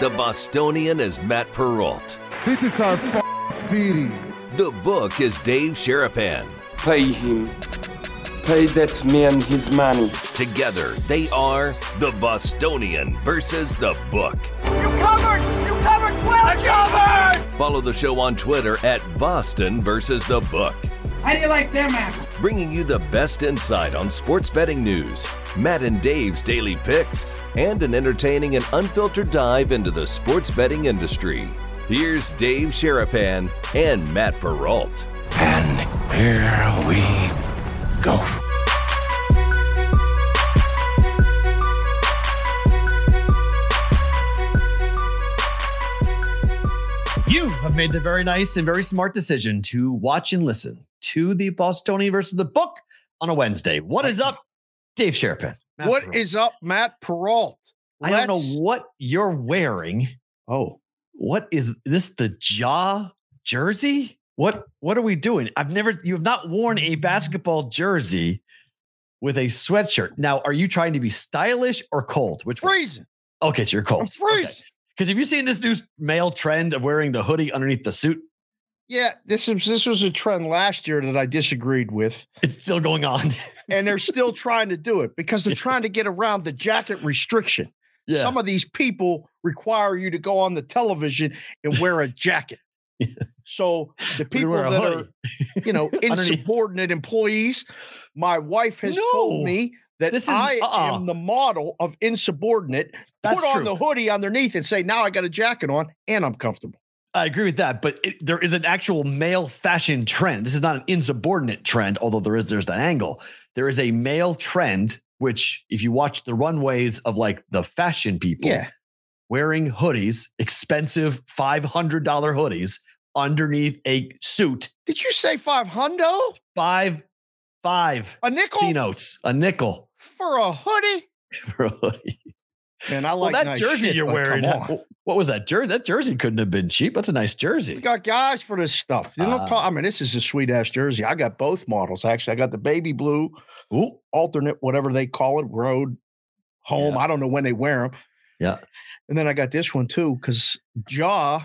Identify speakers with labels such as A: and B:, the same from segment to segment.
A: The Bostonian is Matt Perrault.
B: This is our f- city.
A: The book is Dave Sherapan.
C: Pay him. Pay that man his money.
A: Together, they are The Bostonian versus The Book.
D: You covered! You covered 12! I covered!
A: Follow the show on Twitter at Boston versus The Book.
E: How do you like them apples?
A: Bringing you the best insight on sports betting news, Matt and Dave's daily picks, and an entertaining and unfiltered dive into the sports betting industry. Here's Dave Sherapan and Matt Perrault.
F: And here we go.
G: You have made the very nice and very smart decision to watch and listen to the Bostonian versus the book on a Wednesday. What is up, Dave Sherpin?
H: What is up, Matt Peralt?
G: I don't
H: Let's-
G: know what you're wearing. Oh, what is this? The jaw jersey? What What are we doing? I've never. You have not worn a basketball jersey with a sweatshirt. Now, are you trying to be stylish or cold? Which one?
H: freezing.
G: Oh, Okay, so you're cold.
H: I'm freezing.
G: Because have you seen this new male trend of wearing the hoodie underneath the suit?
H: Yeah, this is this was a trend last year that I disagreed with,
G: It's still going on.
H: and they're still trying to do it because they're trying to get around the jacket restriction. Some of these people require you to go on the television and wear a jacket. So the people
G: wear a
H: that
G: hoodie.
H: are, you know, insubordinate employees, my wife has
G: No.
H: told me that
G: This is-
H: I
G: uh-uh.
H: am the model of insubordinate.
G: That's
H: Put on
G: true.
H: the hoodie underneath and say, now I got a jacket on and I'm comfortable.
G: I agree with that, but it, there is an actual male fashion trend. This is not an insubordinate trend, although there is there's that angle. There is a male trend which, if you watch the runways of like the fashion people
H: Yeah.
G: wearing hoodies, expensive five hundred dollar hoodies underneath a suit,
H: Did you say five hundo?
G: five five
H: A nickel
G: C notes, a nickel
H: for a hoodie?
G: for a hoodie.
H: And I
G: Well,
H: like
G: that
H: nice
G: jersey
H: shit,
G: you're
H: but
G: wearing.
H: Come on.
G: What was that jersey? That jersey couldn't have been cheap. That's a nice
H: We
G: jersey.
H: got guys for this stuff. You know,
G: Ah.
H: I mean, this is a sweet ass jersey. I got both models actually. I got the baby blue
G: Ooh,
H: alternate, whatever they call it, road, home. I don't know when they wear them.
G: Yeah.
H: And then I got this one too because Jaw.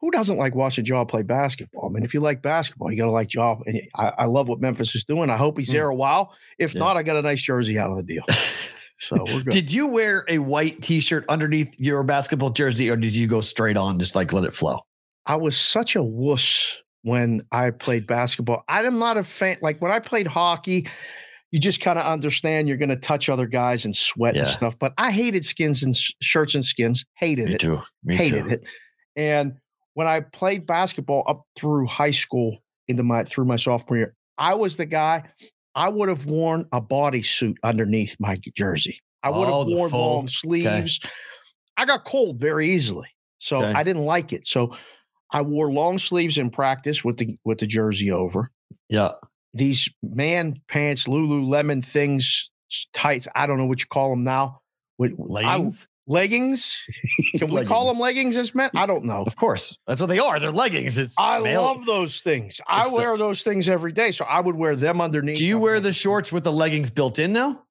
H: Who doesn't like watching Jaw play basketball? I mean, if you like basketball, you gotta like Jaw. And I, I love what Memphis is doing. I hope he's
G: Hmm.
H: there a while. If
G: Yeah.
H: not, I got a nice jersey out of the deal. So we're good.
G: Did you wear a white t-shirt underneath your basketball jersey or did you go straight on just like let it flow?
H: I was such a wuss when I played basketball. I am not a fan. Like when I played hockey, you just kind of understand you're going to touch other guys and sweat and
G: Yeah.
H: stuff. But I hated skins and sh- shirts and skins. Hated it.
G: too. Me
H: hated it. And when I played basketball up through high school into my through my sophomore year, I was the guy. I would have worn a bodysuit underneath my jersey. I would
G: Oh,
H: have
G: the
H: worn
G: full-
H: long sleeves. I got cold very easily, so
G: Okay.
H: I didn't like it. So I wore long sleeves in practice with the with the jersey over
G: Yeah.
H: these man pants, Lululemon things, tights. I don't know what you call them now. What,
G: Leggings?
H: I, leggings. Can we call them leggings as men? I don't know.
G: Of course. That's what they are. They're leggings. It's
H: I
G: male-
H: love those things. I
G: It's the-
H: wear those things every day, so I would wear them underneath.
G: Do you wear the
H: underneath.
G: shorts with the leggings built in now?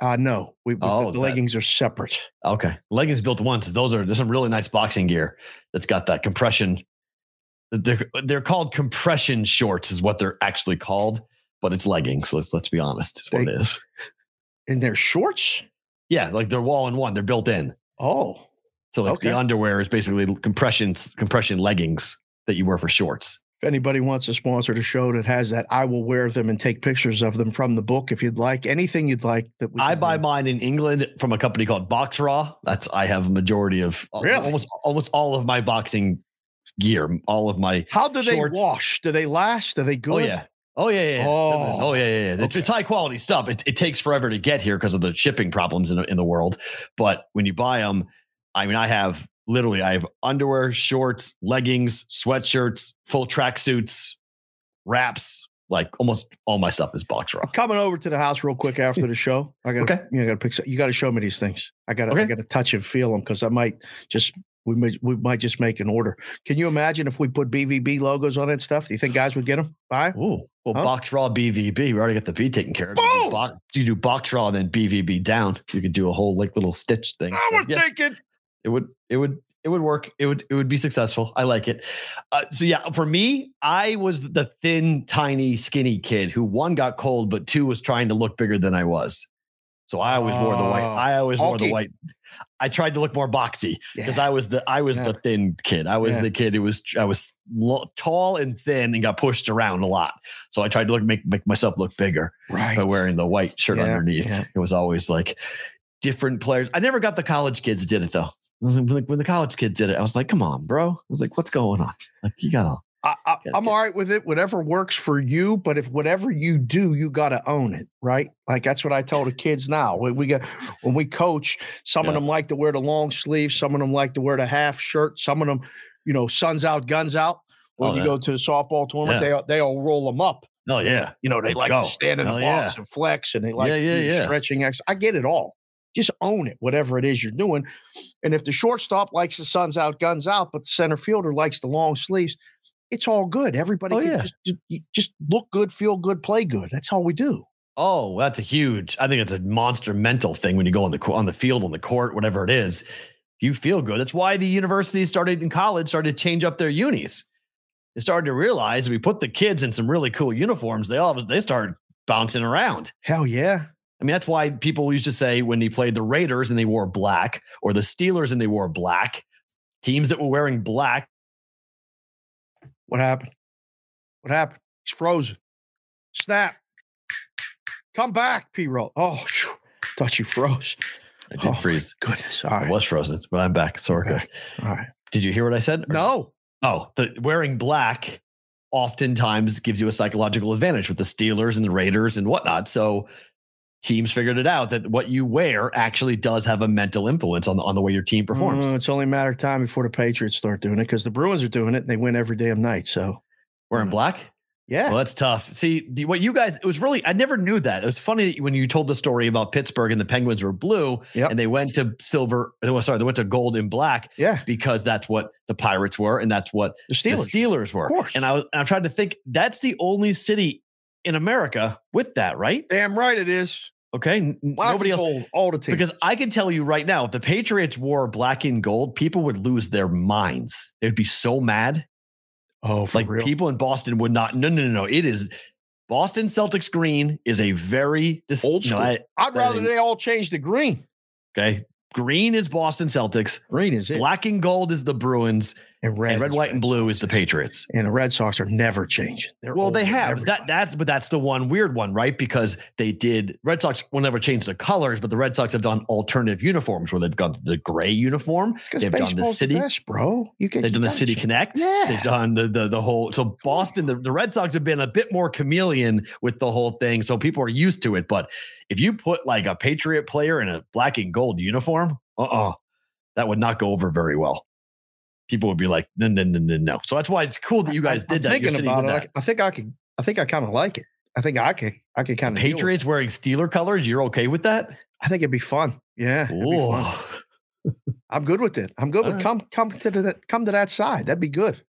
H: Uh, no, we, we-
G: Oh,
H: the
G: that-
H: leggings are separate.
G: Okay. Leggings built once. Those are there's some really nice boxing gear that's got that compression. They're, they're called compression shorts, is what they're actually called, but it's leggings. Let's let's be honest. Is what it is.
H: And they're shorts.
G: Yeah, like they're wall in one. They're built in.
H: Oh,
G: So like
H: Okay.
G: the underwear is basically compression compression leggings that you wear for shorts.
H: if anybody wants to sponsor the show that has that, I will wear them and take pictures of them from the book if you'd like. Anything you'd like that we
G: I
H: can
G: buy
H: do.
G: mine in England from a company called Box Raw. That's I have a majority of al-
H: Really?
G: almost almost all of my boxing gear, all of my
H: How do they
G: shorts.
H: wash? Do they last? Do they good?
G: Oh yeah. Oh yeah, yeah, yeah.
H: Oh.
G: oh yeah, yeah, yeah. It's, it's high quality stuff. It, it takes forever to get here because of the shipping problems in, the- in the world. But when you buy them, I mean, I have literally, I have underwear, shorts, leggings, sweatshirts, full tracksuits, wraps. Like almost all my stuff is box raw.
H: I'm coming over to the house real quick after the show. I got
G: Okay.
H: to you know, I got to pick. some- You got to show me these things. I got to I
G: Okay.
H: got to touch and feel them because I might just we might we might just make an order. Can you imagine if we put BVB logos on it and stuff? Do you think guys would get them? Buy 'em?
G: Ooh, well,
H: Huh?
G: box raw BVB. We already got the B taken care of. You do,
H: Boom!
G: box, you do box raw and then BVB down. You could do a whole like little stitch thing.
H: I
G: So,
H: was
G: yeah,
H: thinking
G: It would it would it would work. It would it would be successful. I like it. Uh, so yeah, for me, I was the thin, tiny, skinny kid who one got cold, but two was trying to look bigger than I was. So I always wore the white.
H: Oh,
G: I always wore the
H: bulky.
G: white. I tried to look more boxy because I was the I was
H: Yeah.
G: the thin kid. I was
H: Yeah.
G: the kid who was I was lo- tall and thin and got pushed around a lot. So I tried to look make make myself look bigger
H: right.
G: by wearing the white shirt
H: Yeah,
G: underneath.
H: yeah.
G: It was always like different players. I never got the college kids that did it though. Like when the college kids did it, I was like, "Come on, bro!" I was like, "What's going on?" Like you got to
H: I, I,
G: Yeah,
H: I'm
G: yeah.
H: all right with it. Whatever works for you, but if whatever you do, you got to own it, right? Like that's what I tell the kids now. We, we got when we coach, some of
G: Yeah.
H: them like to wear the long sleeve, some of them like to wear the half shirt, some of them, you know, suns out, guns out. When
G: Oh,
H: you
G: yeah.
H: go to the softball tournament,
G: Yeah.
H: they all- they all roll them up.
G: Oh yeah,
H: You know, they
G: Let's
H: like
G: go.
H: to stand in
G: Hell
H: the
G: yeah.
H: box and flex, and they like
G: Yeah,
H: to
G: yeah,
H: do
G: yeah.
H: stretching. Ex- I get it all. Just own it, whatever it is you're doing. And if the shortstop likes the suns out, guns out, but the center fielder likes the long sleeves, it's all good. Everybody
G: Oh,
H: can
G: yeah.
H: just, ju- you just look good, feel good, play good. That's all we do.
G: Oh, that's a huge. I think it's a monster mental thing when you go on the co- on the field, on the court, whatever it is. You feel good. That's why the universities started in college started to change up their unis. They started to realize we put the kids in some really cool uniforms. They all they start bouncing around.
H: Hell yeah.
G: I mean, that's why people used to say when they played the Raiders and they wore black, or the Steelers and they wore black. Teams that were wearing black.
H: What happened? What happened? He's frozen. Snap. Come back, P Roll. Oh, phew. thought you froze.
G: I did
H: Oh,
G: freeze.
H: Goodness. All right.
G: I was frozen, but I'm back. Sorry.
H: Okay. All right.
G: Did you hear what I said? Or-
H: No.
G: Oh, the wearing black oftentimes gives you a psychological advantage with the Steelers and the Raiders and whatnot. So teams figured it out that what you wear actually does have a mental influence on the, on the way your team performs.
H: Uh, it's only a matter of time before the Patriots start doing it because the Bruins are doing it and they win every damn night. So
G: Wearing black?
H: yeah,
G: Well, that's tough. See, the, what you guys, it was really, I never knew that. It was funny that you- when you told the story about Pittsburgh and the Penguins were blue
H: Yep.
G: and they went to silver, oh, sorry, they went to gold and black
H: yeah,
G: because that's what the Pirates were and that's what
H: the Steelers.
G: the Steelers were.
H: Of course.
G: And I was and I'm trying to think that's the only city in America with that, right?
H: damn right it is.
G: Okay. N-
H: Black
G: Nobody
H: and
G: else
H: gold, all the teams.
G: because I can tell you right now, if the Patriots wore black and gold, people would lose their minds. They'd be so mad.
H: oh, for
G: like
H: real.
G: people in Boston would not. No, no, no, no. It is Boston Celtics green is a very dis-
H: Old
G: no,
H: school.
G: I-
H: I'd rather
G: Hey.
H: they all change to green.
G: okay. Green is Boston Celtics.
H: Green is it,
G: Black and gold is the Bruins,
H: and red,
G: and red,
H: is
G: white, and blue is the Patriots.
H: And the Red Sox are never changing. They're
G: Well,
H: old
G: they
H: and
G: have that.
H: everybody.
G: That's but that's the one weird one, right? Because they did. Red Sox will never change the colors, but the Red Sox have done alternative uniforms where they've gone to the gray uniform.
H: It's 'cause
G: They've done the
H: baseball's
G: city.
H: best, bro. You can
G: They've done the City Connect.
H: Yeah.
G: They've done the the, the whole. So Boston, the, the Red Sox have been a bit more chameleon with the whole thing, so people are used to it. But if you put like a Patriot player in a black and gold uniform, uh uh that would not go over very well. People would be like, no, no, no, no, no. So that's why it's cool that you guys did
H: I'm
G: that. Your
H: Thinking
G: city
H: about
G: did
H: it,
G: that.
H: I- I think I could. I think I kind of like it. I think I could. I could kind of
G: Patriots wearing Steeler colors, you're okay with that?
H: I think it'd be fun. Yeah, it'd be
G: Ooh.
H: fun. I'm good with it. I'm good
G: All right.
H: with come come to the come to that side. That'd be good.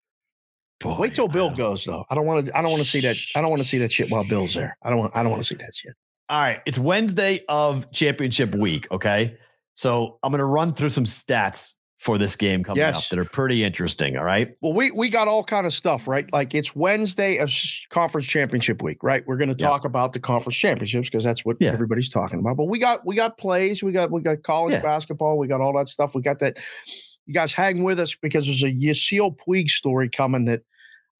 G: Boy,
H: Wait till
G: I
H: Bill
G: don't-
H: goes though. I don't want to. I don't want to see that. I don't want to see that shit while Bill's there. I don't want. I don't want to see that shit.
G: All right, it's Wednesday of championship week. Okay, so I'm gonna run through some stats for this game coming up
H: Yes.
G: that are pretty interesting. All right,
H: Well, we we got all kind of stuff right. Like it's Wednesday of s- conference championship week, right? We're going to
G: Yeah.
H: talk about the conference championships because that's what
G: Yeah.
H: everybody's talking about. But we got we got plays. We got we got college
G: Yeah.
H: basketball. We got all that stuff. We got that. You guys hang with us because there's a Yasiel Puig story coming that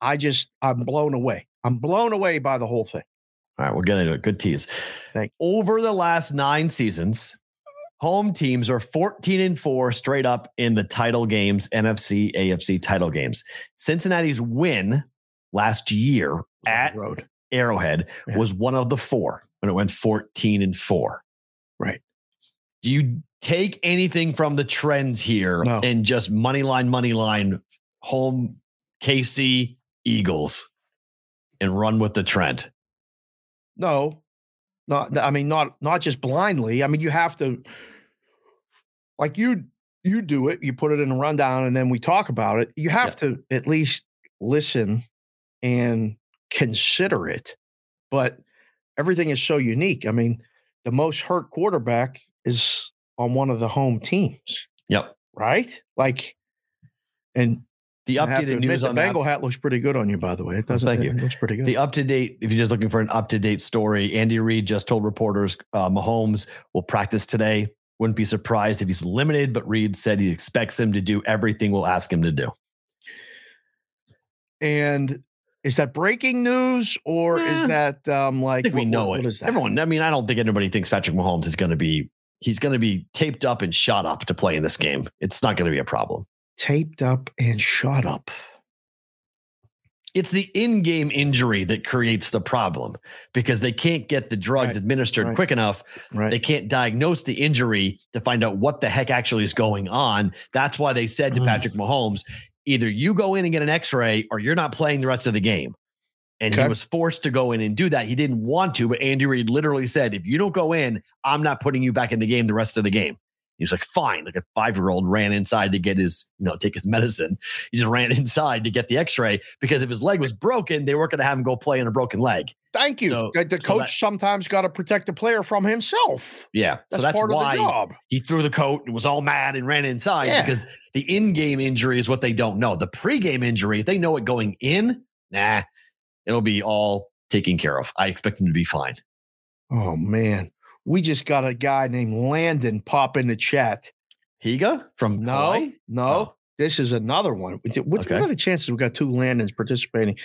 H: I just I'm blown away. I'm blown away by the whole thing.
G: all right, we'll get into it. Good tease.
H: Thank
G: Over the last nine seasons, home teams are 14 and four straight up in the title games, NFC, AFC title games. Cincinnati's win last year at
H: road.
G: Arrowhead
H: Yeah.
G: was one of the four when it went 14 and four.
H: Right.
G: Do you take anything from the trends here
H: No.
G: and just money line, money line, home KC Eagles and run with the trend?
H: No, not. I mean, not not just blindly. I mean, you have to, like you you do it. You put it in a rundown, and then we talk about it. You have to at least listen and consider it. But everything is so unique. I mean, the most hurt quarterback is on one of the home teams.
G: Yep.
H: right? Like, and
G: The
H: I have to
G: updated
H: admit,
G: news
H: the
G: on that.
H: Bengal hat looks pretty good on you, by the way. It doesn't.
G: thank you.
H: It looks pretty good.
G: The up to date, if you're just looking for an up to date story, Andy Reid just told reporters uh, Mahomes will practice today. Wouldn't be surprised if he's limited, but Reid said he expects him to do everything we'll ask him to do.
H: and is that breaking news or is
G: Eh,
H: that um
G: I
H: like
G: think we
H: what-
G: know
H: what-
G: it.
H: What is that?
G: Everyone, I mean, I don't think anybody thinks Patrick Mahomes is going to be, he's going to be taped up and shot up to play in this game. It's not going to be a problem.
H: taped up and shot up.
G: It's the in game injury that creates the problem because they can't get the drugs
H: Right,
G: administered
H: right.
G: quick enough
H: Right.
G: They can't diagnose the injury to find out what the heck actually is going on. That's why they said to
H: Ugh.
G: Patrick Mahomes, either you go in and get an x ray or you're not playing the rest of the game. And
H: Okay.
G: he was forced to go in and do that. He didn't want to, but Andy Reid literally said, if you don't go in, I'm not putting you back in the game the rest of the game. He was like, fine. Like a five year old ran inside to get his, you know, take his medicine. He just ran inside to get the x ray because if his leg was broken, they weren't going to have him go play in a broken leg.
H: Thank you.
G: So-
H: the the
G: so
H: coach
G: that-
H: sometimes got to protect the player from himself.
G: Yeah.
H: That's,
G: so that's
H: part
G: why
H: of the job.
G: he threw the coat and was all mad and ran inside
H: Yeah.
G: because the in-game injury is what they don't know. The pre-game injury, if they know it going in, nah, it'll be all taken care of. I expect him to be fine.
H: Oh man, we just got a guy named Landon pop in the chat.
G: Higa from
H: No,
G: Hawaii?
H: no,
G: Oh.
H: this is another one. We did- What,
G: Okay.
H: what are the chances we got two Landons participating?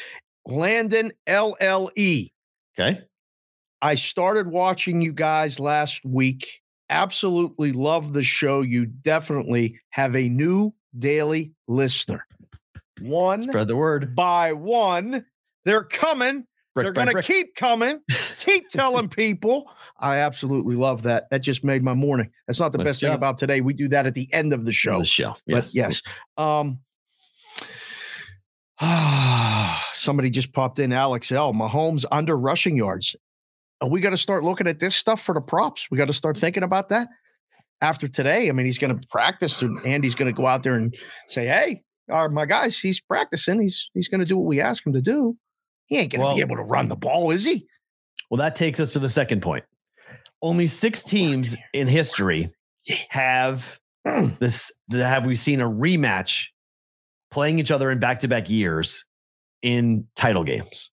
H: Landon E. LLE.
G: Okay.
H: I started watching you guys last week. Absolutely love the show. You definitely have a new daily listener. One
G: Spread the word.
H: by one, they're coming.
G: Brick
H: They're
G: by
H: going to
G: brick.
H: keep coming. Keep telling people. I absolutely love that. That just made my morning. That's not the
G: Nice
H: best thing
G: job.
H: about today. We do that at the end of the show.
G: the show.
H: But yes. Um somebody just popped in Alex L. Mahomes under rushing yards. Are we got to start looking at this stuff for the props? We got to start thinking about that. After today, I mean, he's going to practice, and Andy's going to go out there and say, "Hey, our, my guys, he's practicing. He's he's going to do what we ask him to do. He ain't going to
G: Well-
H: be able to run the ball, is he?"
G: Well, that takes us to the second point. Only six teams in history have this have we seen a rematch playing each other in back-to-back years in title games.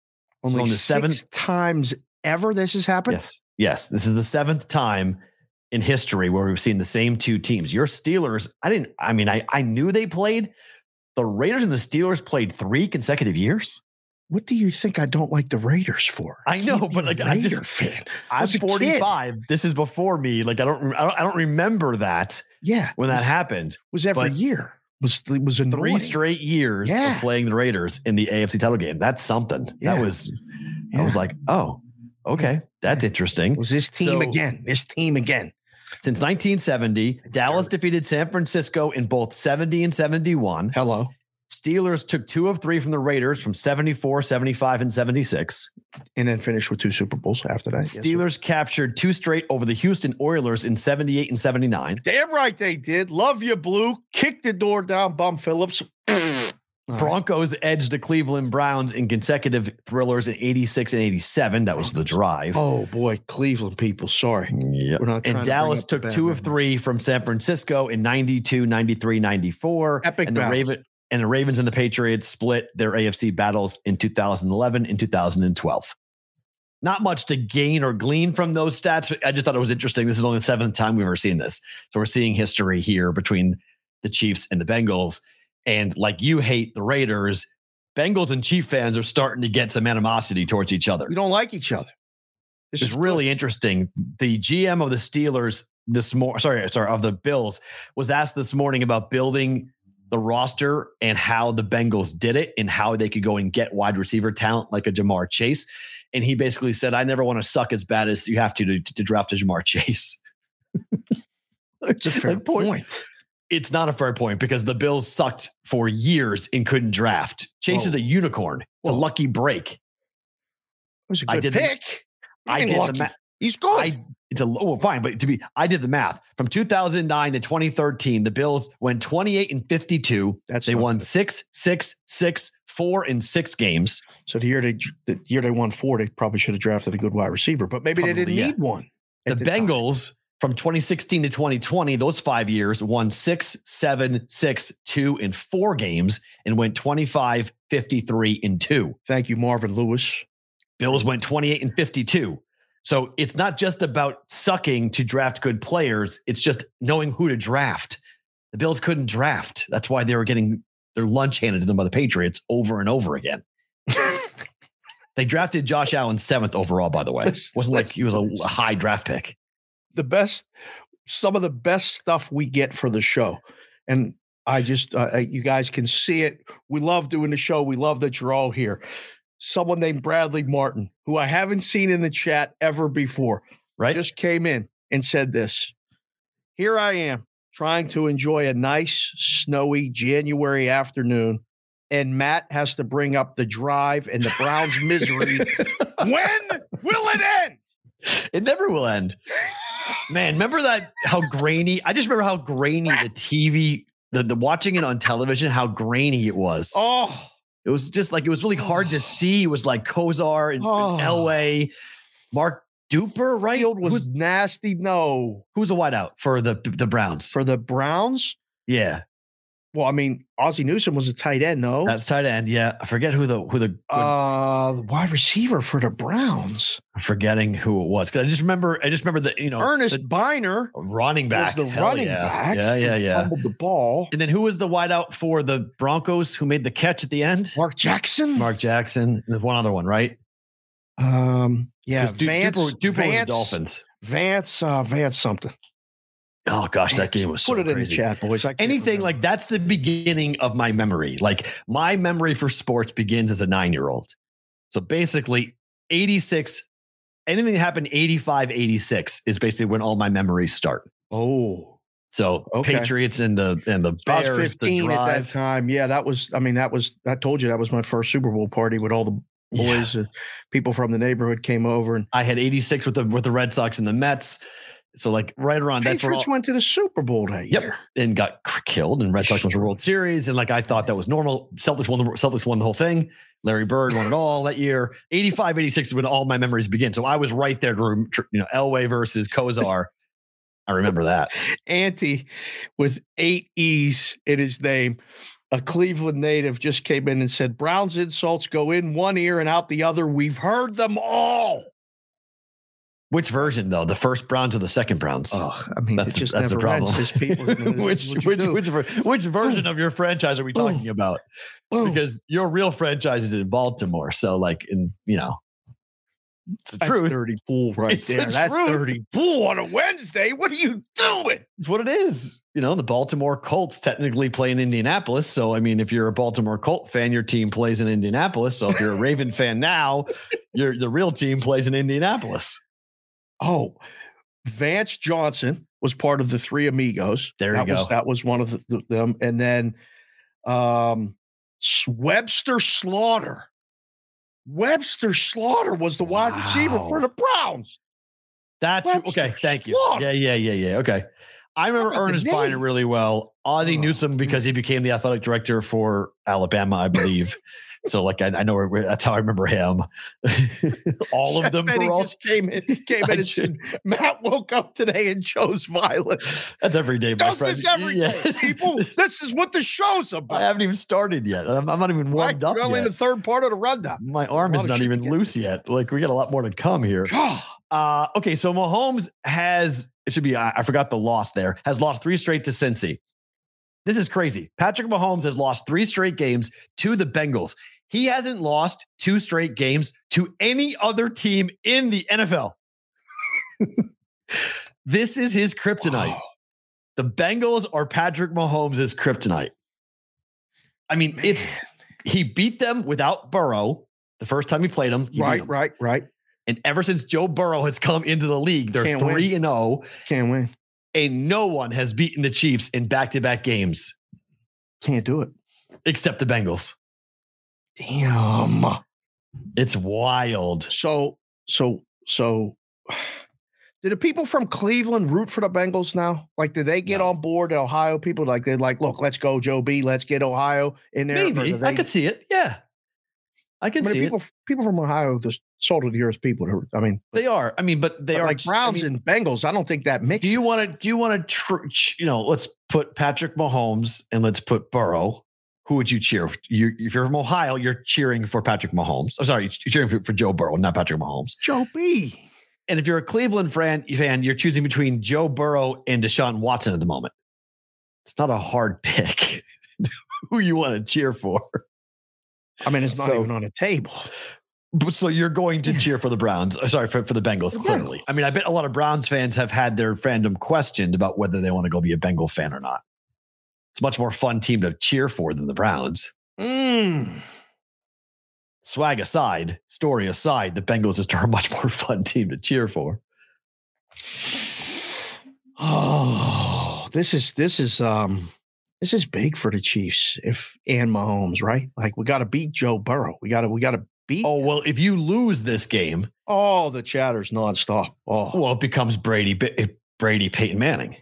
G: So
H: Only
G: on the
H: six
G: seventh-
H: times ever this has happened.
G: Yes. Yes. This is the seventh time in history where we've seen the same two teams. Your Steelers, I didn't, I mean, I, I knew they played. The Raiders and the Steelers played three consecutive years.
H: What do you think I don't like the Raiders for?
G: I know,
H: can't be
G: but,
H: a
G: like, I just-
H: Raider fan.
G: I'm
H: was a kid.
G: 45. This is before me. Like, I don't, I don't, I don't remember that
H: Yeah,
G: when that
H: was-
G: happened.
H: was every
G: but-
H: year was it was annoying.
G: Three straight years
H: Yeah.
G: of playing the Raiders in the AFC title game. That's something.
H: Yeah.
G: That was, I
H: Yeah.
G: was like, oh, okay, that's interesting.
H: was this team
G: So-
H: again? This team again?
G: Since 1970, Dallas defeated San Francisco in both 70 and 71.
H: Hello,
G: Steelers took two of three from the Raiders from 74, 75, and 76.
H: and then finished with two Super Bowls after that. yes, sir.
G: Steelers captured two straight over the Houston Oilers in 78 and 79.
H: damn right they did. Love you, Blue. Kick the door down, Bum Phillips. Bronco.
G: Broncos edged the Cleveland Browns in consecutive thrillers in 86 and 87. That was the drive.
H: Oh boy, Cleveland people. Sorry,
G: Yep.
H: we're not. trying to
G: And
H: bring
G: Dallas
H: up the
G: took
H: bad
G: two of
H: memories.
G: three from San Francisco in 92, 93, 94.
H: Epic
G: and the
H: battle.
G: Raven and the Ravens and the Patriots split their AFC battles in 2011 and 2012. Not much to gain or glean from those stats. but I just thought it was interesting. This is only the seventh time we've ever seen this. So we're seeing history here between the Chiefs and the Bengals. And like you hate the Raiders, Bengals and Chief fans are starting to get some animosity towards each other.
H: We don't like each other. This
G: It's really interesting. The GM of the Steelers this morning, sorry, sorry, of the Bills was asked this morning about building the roster and how the Bengals did it and how they could go and get wide receiver talent like a Jamar Chase. And he basically said, I never want to suck as bad as you have to to, to draft a Jamar Chase.
H: It's a fair
G: Like, point-
H: point.
G: It's not a fair point because the Bills sucked for years and couldn't draft. Chase is
H: Whoa.
G: a unicorn. It's a
H: Whoa.
G: lucky break.
H: It was a
G: I
H: good
G: did the-
H: pick. What do
G: I
H: you
G: did
H: mean
G: the
H: lucky?
G: ma-
H: He's good.
G: I it's a well fine, but to be I did the math from 2009 to 2013. The Bills went 28 and 52.
H: That's
G: They
H: not
G: won
H: good.
G: six, six, six, four, and six games.
H: So the year they the year they won four, they probably should have drafted a good wide receiver, but maybe they
G: Probably,
H: didn't
G: yeah.
H: need one.
G: The
H: at time.
G: Bengals From 2016 to 2020, those five years won six, seven, six, two, and four games and went 25, 53, and two.
H: Thank you, Marvin Lewis.
G: Bills went 28 and 52. So it's not just about sucking to draft good players, it's just knowing who to draft. The Bills couldn't draft. That's why they were getting their lunch handed to them by the Patriots over and over again. they drafted Josh Allen seventh overall, by the way. It wasn't like he was a high draft pick.
H: The best, some of the best stuff we get for the show. And I just, uh, you guys can see it. We love doing the show. We love that you're all here someone named Bradley Martin, who I haven't seen in the chat ever before,
G: right?
H: Just came in and said this Here I am trying to enjoy a nice, snowy January afternoon. And Matt has to bring up the drive and the Browns' misery. when will it end?
G: It never will end. Man, remember that how grainy? I just remember how grainy the TV, the, the watching it on television, how grainy it was.
H: Oh,
G: it was just like it was really hard to see. It was like Kozar and,
H: Oh.
G: and Elway, Mark Duper, right?
H: field was
G: who's,
H: nasty. No,
G: who's a wideout for the the Browns?
H: for the Browns.
G: Yeah,
H: Well, I mean, Ozzie Newsom was a tight end. No,
G: that's tight end. Yeah, I forget who the who the
H: Oh. uh, the wide receiver for the Browns,
G: I'm forgetting who it was because I just remember I just remember the you know
H: Ernest Biner.
G: the running back
H: was the
G: Hell
H: running
G: yeah.
H: back.
G: Yeah, yeah,
H: who
G: yeah.
H: Fumbled the ball.
G: And then who was the wideout for the Broncos who made the catch at the end?
H: Mark Jackson.
G: Mark Jackson. And there's one other one, right?
H: Um. Yeah.
G: 'Cause Du-
H: Vance.
G: Duper, Duper was the
H: Vance.
G: Dolphins.
H: Vance. Uh, Vance. Something.
G: Oh gosh, that game was so
H: Put it in the
G: crazy.
H: chat, boys. I can't
G: anything
H: remember.
G: like that's the beginning of my memory. Like my memory for sports begins as a nine year old. So basically, 86, anything that happened 85, 86 is basically when all my memories start.
H: Oh,
G: So
H: Okay.
G: Patriots and the and the
H: I was
G: Bears, the
H: at that
G: drive.
H: time. Yeah, that was. I mean, that was. I told you that was my first Super Bowl party with all the
G: Yeah.
H: boys. And people from the neighborhood came over, and
G: I had 86 with the with the Red Sox and the Mets. So like right around that's where all,
H: Patriots went to the Super Bowl that
G: Yep.
H: year.
G: and got cr- killed, and Red Sox went to the World Series, and like I thought that was normal. Celtics won the Celtics won the whole thing. Larry Bird won it all that year. 85, 86 is when all my memories begin. So I was right there to rem- tr- you know Elway versus Kozar. I remember that.
H: Auntie with eight E's in his name. A Cleveland native just came in and said, Brown's insults go in one ear and out the other. We've heard them all.
G: Which version though? The first Browns or the second Browns?
H: Oh, I mean,
G: that's
H: it just
G: that's the
H: never
G: problem.
H: ends. This people,
G: which which which, ver- which version of your franchise are we talking about? Because your real franchise is in Baltimore. So like in you know, it's the
H: that's
G: truth.
H: dirty pool right
G: It's the
H: there. that's
G: truth.
H: dirty pool on a Wednesday. What are you doing?
G: it's what it is. You know, the Baltimore Colts technically play in Indianapolis. So, I mean, if you're a Baltimore Colt fan, your team plays in Indianapolis. So, if you're a Raven fan now, your the real team plays in Indianapolis.
H: Oh, Vance Johnson was part of the Three Amigos.
G: There you
H: that
G: go.
H: Was, that was one of the, the- them, and then um, S- Webster Slaughter. Webster Slaughter was the wide receiver
G: Wow.
H: for the Browns.
G: That's
H: Webster
G: okay. Thank you.
H: Slaughter.
G: Yeah, yeah, yeah, yeah. Okay. I remember
H: How about the
G: Ernest
H: name?
G: Biner really well. Ozzie
H: Oh.
G: Newsome because he became the athletic director for Alabama, I believe. so, like, I, I know where, where- that's how I remember him. all of them
H: And he
G: were all.
H: just came in, came
G: I
H: in and said, Matt woke up today and chose violence.
G: That's every day, my
H: Does
G: friend.
H: this every day,
G: Yeah.
H: people? This is what the show's
G: I
H: about.
G: haven't even started yet. I'm, I'm not even warmed
H: We're
G: up
H: only
G: yet.
H: in the third part of the rundown.
G: My arm
H: A
G: is
H: lot of
G: not
H: shit to
G: even
H: get
G: loose yet. Like we got a lot more to come here. Uh, okay, so Mahomes has it should be I, I forgot the loss there has lost three straight to Cincy. This is crazy. Patrick Mahomes has lost three straight games to the Bengals. He hasn't lost two straight games to any other team in the NFL. this is his kryptonite. The Bengals are Patrick Mahomes' kryptonite. I mean, it's he beat them without Burrow the first time he played him. he beat
H: Right,
G: him.
H: right, right.
G: And ever since Joe Burrow has come into the league, they're
H: Can't win.
G: three and zero,
H: Can't win.
G: and no one has beaten the Chiefs in back to back games
H: Can't do it.
G: except the Bengals.
H: Damn.
G: It's wild.
H: So, so, so, do the people from Cleveland root for the Bengals now? Like, do they get
G: No.
H: on board? The Ohio people, like, they're like, look, let's go, Joe B. Let's get Ohio in there. or do
G: Maybe
H: they-
G: I could see it. Yeah, I can
H: I mean,
G: see
H: people
G: it.
H: people from Ohio, the salt of the earth people. who- I mean,
G: They are. I mean, but they
H: but
G: are
H: like
G: just- I
H: Browns
G: mean,
H: and Bengals. I don't think that mix.
G: Do you want to? Do you want to? Tr- ch- you know, let's put Patrick Mahomes and let's put Burrow. Who would you cheer? You, if you're from Ohio, you're cheering for Patrick Mahomes. I'm sorry, you're cheering for, for Joe Burrow, not Patrick Mahomes.
H: Joe B?
G: And if you're a Cleveland fan, fan, you're choosing between Joe Burrow and Deshaun Watson at the moment. It's not a hard pick. who you want to cheer for?
H: I mean, it's not
C: So-
H: even on the table.
G: But so you're going to cheer for the Browns. uh, Sorry for, for the Bengals.
H: The
G: clearly,
H: Bengals.
G: I mean, I bet a lot of Browns fans have had their fandom questioned about whether they want to go be a Bengal fan or not. It's a much more fun team to cheer for than the Browns.
H: Mm.
G: Swag aside, story aside, the Bengals just are a much more fun team to cheer for.
H: Oh, this is this is um this is big for the Chiefs if and Mahomes, right? Like we got to beat Joe Burrow. We got to we got to beat.
G: Oh well, if you lose this game,
H: all the chatter's nonstop. Oh,
G: well, it becomes Brady, Ba- Brady, Peyton Manning.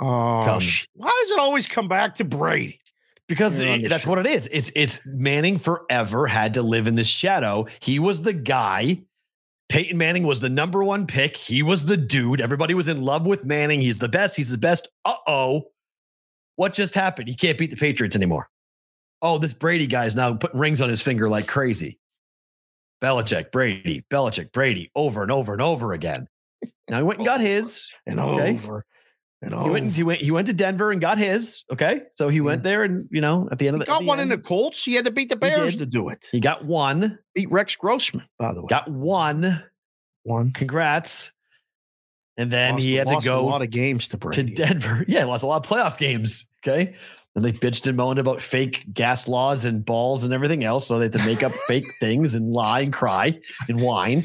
H: oh
G: Come.
H: sh- why does it always come back to Brady?
G: because
H: Yeah,
G: it-
H: understood.
G: that's what it is. It's it's Manning forever had to live in the shadow. He was the guy. Peyton Manning was the number one pick. He was the dude. Everybody was in love with Manning. He's the best. He's the best. Uh oh, what just happened? He can't beat the Patriots anymore. Oh, this Brady guy's now putting rings on his finger like crazy. Belichick, Brady, Belichick, Brady, over and over and over again. Now he went and
H: Oh,
G: got his.
H: And
G: Okay.
H: over and over.
G: He went. He went. He went to Denver and got his. Okay, so he went there, and you know, at the end of
H: Mm. He
G: the
H: got
G: the
H: one
G: end-
H: in the Colts. He had to beat the Bears
G: did.
H: to do it.
G: He got one.
H: Beat Rex Grossman, by the way.
G: Got one.
H: one.
G: Congrats. And then
H: Lost-
G: he had to
H: lost a lot
G: go
H: of games to
G: to
H: Brady.
G: Denver. Yeah, lost a lot of playoff games. Okay. And they bitched and moaned about fake gas laws and balls and everything else. So they had to make up fake things and lie and cry and whine.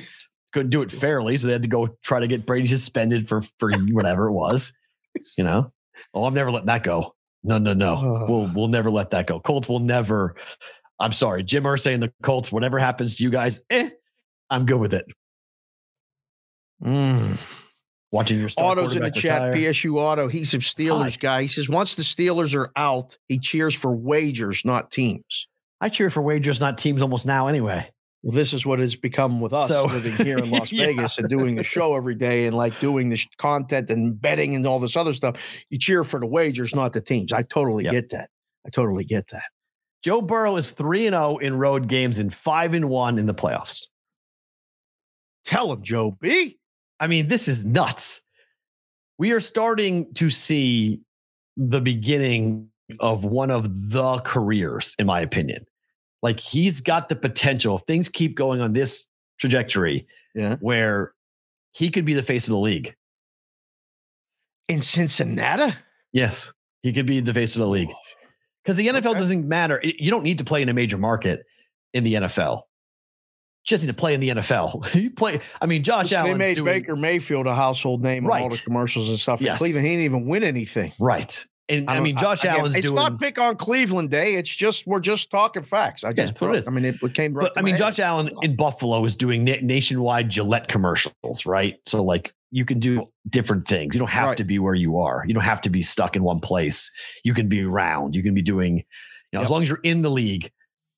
G: Couldn't do it fairly. So they had to go try to get Brady suspended for, for whatever it was, you know? Oh, I'm never letting that go. No, no, no.
H: Ugh.
G: We'll we'll never let that go. Colts will never. I'm sorry, Jim Irsay and the Colts. Whatever happens to you guys, eh, I'm good with it.
H: Mm.
G: Watching your star
H: Auto's in the
G: quarterback
H: chat.
G: retire.
H: PSU Auto. He's a Steelers guy. He says once the Steelers are out, he cheers for wagers, not teams.
G: I cheer for wagers, not teams, almost now anyway.
H: Well, this is what it's become with us
G: So-
H: living here in Las
G: Yeah.
H: Vegas and doing the show every day and like doing the sh- content and betting and all this other stuff. You cheer for the wagers, not the teams. I totally
G: Yep.
H: get that. I totally get that.
G: Joe Burrow is three and zero in road games and five and one in the playoffs.
H: Tell him, Joe B.
G: I mean, this is nuts. We are starting to see the beginning of one of the careers, in my opinion. Like he's got the potential. If things keep going on this trajectory,
H: Yeah.
G: where he could be the face of the league.
H: In Cincinnati?
G: Yes, he could be the face of the league because the NFL
H: Oh, Okay.
G: doesn't matter. I- You don't need to play in a major market in the NFL. Just need to play in the NFL. you play. I mean, Josh
H: Listen,
G: Allen
H: they made
G: doing
H: Baker Mayfield a household name on all the
G: Right.
H: commercials and stuff in
G: Yes.
H: Cleveland. He didn't even win anything.
G: right, and I,
H: don't-
G: mean, Josh
H: again,
G: Allen's
H: It's
G: doing.
H: not pick on Cleveland Day. It's just we're just talking facts. I just
G: that's what it is.
H: I mean, it came. Right
G: but I mean, Josh Allen in Buffalo is doing na- nationwide Gillette commercials, right? So like you can do different things. You don't have
H: Right.
G: to be where you are. You don't have to be stuck in one place. You can be around. You can be doing, you know, as
H: Yep.
G: long as you're in the league.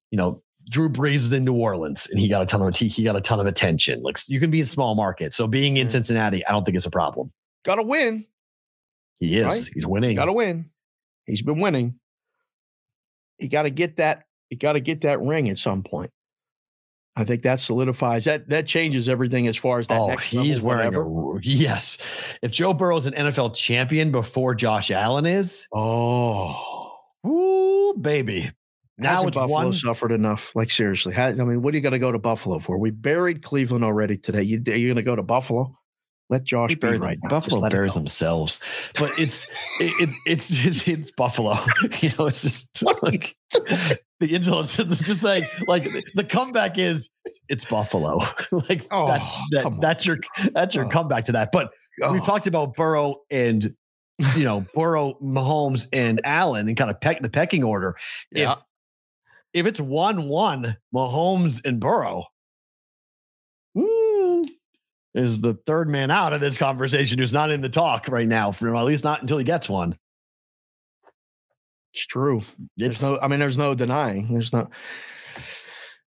G: You know, Drew Brees is in New Orleans and he got a ton of he, he got a ton of attention. Like you can be in small markets. So being in
H: Mhm.
G: Cincinnati, I don't think it's a problem.
H: got to win.
G: He is.
H: Right.
G: He's winning.
H: Got to win. He's been winning. He got to get that. He got to get that ring at some point. I think that solidifies that. That changes everything as far as that.
G: Oh,
H: next
G: he's
H: level,
G: wearing
H: whatever.
G: a yes. If Joe Burrow's an NFL champion before Josh Allen is,
H: Oh,
G: Ooh, baby. Now
H: hasn't
G: it's
H: Buffalo
G: one.
H: suffered enough? Like seriously, has, I mean, what are you going to go to Buffalo for? We buried Cleveland already today. You, are you going to go to Buffalo? Let Josh
G: They
H: be
G: bury them.
H: right now. Just
G: Buffalo
H: let it
G: buries
H: go.
G: themselves, but it's it, it's it's it's, it's Buffalo. You know, it's just like the insults. It's just like like the comeback is it's Buffalo. like
H: Oh,
G: that's that,
H: come on.
G: that's your that's your
H: Oh.
G: comeback to that. But we've
H: Oh.
G: talked about Burrow and you know Burrow, Mahomes, and Allen, and kind of peck the pecking order.
H: Yeah.
G: If if it's one one, Mahomes and Burrow ooh, is the third man out of this conversation who's not in the talk right now. For at least not until he gets one.
H: It's true.
G: It's
H: there's no. I mean, there's no denying. There's no.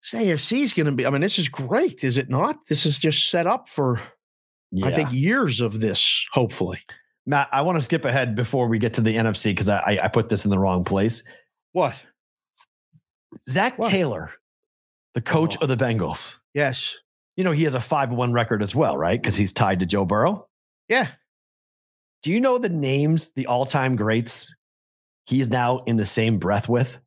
H: this AFC is going to be. I mean, this is great, is it not? This is just set up for, I think, years of this. Hopefully,
G: Matt, I want to skip ahead before we get to the NFC because I, I I put this in the wrong place.
H: what?
G: Zach
H: What?
G: Taylor, the coach
H: Oh.
G: of the Bengals.
H: Yes,
G: You know he has a five one record as well, right? Because he's tied to Joe Burrow.
H: yeah.
G: Do you know the names, the all time greats? He's now in the same breath with.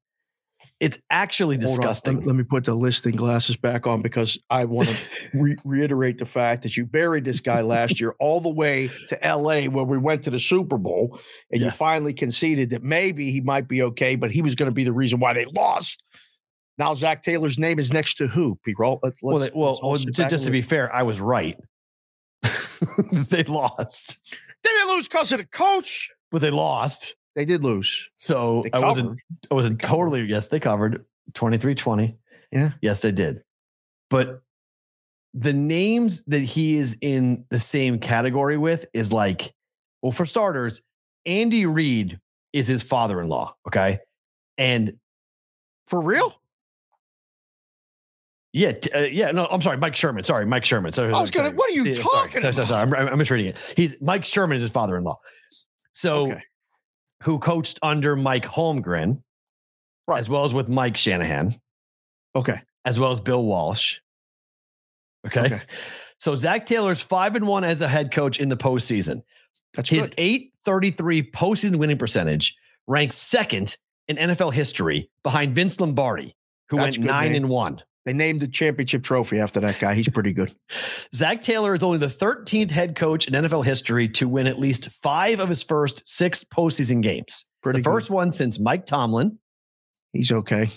G: It's actually
H: Hold on.
G: disgusting.
H: Let, let me put the listing glasses back on because I want to re- reiterate the fact that you buried this guy last year all the way to LA where we went to the Super Bowl and you
G: Yes.
H: finally conceded that maybe he might be okay, but he was going to be the reason why they lost. Now Zach Taylor's name is next to who? P. Roll. Let's,
G: well,
H: let's-
G: they- well,
H: let's all
G: well,
H: sit
G: ju-
H: back
G: just to
H: and
G: be
H: listen.
G: fair, I was right. they lost,
H: they didn't lose because of the coach.
G: but they lost.
H: They did lose.
G: So
H: They
G: I wasn't
H: covered.
G: I wasn't totally yes, they covered 23-20.
H: Yeah.
G: Yes, they did. But the names that he is in the same category with is like, well, for starters, Andy Reid is his father-in-law. Okay. And
H: for real.
G: yeah, t- uh, yeah, no, I'm sorry, Mike Sherman. Sorry, Mike Sherman. Sorry,
H: I was
G: sorry.
H: gonna- what are you
G: See, sorry,
H: talking
G: Sorry, sorry, sorry. I'm, I'm misreading it. He's Mike Sherman is his father-in-law. So
H: Okay.
G: who coached under Mike Holmgren,
H: Right.
G: as well as with Mike Shanahan.
H: Okay.
G: as well as Bill Walsh. Okay.
H: Okay.
G: So Zach Taylor's five and one as a head coach in the postseason.
H: That's
G: His
H: good.
G: 833 postseason winning percentage ranks second in NFL history behind Vince Lombardi, who went
H: That's good,
G: nine
H: man.
G: and one.
H: They named the championship trophy after that guy. He's pretty good.
G: Zach Taylor is only the 13th head coach in NFL history to win at least five of his first six postseason games.
H: Pretty
G: the first one since Mike Tomlin.
H: good. He's okay.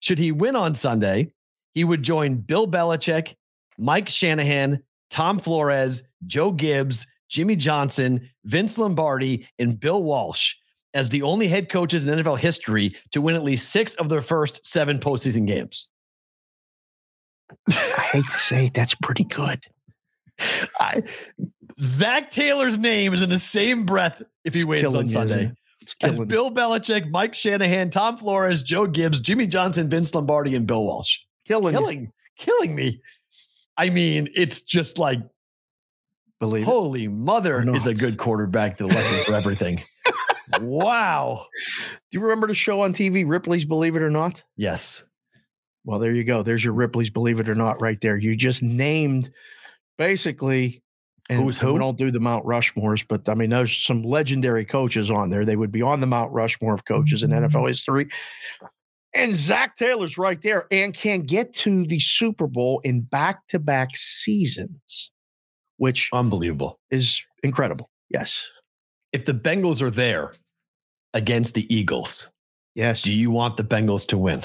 G: Should he win on Sunday, he would join Bill Belichick, Mike Shanahan, Tom Flores, Joe Gibbs, Jimmy Johnson, Vince Lombardi, and Bill Walsh as the only head coaches in NFL history to win at least six of their first seven postseason games.
H: I hate to say it, that's pretty good.
G: I, Zach Taylor's name is in the same breath if he
H: It's
G: wins
H: killing
G: on
H: you, isn't
G: Sunday.
H: it? It's
G: As
H: killing.
G: Bill Belichick, Mike Shanahan, Tom Flores, Joe Gibbs, Jimmy Johnson, Vince Lombardi, and Bill Walsh.
H: killing, you.
G: killing killing me. I mean, it's just like
H: Believe it.
G: holy mother
H: No.
G: is a good quarterback that lessons for everything. wow.
H: Do you remember the show on TV, Ripley's Believe It or Not?
G: Yes.
H: Well, there you go. There's your Ripley's Believe It or Not right there. You just named basically and
G: Who's who?
H: We don't do the Mount Rushmores, but I mean, there's some legendary coaches on there. They would be on the Mount Rushmore of coaches in NFL history. And Zach Taylor's right there and can get to the Super Bowl in back to back seasons, which
G: Unbelievable.
H: is incredible. Yes.
G: If the Bengals are there against the Eagles,
H: Yes.
G: do you want the Bengals to win?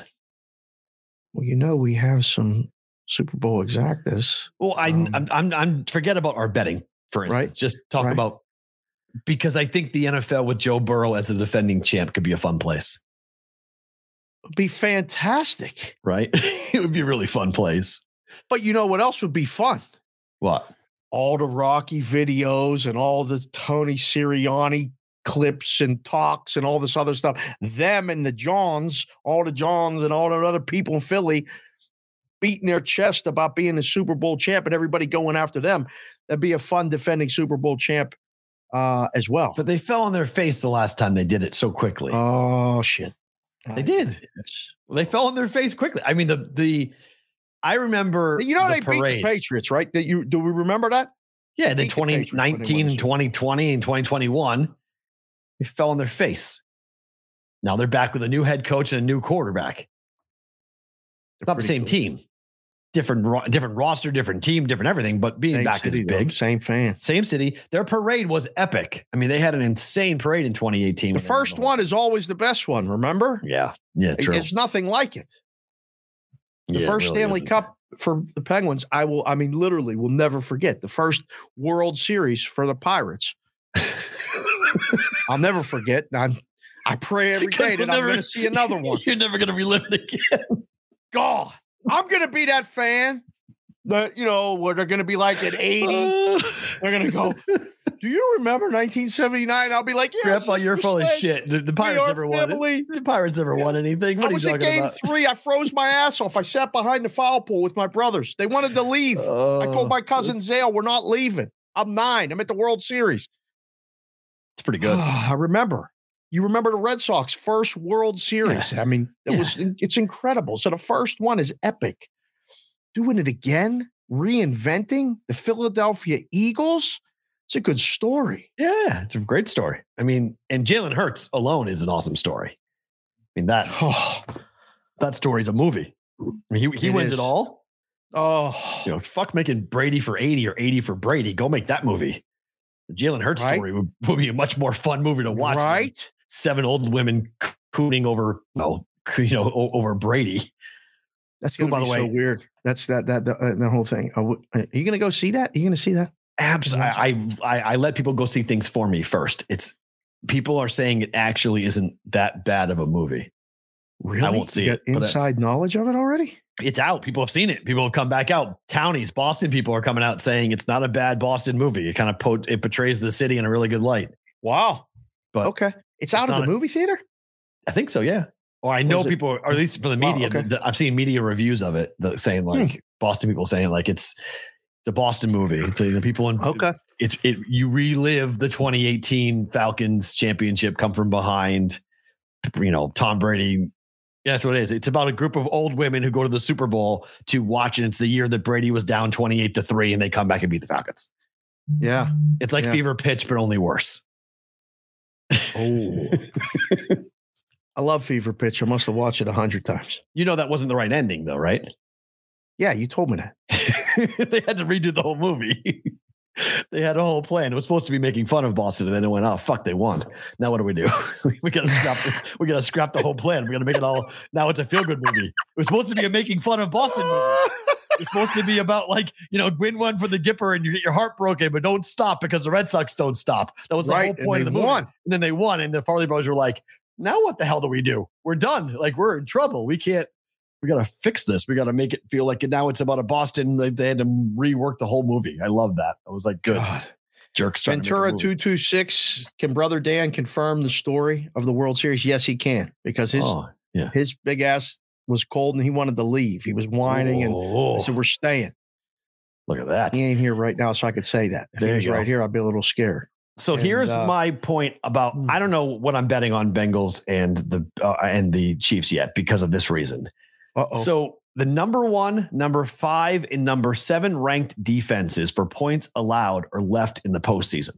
H: Well, you know, we have some Super Bowl exactness.
G: Well, I
H: Um,
G: I'm, I'm I'm forget about our betting for instance.
H: Right.
G: Just talk
H: Right.
G: about because I think the NFL with Joe Burrow as the defending champ could be a fun place,
H: Would be fantastic.
G: right? it would be a really fun place.
H: But you know what else would be fun?
G: What?
H: All the Rocky videos and all the Tony Sirianni clips and talks and all this other stuff. Them and the Johns, all the Johns and all the other people in Philly beating their chest about being the Super Bowl champ and everybody going after them. That'd be a fun defending Super Bowl champ uh, as well.
G: But they fell on their face the last time they did it so quickly.
H: oh, shit.
G: They did. Well, they fell on their face quickly. I mean, the the I remember
H: You know
G: the
H: they beat the Patriots, right? That you do we remember that?
G: yeah, the
H: beat the Patriots when they won the
G: 2019,
H: Super
G: 2020, and 2021. They fell on their face. Now they're back with a new head coach and a new quarterback. It's not the same team. Different ro- different roster, different team, different everything, but being
H: Same
G: back
H: city,
G: is
H: though.
G: big.
H: Same fan.
G: Same city. Their parade was epic. I mean, they had an insane parade in 2018.
H: The
G: when they won
H: first
G: whole-
H: one is always the best one, remember?
G: Yeah. Yeah, true.
H: There's nothing like it. The
G: Yeah, it
H: first
G: really
H: Stanley
G: isn't.
H: Cup for the Penguins, I will, I mean, literally will never forget. The first World Series for the Pirates. I'll never forget. And I'm, I pray every
G: Because
H: day
G: we'll
H: that I'm
G: never-
H: going to see another one.
G: You're never gonna relive it again.
H: God, I'm going to be that
G: Uh,
H: fan that, you know, where they're going to be like at 80. They're going to go, Do you remember 1979? I'll be like, yes,
G: Grandpa, you're
H: Mr.
G: full of
H: Slade.
G: shit. The, the Pirates
H: are
G: never won.
H: family.
G: It. The Pirates never won anything. What
H: I
G: are you
H: was at
G: talking
H: game
G: about?
H: three. I froze my ass off. I sat behind the foul pole with my brothers. They wanted to leave. I
G: Oh,
H: told my cousin Zale, we're not leaving. I'm nine. I'm at the World Series. Ah,
G: It's pretty good.
H: I remember. You remember the Red Sox first World Series. I mean, it
G: Yeah.
H: was it's incredible. So the first one is epic. Doing it again, reinventing the Philadelphia Eagles. It's a good story.
G: Yeah, it's a great story. I mean, and Jalen Hurts alone is an awesome story. I mean that
H: Oh,
G: that story's a movie. I mean, he he
H: It
G: wins
H: is.
G: it all.
H: oh.
G: You know, fuck making Brady for eighty or eighty for Brady. Go make that movie. The Jalen Hurts
H: Right.
G: story would, would be a much more fun movie to watch. than
H: right?
G: Seven old women cooning over well, you know, o- over Brady.
H: That's
G: Who,
H: gonna
G: by
H: be
G: the
H: so
G: way-
H: weird. That's that that that, uh, that whole thing. Are, we- are you gonna go see that? Are you gonna see that?
G: Abs- I, I I let people go see things for me first. It's people are saying it actually isn't that bad of a movie.
H: Really?
G: won't see
H: you
G: it, but, uh,
H: Inside knowledge of it already?
G: It's out. People have seen it. People have come back out. Townies, Boston people are coming out saying it's not a bad Boston movie. It kind of po- it portrays the city in a really good light.
H: Wow.
G: But
H: okay. It's out of
G: not
H: the
G: a-
H: movie theater?
G: I think so, yeah. Or I know
H: is it?
G: people, or at least for the
H: Wow,
G: media,
H: okay.
G: th- th- I've seen media reviews of it that saying like Boston people saying like it's it's a Boston movie. It's a, the people in it's it you relive the 2018 Falcons championship come from behind, you know, Tom Brady. Yeah, that's what it is. It's about a group of old women who go to the Super Bowl to watch, and it's the year that Brady was down 28 to 3 and they come back and beat the Falcons.
H: Yeah.
G: It's like
H: Yeah.
G: fever pitch, but only worse.
H: Oh. I love Fever Pitch. I must have watched it a hundred times.
G: You know that wasn't the right ending though, right?
H: Yeah, you told me that.
G: they had to redo the whole movie. they had a whole plan. It was supposed to be making fun of Boston, and then it went, "Oh fuck, they won." Now what do we do? we gotta scrap. we gotta scrap the whole plan. We gotta make it all. Now it's a feel good movie. It was supposed to be a making fun of Boston movie. It's supposed to be about like you know win one for the Gipper and you get your heart broken, but don't stop because the Red Sox don't stop. That was
H: Right,
G: the
H: and
G: whole point
H: they
G: of the movie.
H: won.
G: And then they won, and the Farley Brothers were like, "Now what the hell do we do? We're done. Like we're in trouble. We can't. We got to fix this. We got to make it feel like now it's about a Boston. Like they had to rework the whole movie. I love that. I was like, good
H: God.
G: jerks. trying to make a
H: Ah, Ventura
G: movie.
H: 226. Can brother Dan confirm the story of the World Series? Yes, he can, because his
G: Oh,
H: his big ass was cold and he wanted to leave. He was whining and I
G: oh,
H: said, We're staying.
G: look at that.
H: He ain't here right now, so I could say that. If he
G: There
H: was
G: you go.
H: right here, I'd be a little scared.
G: So
H: And,
G: here's
H: uh,
G: my point about
H: Hmm.
G: I don't know what I'm betting on Bengals and the uh, and the Chiefs yet because of this reason.
H: Uh
G: So the number one, number five, and number seven ranked defenses for points allowed are left in the postseason.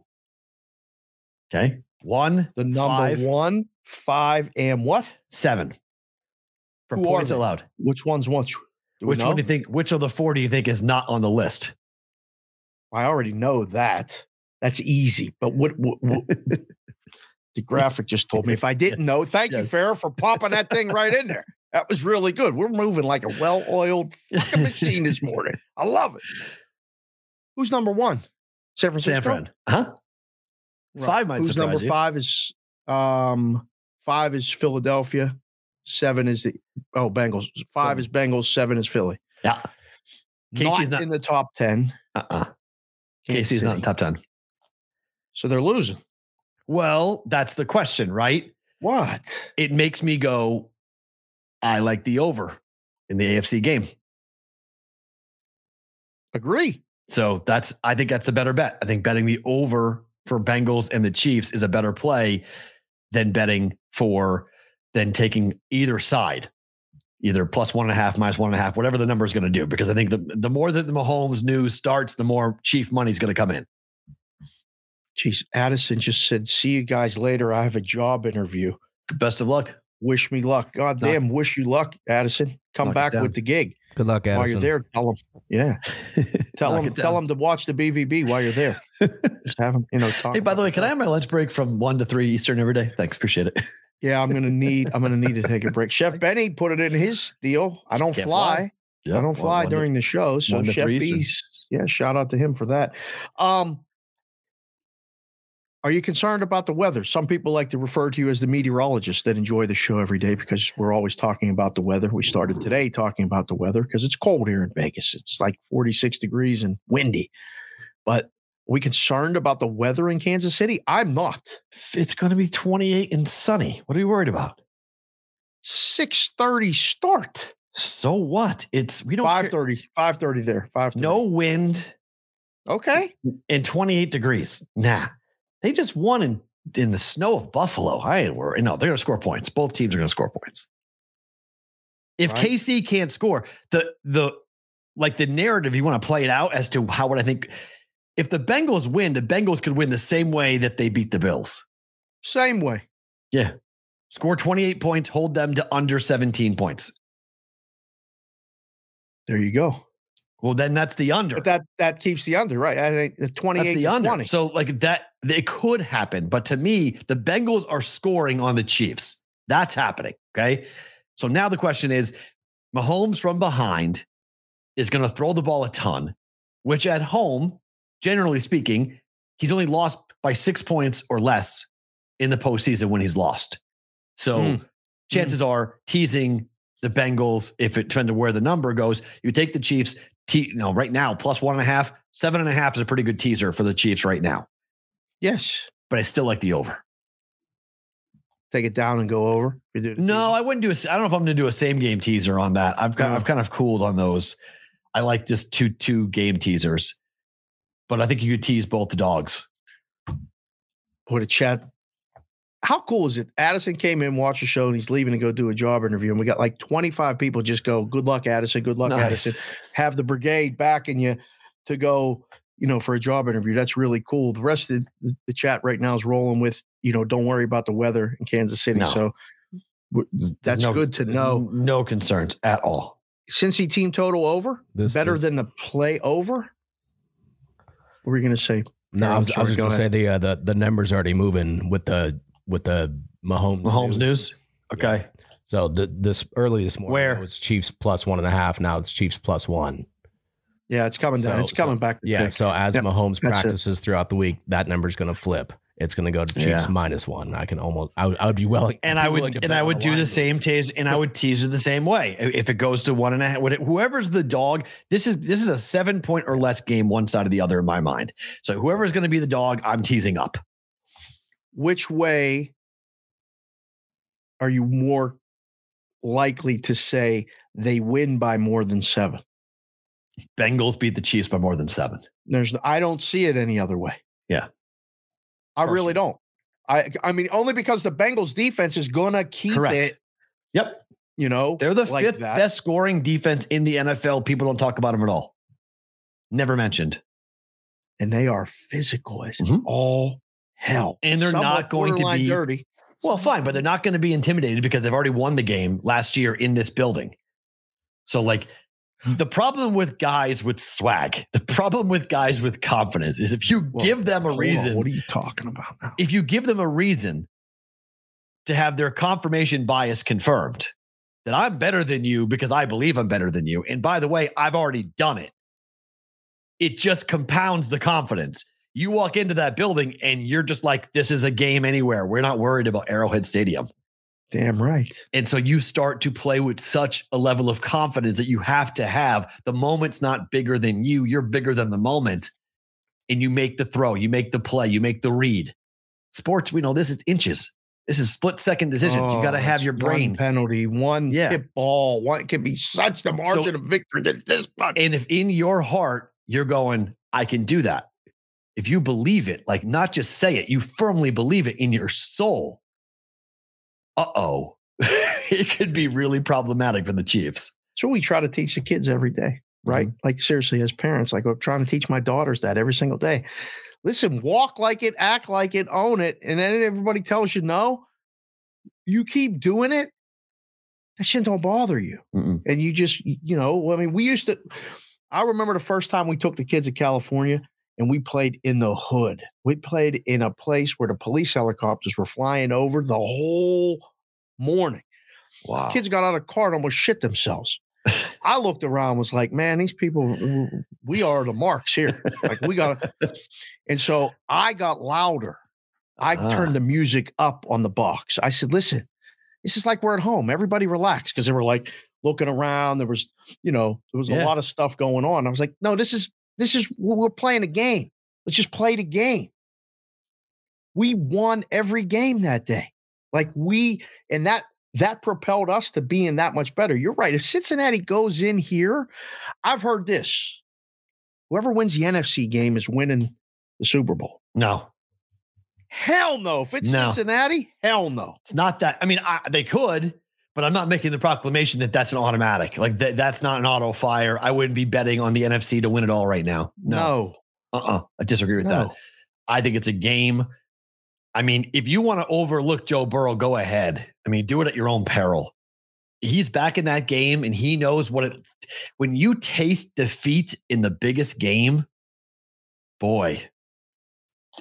G: Okay. One,
H: the number
G: five,
H: one, five, and what?
G: seven for
H: Who are
G: points
H: they?
G: allowed.
H: Which one's what? Do we
G: Which one
H: know?
G: do you think? Which of the four do you think is not on the list?
H: I already know that. That's easy. But what, what, what the graphic just told me if I didn't know, thank you,
G: Yes.
H: Farrah, for popping that thing right in there. That was really good. We're moving like a well oiled fucking machine this morning. I love it. Who's number one? San Francisco.
G: San Fran. Huh?
H: Right.
G: Five might
H: Who's
G: surprise
H: number
G: you.
H: five is um five is Philadelphia. Seven is the oh Bengals.
G: Seven.
H: Five is Bengals. Seven is Philly.
G: Yeah.
H: not,
G: Casey's not-
H: in the top ten.
G: Uh-uh.
H: Kansas
G: Casey's not in
H: City.
G: top 10.
H: So they're losing.
G: Well, that's the question, right?
H: What?
G: It makes me go, I like the over in the AFC game.
H: Agree.
G: So that's I think that's a better bet. I think betting the over for Bengals and the Chiefs is a better play than betting for than taking either side, either plus one and a half, minus one and a half, whatever the number is going to do. Because I think the the more that the Mahomes news starts, the more Chief money is going to come in.
H: Jeez, Addison just said, "See you guys later. I have a job interview.
G: Best of luck.
H: Wish me luck. God
G: Knock-
H: damn, wish you luck, Addison. Come
G: Knock it
H: back
G: down.
H: with the gig
I: Good luck, Addison.
H: while you're there. Tell them, yeah, tell
G: Knock
H: them,
G: it
H: tell
G: down.
H: them to watch the BVB while you're there. Just have them, you know. Talk
G: Hey, by the
H: about
G: way, can I have my lunch break from one to three Eastern every day? Thanks, appreciate it.
H: Yeah, I'm gonna need I'm gonna need to take a break. Chef Benny put it in his deal. I don't
G: Can't
H: fly.
G: fly.
H: I don't fly
G: One to-
H: during the show. So
G: one to
H: Chef
G: three, so-
H: B's, yeah, shout out to him for that. Um are you concerned about the weather? Some people like to refer to you as the meteorologist that enjoy the show every day because we're always talking about the weather. We started today talking about the weather because it's cold here in Vegas. It's like 46 degrees and windy. But we concerned about the weather in Kansas City? I'm not.
G: It's going to be 28 and sunny. What are you worried about?
H: 6:30 start.
G: So what? It's we don't care.
H: 5:30. 5:30 there. 5:30.
G: no wind
H: Okay.
G: and 28 degrees. Nah, they just won in in the snow of Buffalo. I ain't worried. No, they're going to score points. Both teams are going to score points. If
H: Right.
G: KC can't score, the the like the narrative you want to play it out as to how would I think if the Bengals win, the Bengals could win the same way that they beat the Bills.
H: Same way.
G: Score 28 points, hold them to under 17 points.
H: There you go.
G: Well, then that's the under.
H: But that that keeps the under, right? I think the 28
G: That's the
H: to
G: under.
H: 20.
G: So like that, it could happen. But to me, the Bengals are scoring on the Chiefs. That's happening. Okay. So now the question is, Mahomes from behind is going to throw the ball a ton, which at home, generally speaking, he's only lost by six points or less in the postseason when he's lost. So
H: Hmm.
G: chances are teasing the Bengals, if it depends on where the number goes, you take the Chiefs. Te- you know, right now, plus one and a half, seven and a half is a pretty good teaser for the Chiefs right now.
H: yes.
G: But I still like the over.
H: Take it down and go over. You do the
G: No,
H: teaser.
G: I wouldn't do. A, I don't know if I'm going to do a same game teaser on that. I've kind,
H: No.
G: I've kind of cooled on those. I like just two two game teasers, but I think you could tease both the dogs.
H: put a chat. How cool is it? Addison came in, watched the show, and he's leaving to go do a job interview. And we got like 25 people just go, Good luck, Addison. Good luck,
G: Nice.
H: Addison. Have the brigade backing you to go, you know, for a job interview. That's really cool. The rest of the, the chat right now is rolling with, you know, don't worry about the weather in Kansas City.
G: No.
H: So w- that's
G: No-
H: good to know.
G: no concerns at all.
H: Cincy team total over,
I: This-
H: better
I: this-
H: than the play over. What were you going to say?
I: No, I
H: I'm
I: was, I
H: sorry,
I: was
H: go
I: going to
H: ahead.
I: say the uh, the the numbers already moving with the with the Mahomes
G: Mahomes news. Okay.
I: So th- this early this morning
G: Where?
I: it was Chiefs plus one and a half. Now it's Chiefs plus one.
H: Yeah, it's coming down.
I: So-
H: it's coming back. to
I: Yeah.
H: pick.
I: So as
H: Yep,
I: Mahomes
H: that's it.
I: practices throughout the week, that number's going to flip. It's going to go to Chiefs
G: Yeah.
I: minus one. I can almost. I would, I would be willing.
G: and
I: I'd be
G: I
I: willing to
G: would and
I: bet
G: I
I: on
G: would do
I: line
G: the
I: move.
G: same tease, and I would tease it the same way. If it goes to one and a half, would it- whoever's the dog, this is this is a seven point or less game, one side or the other in my mind. So whoever's going to be the dog, I'm teasing up.
H: which way are you more likely to say they win by more than seven?
G: Bengals beat the Chiefs by more than seven.
H: There's, I don't see it any other way.
G: Yeah.
H: I really don't. I, I mean, only because the Bengals defense is gonna keep
G: Correct.
H: it.
G: Yep.
H: You know,
G: They're the
H: like
G: fifth
H: that.
G: best scoring defense in the NFL. People don't talk about them at all. Never mentioned.
H: and they are physical as
G: Mhm.
H: all hell,
G: And they're
H: Somewhat
G: not going to
H: borderline
G: be-
H: dirty.
G: Well, fine, but they're not going to be intimidated because they've already won the game last year in this building. So, like, the problem with guys with swag, the problem with guys with confidence is if you
H: Well,
G: give them a
H: Hold on,
G: reason,
H: What are you talking about now?
G: if you give them a reason to have their confirmation bias confirmed, that I'm better than you because I believe I'm better than you. And by the way, I've already done it. It just compounds the confidence. You walk into that building and you're just like, this is a game anywhere. We're not worried about Arrowhead Stadium.
H: Damn right.
G: And so you start to play with such a level of confidence that you have to have. The moment's not bigger than you, you're bigger than the moment. And you make the throw, you make the play, you make the read. Sports, we know this is inches. This is split second decisions. you got to
H: Oh,
G: have
H: it's
G: your
H: one
G: brain.
H: penalty, one
G: Yeah.
H: tip ball, one it can be such the margin of victory that this much.
G: And if in your heart you're going, I can do that. If you believe it, like not just say it, you firmly believe it in your soul. Uh oh. it could be really problematic for the Chiefs.
H: So we try to teach the kids every day, right? Like seriously, as parents, like I'm trying to teach my daughters that every single day. Listen, walk like it, act like it, own it, and then everybody tells you no. You keep doing it, that shit don't bother you.
G: Mm-mm.
H: and you just you know i mean we used to i remember the first time we took the kids to california and we played in the hood we played in a place where the police helicopters were flying over the whole morning
G: Wow.
H: kids got out of the car and almost shit themselves i looked around was like man these people we are the marks here like we got and so i got louder i
G: Ah.
H: turned the music up on the box i said listen this is like we're at home everybody relax because they were like looking around there was you know there was
G: Yeah.
H: a lot of stuff going on i was like no this is this is we're playing a game Let's just play the game. We won every game that day. Like we and that that propelled us to being that much better. You're right. If Cincinnati goes in here, I've heard this. Whoever wins the NFC game is winning the Super Bowl.
G: No,
H: Hell no. If it's
G: No.
H: Cincinnati, hell no.
G: it's not that. I mean, I, they could, but I'm not making the proclamation that that's an automatic. Like that, that's not an auto fire. I wouldn't be betting on the NFC to win it all right now. No, uh-uh. I disagree with that.
H: No.
G: I think it's a game. I mean, if you want to overlook Joe Burrow, go ahead. I mean, do it at your own peril. He's back in that game and he knows what it when you taste defeat in the biggest game, boy,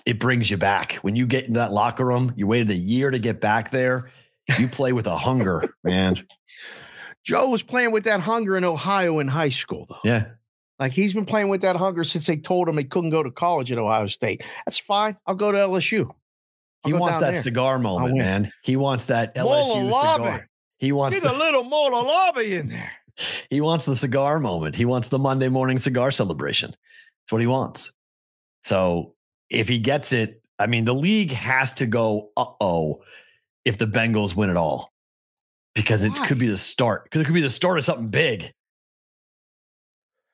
G: it brings you back. When you get in that locker room, you waited a year to get back there. You play with a hunger, man.
H: Joe was playing with that hunger in Ohio in high school, though.
G: Yeah.
H: Like he's been playing with that hunger since they told him he couldn't go to college at Ohio State. That's fine. I'll go to LSU. I'll
G: He
H: go
G: wants
H: down
G: that
H: there.
G: cigar moment,
H: win.
G: man. He wants that LSU
H: Mola
G: cigar. He wants
H: Get a
G: the,
H: little Mola lobby in there.
G: He wants the cigar moment. He wants the Monday morning cigar celebration. That's what he wants. So if he gets it, I mean, the league has to go, uh oh, if the Bengals win it all, because it
H: Why?
G: could be the start, because it could be the start of something big.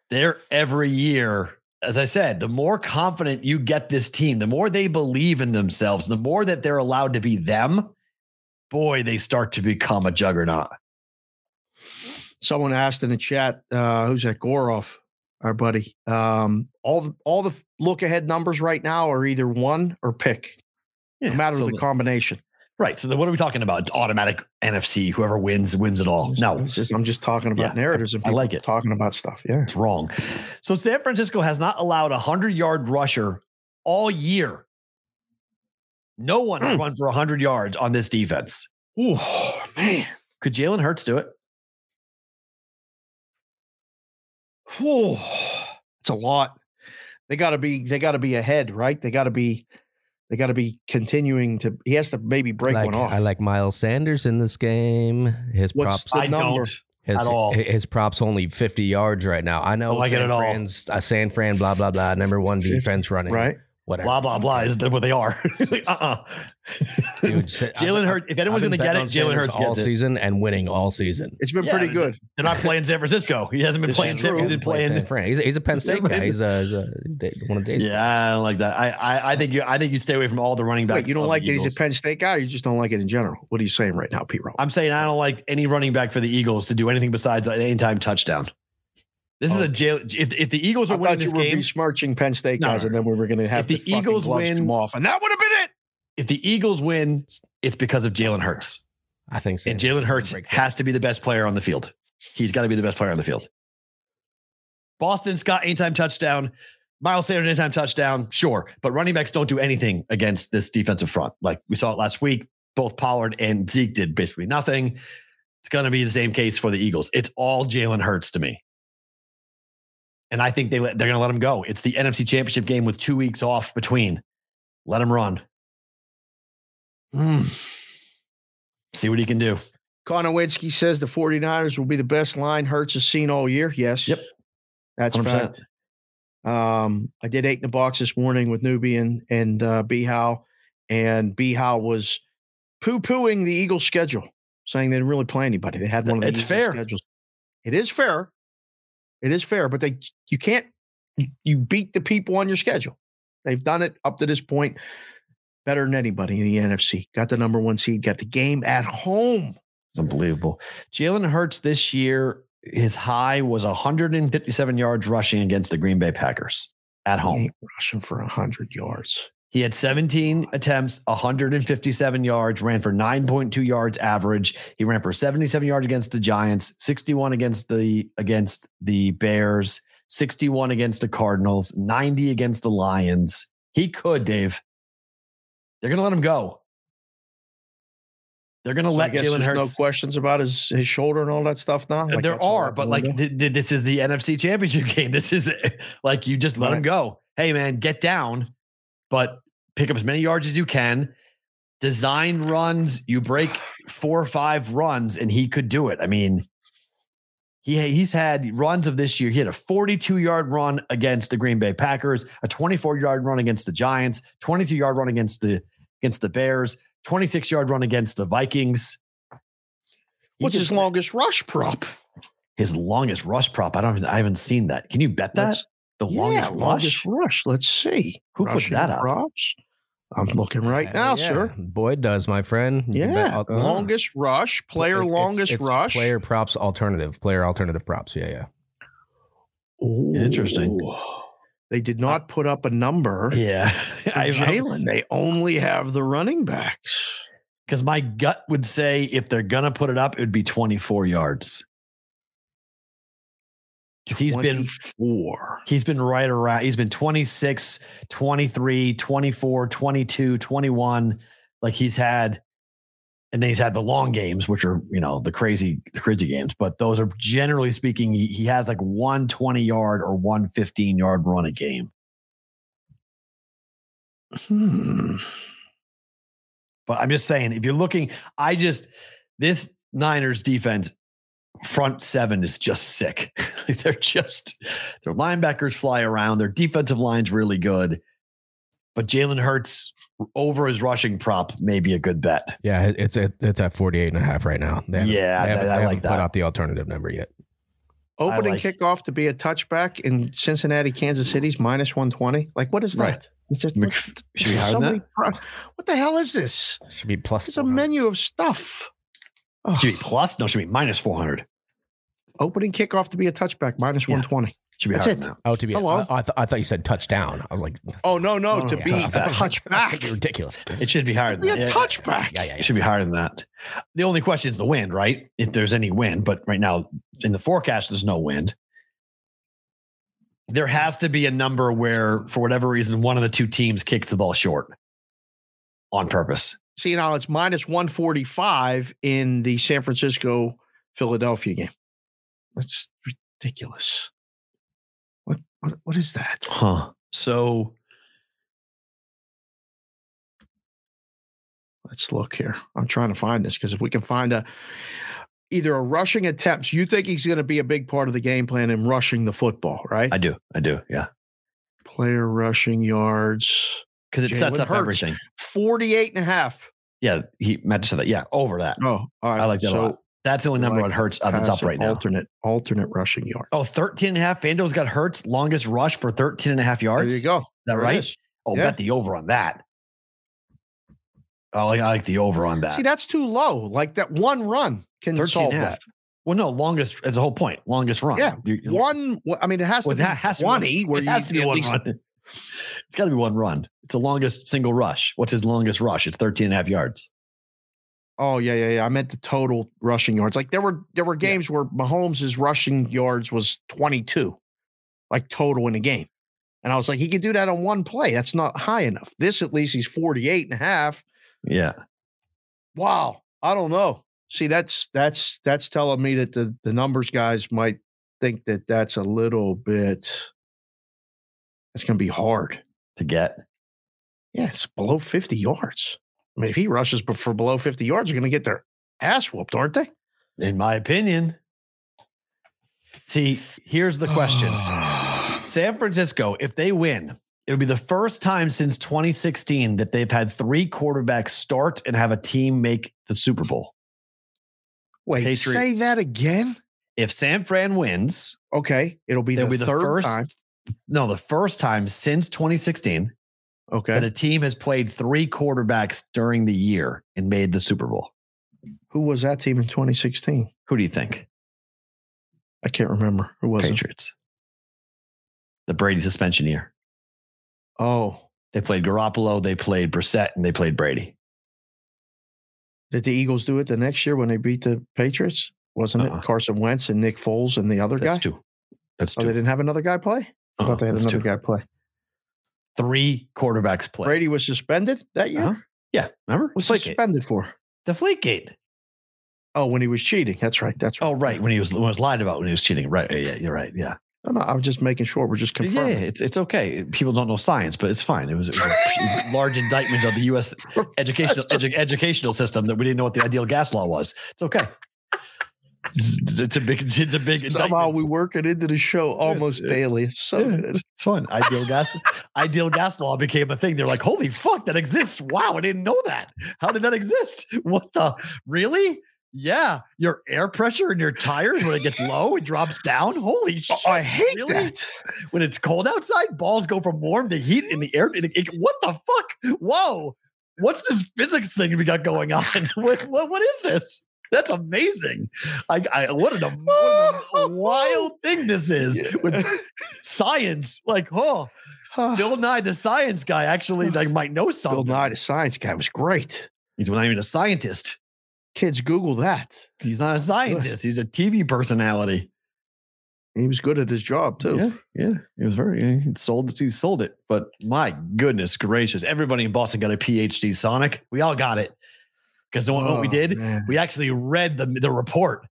G: They're every year, as I said, the more confident you get this team, the more they believe in themselves, the more that they're allowed to be them, boy, they start to become a juggernaut.
H: Someone asked in the chat, uh, who's that Goroff, our buddy? Um, all the all the look ahead numbers right now are either one or pick,
G: Yeah,
H: no matter
G: so
H: the combination.
G: Right. So then what are we talking about? Automatic NFC, whoever wins, wins it all. No,
H: It's just- I'm just talking about
G: Yeah,
H: narratives and
G: I
H: people
G: like it.
H: talking about stuff. Yeah.
G: it's wrong. So San Francisco has not allowed a 100 yard rusher all year. No one
H: Hmm.
G: has run for 100 yards on this defense.
H: Oh man.
G: Could Jalen Hurts do it?
H: Whew. It's a lot. They got to be. They got to be ahead, right? They got to be. They got to be continuing to. He has to maybe break
I: like,
H: one off.
I: I like Miles Sanders in this game. His
H: What's
I: props
H: the number?
I: his,
G: at all.
I: his props only 50 yards right now. I know
G: Don't like it
I: San
G: at all.
I: Fran's uh, San Fran blah blah blah number 1 defense running.
H: Right?
I: Whatever.
G: Blah, blah, blah. Is that what they are? uh-uh.
I: Dude, Sa-
G: Jalen
I: I've-
G: Hurts. If anyone's
I: I've
G: going to
I: been
G: get
I: betting
G: it,
I: on
G: Jalen
I: Sanders
G: Hurts
I: all
G: gets it.
I: season and winning all season.
H: It's been
G: Yeah,
H: pretty good.
G: They're not playing San Francisco. He hasn't been
H: This
G: playing
H: is
G: San
H: true.
G: He's been
I: He played
G: playing
I: San Fran. He's, a, he's a Penn State guy. He's a, he's a he's da- one of Dave's.
G: Yeah, I don't like that. I, I I think you I think you stay away from all the running backs.
H: Wait, you don't
G: of
H: like
G: the
H: that he's
G: Eagles.
H: a Penn State guy. Or you just don't like it in general. What are you saying right now, Pete? Roll?
G: I'm saying I don't like any running back for the Eagles to do anything besides an anytime touchdown. This is
H: Oh.
G: a jail. If, if the Eagles
H: I
G: are winning
H: thought you
G: this
H: were
G: game,
H: besmirching Penn State
G: No,
H: guys,
G: no,
H: and then we were going to have
G: the
H: fucking
G: Eagles
H: gloves
G: win-
H: come off, and that would have been it.
G: if the Eagles win, it's because of Jalen Hurts,
I: I think so.
G: and Jalen Hurts has to be the best player on the field. He's got to be the best player on the field. Boston's got anytime touchdown. Miles Sanders anytime touchdown, sure, but running backs don't do anything against this defensive front. Like we saw it last week, both Pollard and Zeke did basically nothing. It's going to be the same case for the Eagles. It's all Jalen Hurts to me. And I think they let, they're going to let him go. It's the NFC Championship game with two weeks off between. Let him run. Hmm. See what he can do.
H: Konowinski says the 49ers will be the best line Hertz has seen all year. Yes.
G: Yep.
H: That's
G: 100%.
H: fact. Um, I did eight in the box this morning with Nubian and uh, B How, and B How was poo pooing the Eagles' schedule, saying they didn't really play anybody. They had one of the
G: It's
H: easiest
G: fair.
H: schedules. It is fair. It is fair, but they you can't you beat the people on your schedule. They've done it up to this point better than anybody in the NFC. Got the number one seed. Got the game at home.
G: It's unbelievable. Jalen Hurts this year, his high was 157 yards rushing against the Green Bay Packers at
H: He
G: home.
H: ain't rushing for 100 yards.
G: He had 17 attempts, 157 yards, ran for 9.2 yards average. He ran for 77 yards against the Giants, 61 against the against the Bears, 61 against the Cardinals, 90 against the Lions. He could, Dave. They're gonna let him go. They're gonna
H: So I
G: let
H: guess
G: Jalen
H: there's
G: Hurts.
H: no questions about his, his shoulder and all that stuff now. Like,
G: there
H: that's all
G: are,
H: up
G: but
H: in the
G: like
H: window?
G: th- th- this is the NFC Championship game. This is like you just let them
H: Right.
G: go. Hey man, get down, but pick up as many yards as you can. Design runs, you break four or five runs, and he could do it. I mean, He he's had runs of this year. He had a 42 yard run against the Green Bay Packers, a 24 yard run against the Giants, 22 yard run against the against the Bears, 26 yard run against the Vikings. He
H: What's his
G: just-
H: longest rush prop?
G: His longest rush prop. I don't. I haven't seen that. Can you bet that
H: Let's-
G: the longest
H: Yeah,
G: rush?
H: longest rush. Let's see.
G: Who puts
H: Rushing
G: that up?
H: Props. I'm looking right now,
I: Hell yeah.
H: sir.
I: Boy does, my friend. You can bet
H: Yeah, uh-huh.
I: all-
H: longest rush, player
I: It's- it's-
H: longest
I: it's
H: rush.
I: Player props alternative. Player alternative props. Yeah, yeah.
H: Ooh.
G: Interesting.
H: They did not put up a number.
G: Yeah,
H: for Jalen, they only have the running backs.
G: Because my gut would say if they're gonna put it up, it would be 24 yards. Because he's been
H: four.
G: He's been right around, he's been 26, 23, 24, 22, 21. Like he's had, and then he's had the long games, which are, you know, the crazy, the crazy games. But those are generally speaking, he, he has like one 20 yard or one 15 yard run a game.
H: Hmm.
G: But I'm just saying, if you're looking, I just, this Niners defense front seven is just sick. they're just, their linebackers fly around. Their defensive line's really good. But Jalen Hurts over his rushing prop may be a good bet.
I: Yeah, it- it's at it's at 48 and a half right now. They haven't-
G: Yeah, I-
I: they haven't,
G: I
I: they
G: like
I: haven't put
G: that.
I: out the alternative number yet.
H: Opening
G: like-
H: kickoff to be a touchback in Cincinnati, Kansas City's minus 120. Like, what is that?
G: Right.
H: It's just
G: Mc- Should we hide
H: so
G: that? Uh-huh.
H: many pro- what the hell is this?
I: Should be plus.
H: It's a
I: 400.
H: menu of stuff. Oh,
G: Should be plus? No, should be minus 400.
H: opening kickoff to be a touchback minus
G: Yeah.
H: 120.
G: Should be
H: That's
G: higher
H: it.
G: than that.
I: Oh, to be.
H: Hello?
I: I, I, th- I thought you said touchdown. I was like,
H: Oh no, no,
G: No,
H: to
G: no,
H: be
G: no.
H: a
I: That's gonna be
H: touchback.
I: ridiculous.
G: It should be higher
H: be
G: than
H: a
G: that. Yeah,
H: touchback.
I: Yeah, yeah, yeah.
G: It should be higher than that. The only question is the wind, right? If there's any wind, but right now in the forecast, there's no wind. There has to be a number where, for whatever reason, one of the two teams kicks the ball short on purpose.
H: See now it's minus 145 in the San Francisco Philadelphia game. That's ridiculous. What what, what is that?
G: Huh. So
H: Let's look here. I'm trying to find this because if we can find a either a rushing attempts, you think he's going to be a big part of the game plan in rushing the football, right?
G: I do. I do. Yeah.
H: Player rushing yards
G: Because it sets
H: Jalen
G: up
H: Hurts.
G: everything.
H: 48 and a half.
G: Yeah. He meant to say that. Yeah. Over that.
H: Oh, all right.
G: I like that a
H: So
G: lot. That's the only
H: I
G: number on
H: like
G: Hurts uh, that's up
H: passive
G: right now.
H: Alternate alternate rushing yard.
G: Oh, 13 and a half. FanDuel's got Hurts longest rush for 13 and a half yards.
H: There you go. Is
G: Is that right? Oh,
H: Yeah.
G: bet the over on that. I like, I like the over on that.
H: See, that's too low. Like that one run can
G: 13
H: solve
G: and a
H: that.
G: half. Well, no, longest is the whole point. Longest run.
H: Yeah,
G: You- you-
H: One, I mean, it has
G: well,
H: to
G: that
H: be
G: has to be one-
H: 20 where
G: it
H: you
G: has to be
H: at
G: one
H: least-
G: run. It's got to be one run. It's the longest single rush. What's his longest rush? It's 13 and a half yards.
H: Oh yeah, yeah, yeah. I meant the total rushing yards. Like there were there were games where Mahomes' rushing yards was 22, like total in a game. And I was like, he could do that on one play. That's not high enough. This at least he's 48 and a half.
G: Yeah.
H: Wow. I don't know. See, that's that's that's telling me that the the numbers guys might think that that's a little bit that's going to be hard.
G: To get.
H: Yeah, it's below 50 yards. I mean, if he rushes be- for below 50 yards, they're going to get their ass whooped, aren't they?
G: In my opinion. See, here's the question San Francisco, if they win, it'll be the first time since 2016 that they've had three quarterbacks start and have a team make the Super Bowl.
H: Wait,
G: Patriots.
H: say that again?
G: If San Fran wins,
H: Okay, it'll be, the,
G: they'll be the
H: third
G: first.
H: time.
G: No, the first time since 2016 that
H: Okay,
G: a team has played three quarterbacks during the year and made the Super Bowl.
H: who was that team in 2016?
G: Who do you think?
H: I can't remember who was it.
G: Patriots. The Brady suspension year.
H: Oh,
G: They played Garoppolo, they played Brissett, and they played Brady.
H: did the Eagles do it the next year when they beat the Patriots? Wasn't
G: Uh-uh.
H: it Carson Wentz and Nick Foles and the other
G: That's
H: guy?
G: two. That's
H: Oh,
G: two.
H: they didn't have another guy play. I
G: Uh-uh,
H: thought they had
G: that's
H: another
G: two.
H: guy play.
G: Three quarterbacks played.
H: Brady was suspended that year.
G: Uh-huh. Yeah, remember?
H: Was
G: Deflategate.
H: suspended for?
G: Deflategate.
H: Oh, when he was cheating. That's right. That's right.
G: Oh, right. When he was when he was lied about when he was cheating. Right. Yeah, you're right. Yeah.
H: No, no, I'm just making sure we're just
G: Yeah,
H: confirming.
G: it's it's okay. People don't know science, but it's fine. It was, it was a large indictment of the U.S. educational edu- educational system that we didn't know what the ideal gas law was. It's okay. It's, it's a big. It's a big.
H: Somehow
G: indictment.
H: we work it into the show almost
G: yeah.
H: daily. It's so
G: Yeah.
H: good.
G: It's fun. Ideal gas, ideal gas law became a thing. They're like, holy fuck, that exists. Wow, I didn't know that. How did that exist? What the really? Yeah, your air pressure in your tires when it gets low, it drops down. Holy shit!
H: I hate
G: really?
H: that.
G: When it's cold outside, balls go from warm to heat in the air. in the- it- what the fuck? Whoa! What's this physics thing we got going on? what, what what is this? That's amazing. I, I what an, am- what an wild thing this is with science. Like, oh, Bill Nye, the science guy, actually like might know
H: Bill
G: something.
H: Nye, the science guy, was great.
G: He's not even a scientist.
H: Kids, Google that.
G: He's not a scientist. He's a TV personality.
H: He was good at his job too.
G: Yeah, yeah. It was very he sold. He sold it. But my goodness gracious, everybody in Boston got a PhD. Sonic, we all got it. Because what, what we
H: Oh,
G: did,
H: man.
G: we actually read the the report.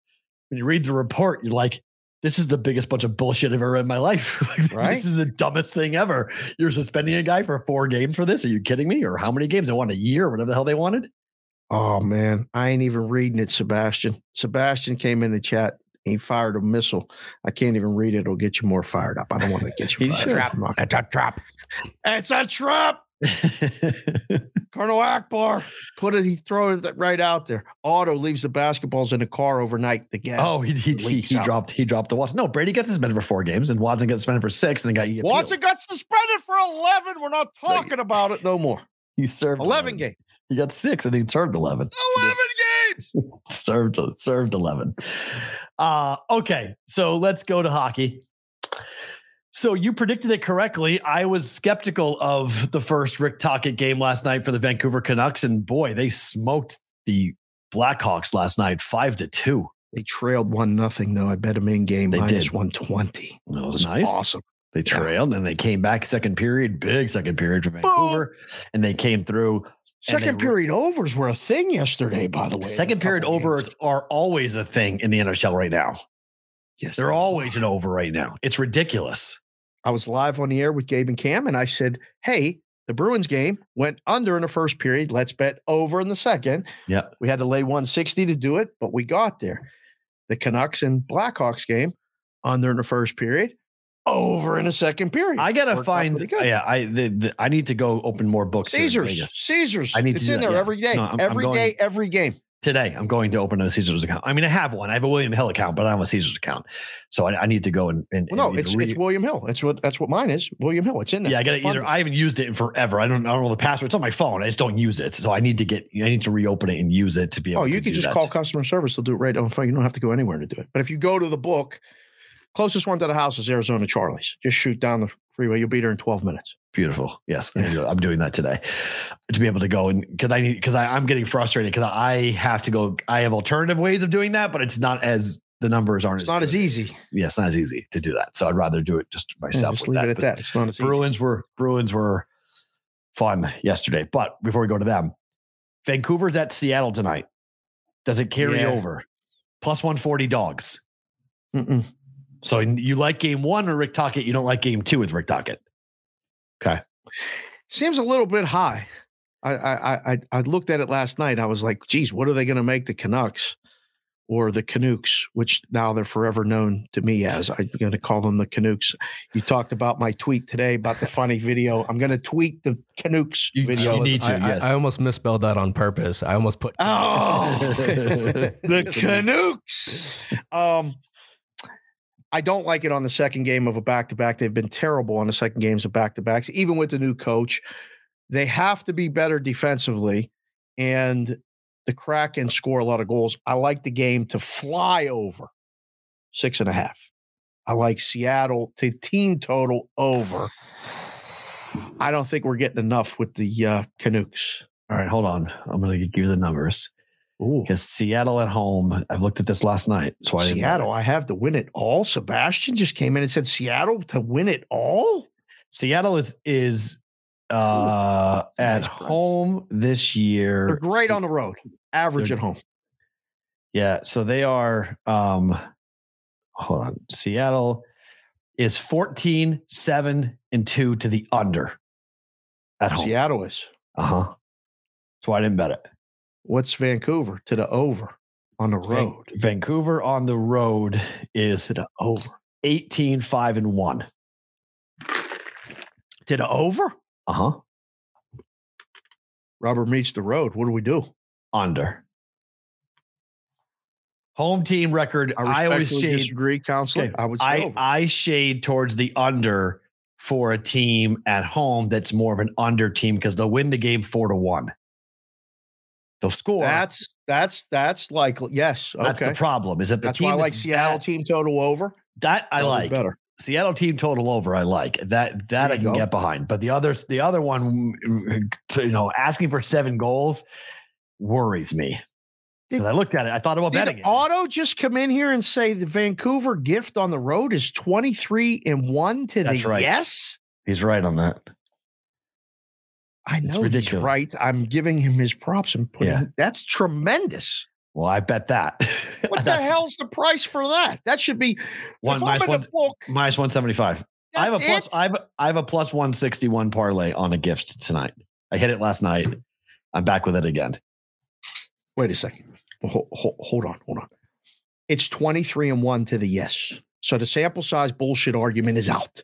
G: When you read the report, you're like, this is the biggest bunch of bullshit I've ever read in my life. Like,
H: Right?
G: This is the dumbest thing ever. You're suspending a guy for four games for this. Are you kidding me? Or how many games? They wanted a year, whatever the hell they wanted.
H: Oh man, I ain't even reading it, Sebastian. Sebastian came in the chat. He fired a missile. I can't even read it. It'll get you more fired up. I don't want to get you
G: He
H: fired
G: should.
H: up. I'm not- It's a trap. It's a trap. Colonel Akbar. Put it. He throws it right out there. Otto leaves the basketballs in the car overnight. The gas.
G: oh, he he, he,
H: leaks
G: he
H: out.
G: dropped he dropped the Watson. No, Brady gets suspended for four games, and Watson gets suspended for six, and then got appealed.
H: Watson got suspended for eleven. We're not talking about it no more.
G: He served
H: Eleven Oh, game.
G: He got six, and he served eleven.
H: games.
G: served served 11 uh okay so let's go to hockey so you predicted it correctly i was skeptical of the first rick tockett game last night for the vancouver canucks and boy they smoked the blackhawks last night five to two
H: They trailed one nothing though. I bet him in game
G: They
H: minus
G: did.
H: one twenty.
G: that was nice
H: Awesome.
G: they trailed and they came back second period big second period for vancouver and they came through And they
H: Second
G: re-
H: period overs were a thing yesterday, by the way. in a
G: second period
H: couple
G: overs
H: games.
G: are always a thing in the nhl right now
H: Yes,
G: they're
H: they
G: always
H: are.
G: an over right now it's ridiculous
H: I was live on the air with Gabe and Cam, and I said, "Hey, the Bruins game went under in the first period. Let's bet over in the second.
G: Yep.
H: we had to lay one sixty to do it, but we got there. The Canucks and Blackhawks game under in the first period, over in the second period.
G: I gotta
H: Worked out
G: find.
H: pretty good.
G: Yeah, I the, the, I need to go open more books. here in
H: Caesars,
G: Vegas.
H: Caesars.
G: I need to
H: it's
G: do
H: in
G: that,
H: there
G: yeah.
H: every day,
G: No, I'm- I'm
H: every
G: going-
H: day, every game.
G: today. I'm going to open a Caesars account. I mean, I have one. I have a William Hill account, but I don't have a Caesars account. So I, I need to go and, and and
H: Well, no,
G: either
H: it's
G: read-
H: it's William Hill. That's what that's what mine is. William Hill. It's in there.
G: yeah. I got
H: It's
G: to either.
H: funded.
G: I haven't used it in forever. I don't. I don't know the password. It's on my phone. I just don't use it. So I need to get. I need to reopen it and use it to be. able
H: oh,
G: to
H: you
G: do
H: could just
G: that.
H: call customer service. They'll do it right on the phone. You don't have to go anywhere to do it. But if you go to the book, closest one to the house is Arizona Charlie's. Just shoot down the freeway. You'll be there in twelve minutes.
G: Beautiful. Yes, I'm, gonna do it. I'm doing that today to be able to go and because I need because I'm getting frustrated because I have to go. I have alternative ways of doing that, but it's not as the numbers aren't
H: It's not as
G: good.
H: easy.
G: yeah, it's not as easy to do that. So I'd rather do it just
H: Yeah,
G: myself.
H: just
G: with
H: leave it at
G: But
H: that. It's not as easy.
G: Bruins were Bruins were fun yesterday. But before we go to them, Vancouver's at Seattle tonight. Does it carry
H: Yeah.
G: over? Plus 140 dogs.
H: Mm-mm.
G: So you like game one or Rick Tockett? You don't like game two with Rick Tockett.
H: Seems a little bit high. I I I- I I looked at it last night. I was like, geez, what are they going to make the Canucks or the Canucks, which now they're forever known to me as? I'm going to call them the Canucks. You talked about my tweet today about the funny video. I'm going to tweet the Canucks
G: You-
H: video.
G: you need to,
I: I, I-
G: yes.
I: I almost misspelled that on purpose. I almost put.
H: Oh, the Canucks. Um, I don't like it on the second game of a back to back. They've been terrible on the second games of back to backs, even with the new coach. They have to be better defensively, and the Kraken score a lot of goals. I like the game to fly over six and a half. I like Seattle to team total over. I don't think we're getting enough with the uh, Canucks.
G: All right, hold on. I'm gonna give you the numbers.
H: Ooh.
G: Because Seattle at home, I've looked at this last night. So I didn't-
H: Seattle, I have to win it all. Sebastian just came in and said Seattle to win it all.
G: Seattle is is uh
H: Ooh,
G: at
H: nice price.
G: home this year.
H: They're great on the road, average
G: They're-
H: at home.
G: Yeah, so they are um hold on. Seattle is 14, 7, and 2 to the under at home.
H: Seattle is.
G: Uh-huh. That's why I didn't bet it.
H: What's Vancouver to the over? on the road.
G: Vancouver on the road is an over 18 5 and 1.
H: Did a over?
G: Uh huh.
H: Uh-huh. Robert meets the road. What do we do?
G: Under. Home team record. I, always
H: respectfully
G: shade.
H: disagree, counselor.
G: Okay,
H: I would say
G: I,
H: over.
G: I shade towards the under for a team at home that's more of an under team because they'll win the game four to one. They'll score.
H: that's that's that's likely. Yes. Okay.
G: That's the problem. Is that the
H: That's
G: team
H: why I like
G: that's
H: Seattle team total over.
G: that I
H: That was
G: like
H: better.
G: Seattle team total over. I like that. That
H: There
G: I
H: you
G: can
H: go.
G: get behind. But the other the other one, mm, you know, asking for seven goals worries me. 'Cause I looked at it. I thought about betting
H: Did
G: it.
H: Auto just come in here and say the Vancouver gift on the road is 23 and 1 to
G: That's
H: the
G: right.
H: yes?
G: He's right on that.
H: I know he's
G: ridiculous.
H: right. I'm giving him his props and putting
G: Yeah.
H: that's tremendous.
G: Well, I bet that.
H: What the
G: That's
H: hell's the price for that? That should be
G: One
H: if I'm
G: minus
H: in
G: one.
H: the book,
G: Minus one seventy five. I have a plus.
H: that's it.
G: I have I have a plus one sixty one parlay on a gift tonight. I hit it last night. I'm back with it again.
H: Wait a second. Hold, hold on, hold on. It's 23 and 1 to the yes. So the sample size bullshit argument is out.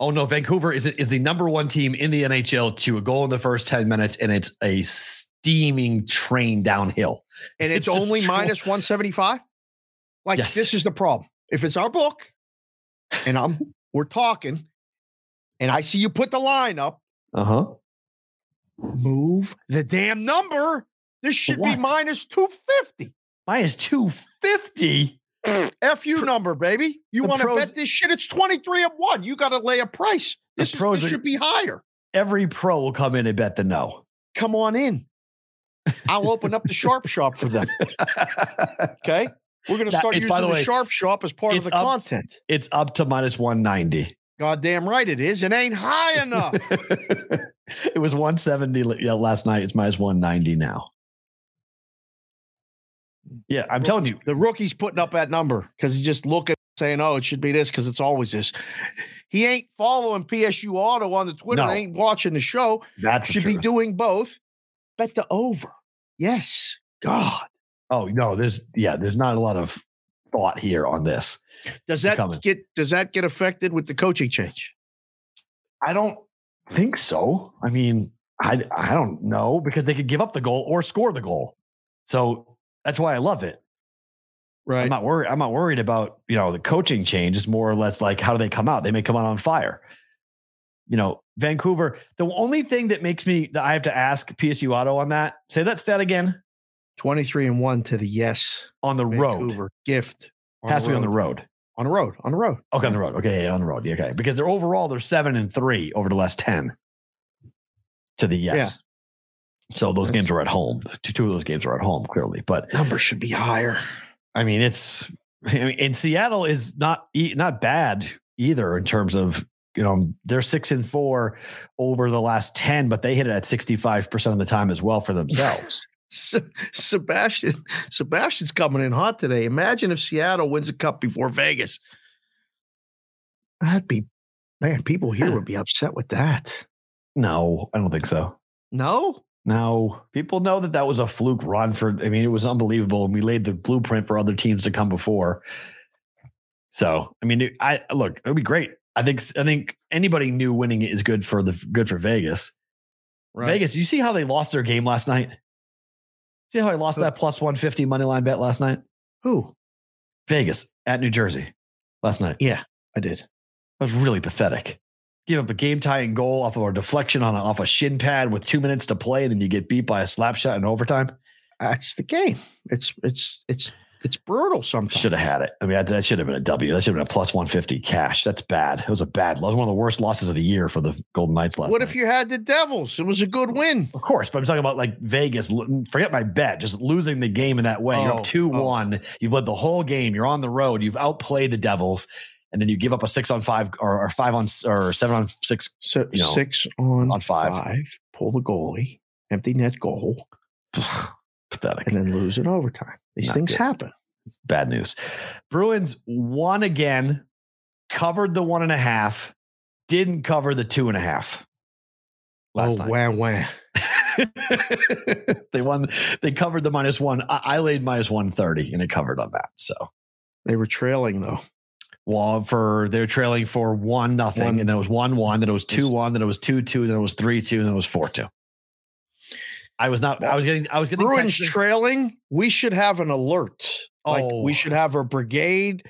G: Oh no, Vancouver is is the number one team in the NHL to a goal in the first ten minutes, and it's a steaming train downhill.
H: And
G: It's
H: it's,
G: just
H: only
G: true.
H: minus 175? Like
G: Yes.
H: this is the problem. If it's our book and I'm we're talking and I see you put the line up,
G: Uh huh.
H: move the damn number. This should be
G: what?
H: minus 250.
G: Minus two fifty.
H: FU number, baby. You
G: The
H: want to
G: pros-
H: bet this shit? It's 23 and 1. You got to lay a price.
G: The
H: This, is,
G: pros
H: this
G: are-
H: should be higher.
G: Every pro will come in and bet the no.
H: Come on in. I'll open up the sharp shop for them. Okay. We're going to
G: That-
H: start
G: it's-
H: using
G: by
H: the,
G: the way,
H: sharp shop as part of
G: it's
H: the
G: up-
H: content.
G: it's up to minus one ninety.
H: Goddamn right it is. It ain't high enough.
G: it was one seventy last night. It's minus one ninety now. Yeah, I'm telling you,
H: the rookie's putting up that number because he's just looking, saying, "Oh, it should be this," because it's always this. He ain't following PSU Auto on the Twitter.
G: No.
H: Ain't watching the show.
G: that
H: Should be doing both. Bet the over. Yes. God.
G: Oh no, there's yeah, there's not a lot of thought here on this.
H: Does that
G: Coming.
H: get does that get affected with the coaching change?
G: I don't think so. I mean, I I don't know because they could give up the goal or score the goal. So that's why I love it.
H: Right.
G: I'm not worried. I'm not worried about you know the coaching change. It's more or less like how do they come out? They may come out on fire. You know, Vancouver. The only thing that makes me that I have to ask PSU Auto on that. Say that stat again.
H: Twenty three and one to the yes.
G: On the road
H: Vancouver gift
G: has to be on the road.
H: On the road. On the road.
G: Okay, on the road. Okay, yeah, on the road. Yeah, okay, because they're overall they're seven and three over the last ten. To the yes. So those games were at home. Two, two of those games were at home, clearly. But
H: Number should be higher.
G: I mean, it's I mean, and Seattle is not e- not bad either in terms of you know they're six and four over the last ten, but they hit it at sixty five percent of the time as well for themselves.
H: Se- Sebastian Sebastian's coming in hot today. Imagine if Seattle wins a cup before Vegas. That'd be man, people here would be upset with that.
G: no, I don't think so.
H: No?
G: No, people know that that was a fluke run for. I mean, it was unbelievable, and we laid the blueprint for other teams to come before. So, I mean, I look, it'd be great. I think I think anybody knew winning it is good for the good for Vegas. Vegas, you see how they lost their game last night? See how I lost that plus one fifty money line bet last night?
H: Who?
G: Vegas at New Jersey last night.
H: Yeah, I did.
G: That was really pathetic. Give up a game tying goal off of a deflection on a, off a shin pad with two minutes to play, and then you get beat by a slap shot in overtime.
H: That's the game. It's it's it's it's brutal sometimes.
G: Should have had it. I mean, that, that should have been a W. That should have been a plus 150 cash. That's bad. It was a bad loss. One of the worst losses of the year for the Golden Knights last
H: what
G: night.
H: if you had the Devils? It was a good win.
G: Of course, but I'm talking about like Vegas. L- Forget my bet. Just losing the game in that way. You're
H: Oh,
G: up 2 1. You've led the whole game. You're on the road. You've outplayed the Devils. And then you give up a six on five or, or five on s- or seven on six.
H: So
G: You know,
H: six on,
G: on five.
H: pull the goalie, empty net goal,
G: Pathetic.
H: and then lose in overtime. These
G: Not
H: things
G: good.
H: happen.
G: It's bad news. Bruins won again, covered the one and a half, didn't cover the two and a half last
H: oh,
G: night.
H: wah, wah.
G: they won. They covered the minus one. I, I laid minus one thirty, and it covered on that. So
H: They were trailing though.
G: well, for they're trailing for one nothing,
H: One-
G: and then it was one one, then it was two one, then it was two two, then it was three two, and then it was four two. I was not. I was getting. I was getting.
H: Bruins
G: texts-
H: trailing. We should have an alert. Like we
G: Oh.
H: should have a brigade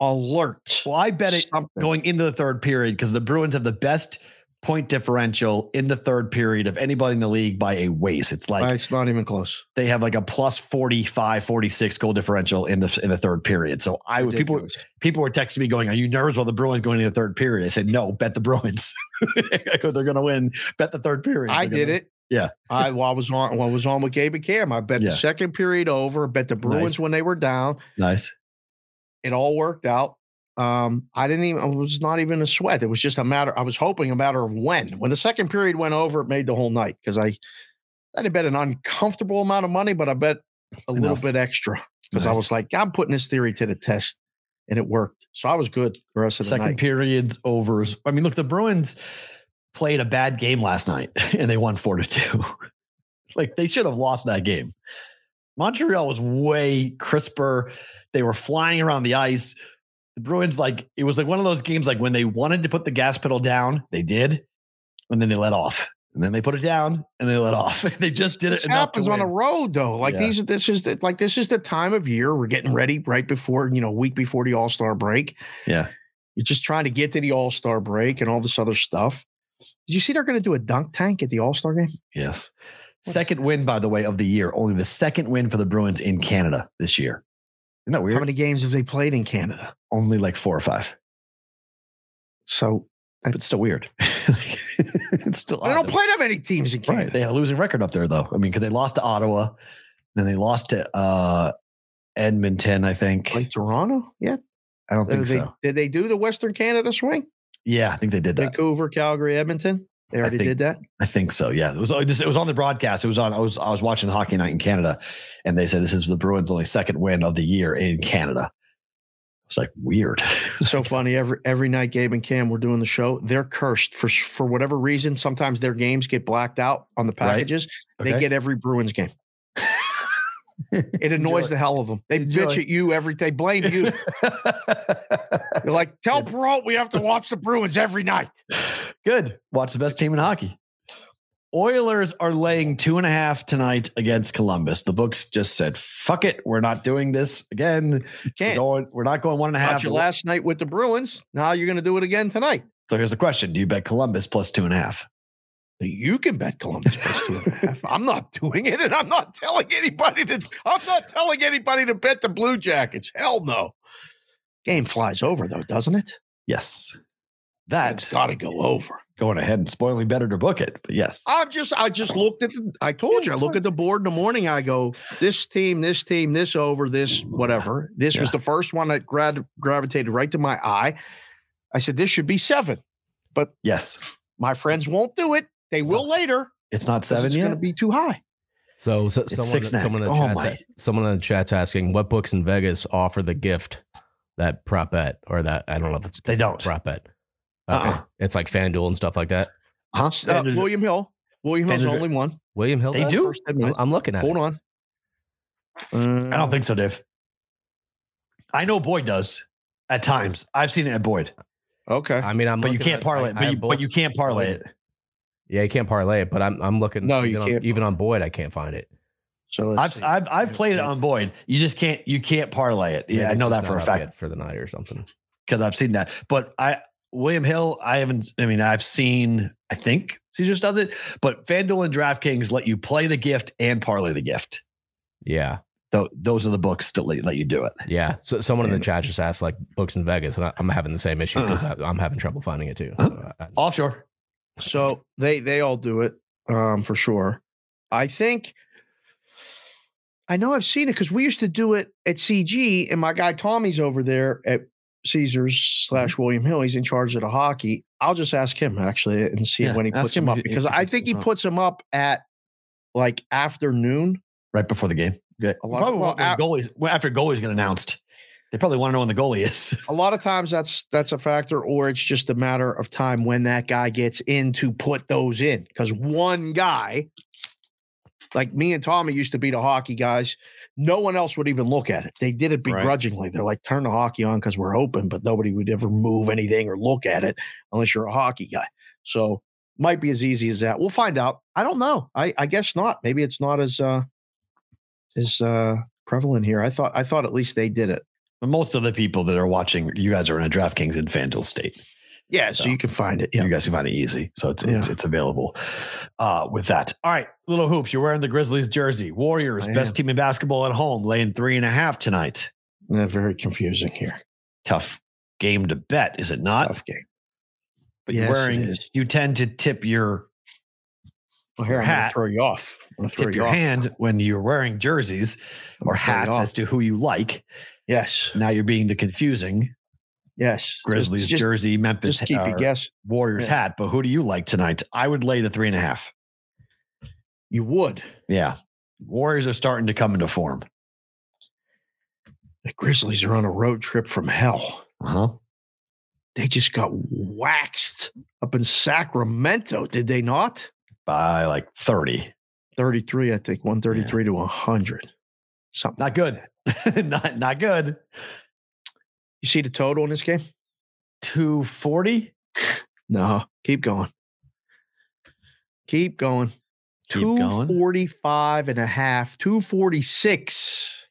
H: alert.
G: Well, I bet it
H: Something.
G: going into the third period because the Bruins have the best point differential in the third period of anybody in the league by a waste. It's like
H: it's not even close.
G: they have like a plus 45, 46 goal differential in the in the third period. So I would people
H: Ridiculous.
G: people were texting me going, "Are you nervous about the Bruins going into the third period?" I said, "No, bet the Bruins. I go, They're going to win. Bet the third period."
H: I
G: They're gonna
H: did
G: win."
H: it.
G: Yeah.
H: I, well, I was on. Well, I was on with Gabe and Cam. I bet
G: Yeah.
H: the second period over. Bet the Bruins
G: Nice.
H: when they were down.
G: Nice.
H: It all worked out. Um, I didn't even. I was not even a sweat. It was just a matter. I was hoping a matter of when. When the second period went over, it made the whole night because I, I didn't bet an uncomfortable amount of money, but I bet a little
G: Enough.
H: bit extra because I
G: Nice.
H: was like, I'm putting this theory to the test, and it worked. So I was good the rest of the
G: second
H: night.
G: period overs. I mean, look, the Bruins played a bad game last night and they won four to two. like they should have lost that game. Montreal was way crisper. They were flying around the ice. The Bruins, like it was like one of those games, like when they wanted to put the gas pedal down, they did, and then they let off, and then they put it down, and they let off. they just did
H: this
G: it. enough to
H: happens on the
G: win.
H: road though. Like
G: Yeah. Uh-huh.
H: these, this is the, like this is the time of year we're getting ready right before you know week before the All Star break.
G: Yeah.
H: you're just trying to get to the All Star break and all this other stuff. Did you see they're going to do a dunk tank at the All Star game?
G: Yes.
H: What-
G: Second win, by the way, of the year. Only the second win for the Bruins in Canada this year. Isn't that weird?
H: How many games have they played in Canada?
G: only like four or five,
H: So
G: but it's still weird. it's still
H: they don't
G: odd.
H: play that many teams in Canada.
G: Right. They had a losing record up there, though. I mean, because they lost to Ottawa, then they lost to uh, Edmonton, I think.
H: Like Toronto, yeah.
G: I don't think
H: Did they,
G: so.
H: did they do the Western Canada swing?
G: Yeah, I think they did that.
H: Vancouver, Calgary, Edmonton. They already
G: think-
H: did that.
G: I think so. Yeah, it was. It was- it was on the broadcast. It was on. I was. I was watching Hockey Night in Canada, and they said this is the Bruins' only second win of the year in Canada. It's like weird.
H: so funny every every night gabe and cam were doing the show they're cursed for for whatever reason sometimes their games get blacked out on the
G: Right.
H: packages they
G: Okay.
H: get every bruins game it annoys
G: Enjoy.
H: the hell of them they bitch
G: Enjoy.
H: at you every they blame you they're like tell perrault we have to watch the bruins every night
G: Good. Watch the best team in hockey. Oilers are laying two and a half tonight against Columbus. The books just said, "Fuck it, we're not doing this again.
H: you
G: We're,
H: can't
G: going, we're not going one and a half."
H: Got you last night with the bruins now you're going to do it again tonight
G: So here's the question: Do you bet Columbus plus two and a half?
H: you can bet Columbus plus two and a half. I'm not doing it, and I'm not telling anybody to. I'm not telling anybody to bet the Blue Jackets. Hell no. Game flies over though, doesn't it?
G: Yes,
H: That's
G: that
H: got to go over. Ah.
G: going ahead and spoiling better to book it. But yes,
H: I'm just. I just looked at. The, I told you. I look at the board in the morning. I go, this team, this team, this over, this whatever. This was
G: Yeah.
H: the first one that grad, gravitated right to my eye. I said this should be seven.
G: yes,
H: My friends won't do it. They will
G: not-
H: later.
G: it's not
H: 'cause
G: seven
H: it's
G: yet.
H: going to be too high.
I: So, so someone,
G: six now.
I: someone in the
G: Oh,
I: chat's,
G: my.
I: someone in the chat's asking what books in Vegas offer the gift that prop bet or that I don't know if it's
G: They don't.
I: prop bet. Okay.
G: Uh-uh.
I: It's like FanDuel and stuff like that.
G: Huh?
H: Uh,
G: Standard-
H: William Hill. William Hill's the
G: Standard-
H: only one.
I: William Hill.
G: They
I: does?
G: do?
H: First 10
I: I'm,
H: minutes.
I: I'm looking at.
H: Hold
I: it.
H: on.
G: I don't think so, Dave. I know Boyd does at times. I've seen it at Boyd,
H: Oh, Okay.
I: I mean, I'm.
G: but you
I: looking
G: can't
I: at-
G: parlay. it. but,
I: I- I
G: you,
I: have
G: but
I: both-
G: you can't parlay it.
I: Yeah, you can't parlay it. But I'm. I'm looking.
H: No, you
I: even
H: can't.
I: On, even on Boyd, I can't find it.
H: So let's
G: I've,
H: see.
G: I've I've played it on Boyd. You just can't you can't parlay it. Yeah,
I: Maybe
G: I
I: it's
G: know
I: just
G: that for a
I: not up
G: fact
I: yet for the night or something.
G: because I've seen that. But I William Hill, I haven't. I mean, I've seen. I think Caesars does it, but FanDuel and DraftKings let you play the gift and parlay the gift.
I: Yeah,
G: Though those are the books that let let you do it.
I: yeah. So someone in the chat just asked like books in Vegas, and I, I'm having the same issue because
H: Uh.
I: I'm having trouble finding it too. So I-
G: Offshore.
H: so they they all do it um, for sure. I think I know I've seen it because we used to do it at CG, and my guy Tommy's over there at Caesars
G: Mm-hmm.
H: slash William Hill. He's in charge of the hockey. I'll just ask him actually and see
G: Yeah,
H: when he
G: ask
H: puts
G: him
H: him
G: if
H: up
G: he-
H: because
G: if he
H: I
G: puts
H: think he
G: them up.
H: puts him up at like afternoon.
G: Right before the game. Yeah.
H: A lot-
G: Probably
H: well,
G: when
H: af-
G: goalies, well, after goalies get announced. They probably want to know when the goalie is.
H: a lot of times that's that's a factor or it's just a matter of time when that guy gets in to put those in because one guy like me and tommy used to be the hockey guys no one else would even look at it they did it
G: Right.
H: begrudgingly they're like turn the hockey on because we're open but nobody would ever move anything or look at it unless you're a hockey guy so might be as easy as that we'll find out i don't know i i guess not maybe it's not as uh as uh prevalent here i thought i thought at least they did it
G: But most of the people that are watching, you guys are in a DraftKings and FanDuel state.
H: Yeah, so,
G: So-
H: you can find it. Yeah.
G: You guys can find it easy. So it's
H: Yeah.
G: it's, it's available uh, with that. All right, little hoops. You're wearing the Grizzlies jersey. Warriors,
H: I
G: best team in basketball at home, laying three and a half tonight.
H: Yeah, Uh, very confusing here.
G: Tough game to bet, is it not?
H: Tough game.
G: but
H: Yes,
G: you're
H: it
G: wearing
H: is.
G: you tend to tip your
H: Well, here I'm going
G: hat.
H: to throw you off. I'm gonna throw
G: tip
H: you
G: your
H: off.
G: hand when you're wearing jerseys or
H: Throw you
G: hats
H: off.
G: as to who you like.
H: Yes,
G: Now you're being the confusing
H: yes.
G: Grizzlies
H: just, just,
G: jersey, Memphis
H: Just keep
G: uh,
H: your guess.
G: Warriors
H: Yeah.
G: hat, but who do you like tonight? I would lay the three and a half.
H: You would.
G: Yeah. Warriors are starting to come into form.
H: The Grizzlies are on a road trip from hell.
G: Uh-huh.
H: They just got waxed up in Sacramento, did they not?
G: By like 30.
H: 33, I think, 133 to 100. Something.
G: Not good. not not good.
H: You see the total in this game?
G: 240?
H: No. Keep going. Keep going.
G: Keep going.
H: 245 and a half, 246.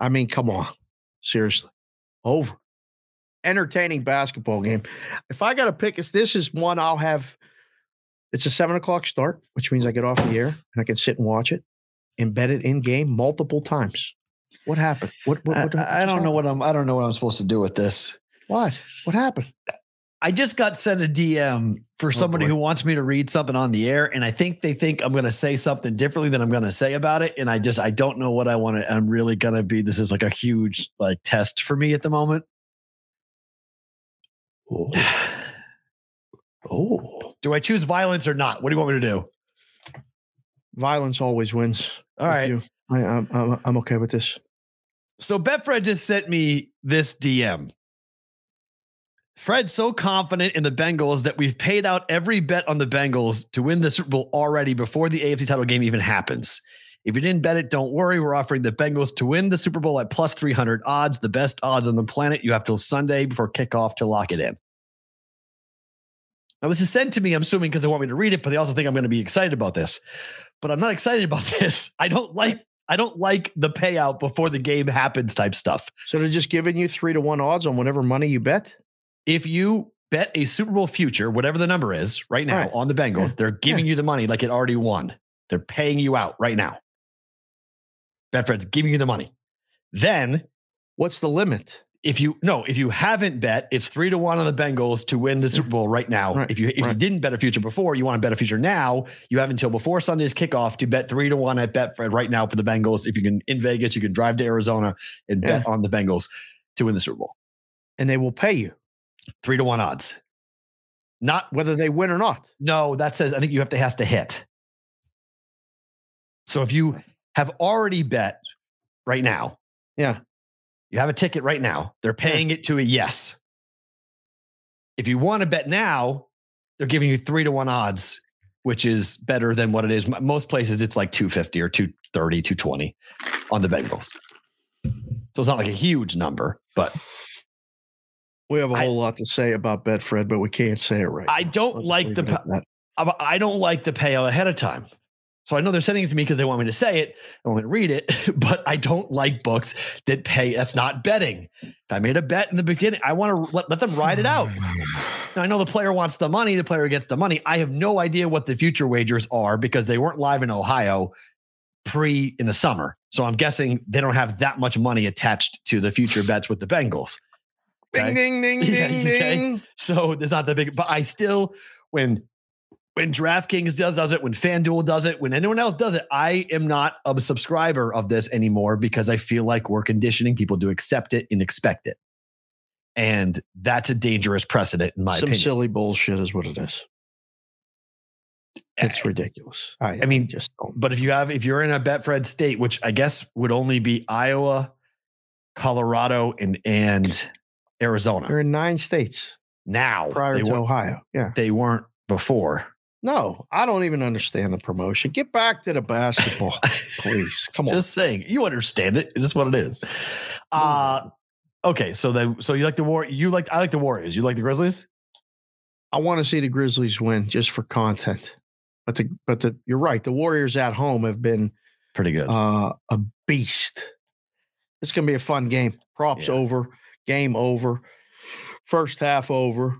H: I mean, come on. Seriously. Over. Entertaining basketball game. If I got to pick, it's, this is one I'll have. It's a seven o'clock start, which means I get off the air and I can sit and watch it and bet it in game multiple times. What happened? What, what,
G: I,
H: what,
G: I don't know what I'm I don't know what I'm supposed to do with this.
H: What? What happened?
G: I just got sent a DM for somebody
H: boy.
G: who wants me to read something on the air, and I think they think I'm going to say something differently than I'm going to say about it. And I just I don't know what I want to. I'm really going to be. This is like a huge like test for me at the moment.
H: Oh,
G: Do I choose violence or not? What do you want me to do?
H: violence always wins.
G: All right.
H: I, I'm, I'm, I'm okay with this.
G: So Betfred just sent me this DM. Fred so confident in the Bengals that we've paid out every bet on the Bengals to win the Super Bowl already before the AFC title game even happens. If you didn't bet it, don't worry. We're offering the Bengals to win the Super Bowl at plus 300 odds, the best odds on the planet. You have till Sunday before kickoff to lock it in. Now, this is sent to me, I'm assuming, because they want me to read it, but they also think I'm going to be excited about this. But I'm not excited about this. I don't like I don't like the payout before the game happens type stuff.
H: So they're just giving you three to one odds on whatever money you bet.
G: If you bet a Super Bowl future, whatever the number is right now
H: Right.
G: on the Bengals,
H: Yeah.
G: they're giving you the money like it already won. They're paying you out right now. Betfred's giving you the money. Then
H: What's the limit?
G: if you no, if you haven't bet, it's three to one on the Bengals to win the Super Bowl right now.
H: Right,
G: If you if you
H: right.
G: didn't bet a future before, you want to bet a future now. You have until before Sunday's kickoff to bet three to one at Betfred right now for the Bengals. If you can in Vegas, you can drive to Arizona and bet on the Bengals to win the Super Bowl.
H: And they will pay you
G: Three to one odds. Not
H: whether they win or not.
G: no, that says I think you have to has to hit. So if you have already bet right now,
H: Yeah.
G: you have a ticket right now. They're paying it to a yes. If you want to bet now, they're giving you three to one odds, which is better than what it is. M- Most places it's like 250 or 230, 220 on the Bengals. So it's not like a huge number, but
H: We have a
G: I-
H: whole lot to say about Betfred, but we can't say it right.
G: I
H: now.
G: don't
H: Let's
G: like
H: leave
G: the
H: it at that.
G: I- I don't like the payout ahead of time. So I know they're sending it to me because they want me to say it, they want me to read it, but I don't like books that pay. That's not betting. If I made a bet in the beginning, I want to let, let them ride it out. Now I know the player wants the money, the player gets the money. I have no idea what the future wagers are because they weren't live in Ohio pre in the summer. So I'm guessing they don't have that much money attached to the future bets with the Bengals. Okay?
H: Ding ding ding
G: Yeah,
H: ding
G: okay.
H: ding.
G: So there's not that big, but I still, when when DraftKings does does it, when FanDuel does it, when anyone else does it, I am not a subscriber of this anymore because I feel like we're conditioning people to accept it and expect it, and that's a dangerous precedent in my
H: Some
G: opinion.
H: silly bullshit is what it is. It's ridiculous. I,
G: Eh. I mean,
H: just don't.
G: but if you have if you're in a Betfred state, which I guess would only be Iowa, Colorado, and and
H: They're
G: Arizona.
H: in nine states
G: Now
H: prior
G: they
H: to
G: weren't,
H: Ohio. Yeah.
G: they weren't before.
H: No, I don't even understand the promotion. Get back to the basketball, please. Come on.
G: Just saying, you understand it. It's just what it is. Uh okay. So then, so you like the war? You like I like the Warriors. You like the Grizzlies?
H: I want to see the Grizzlies win just for content. But the but the you're right. The Warriors at home have been
G: Pretty good.
H: uh, a beast. It's going to be a fun game. Props
G: Yeah.
H: over, game over, first half over.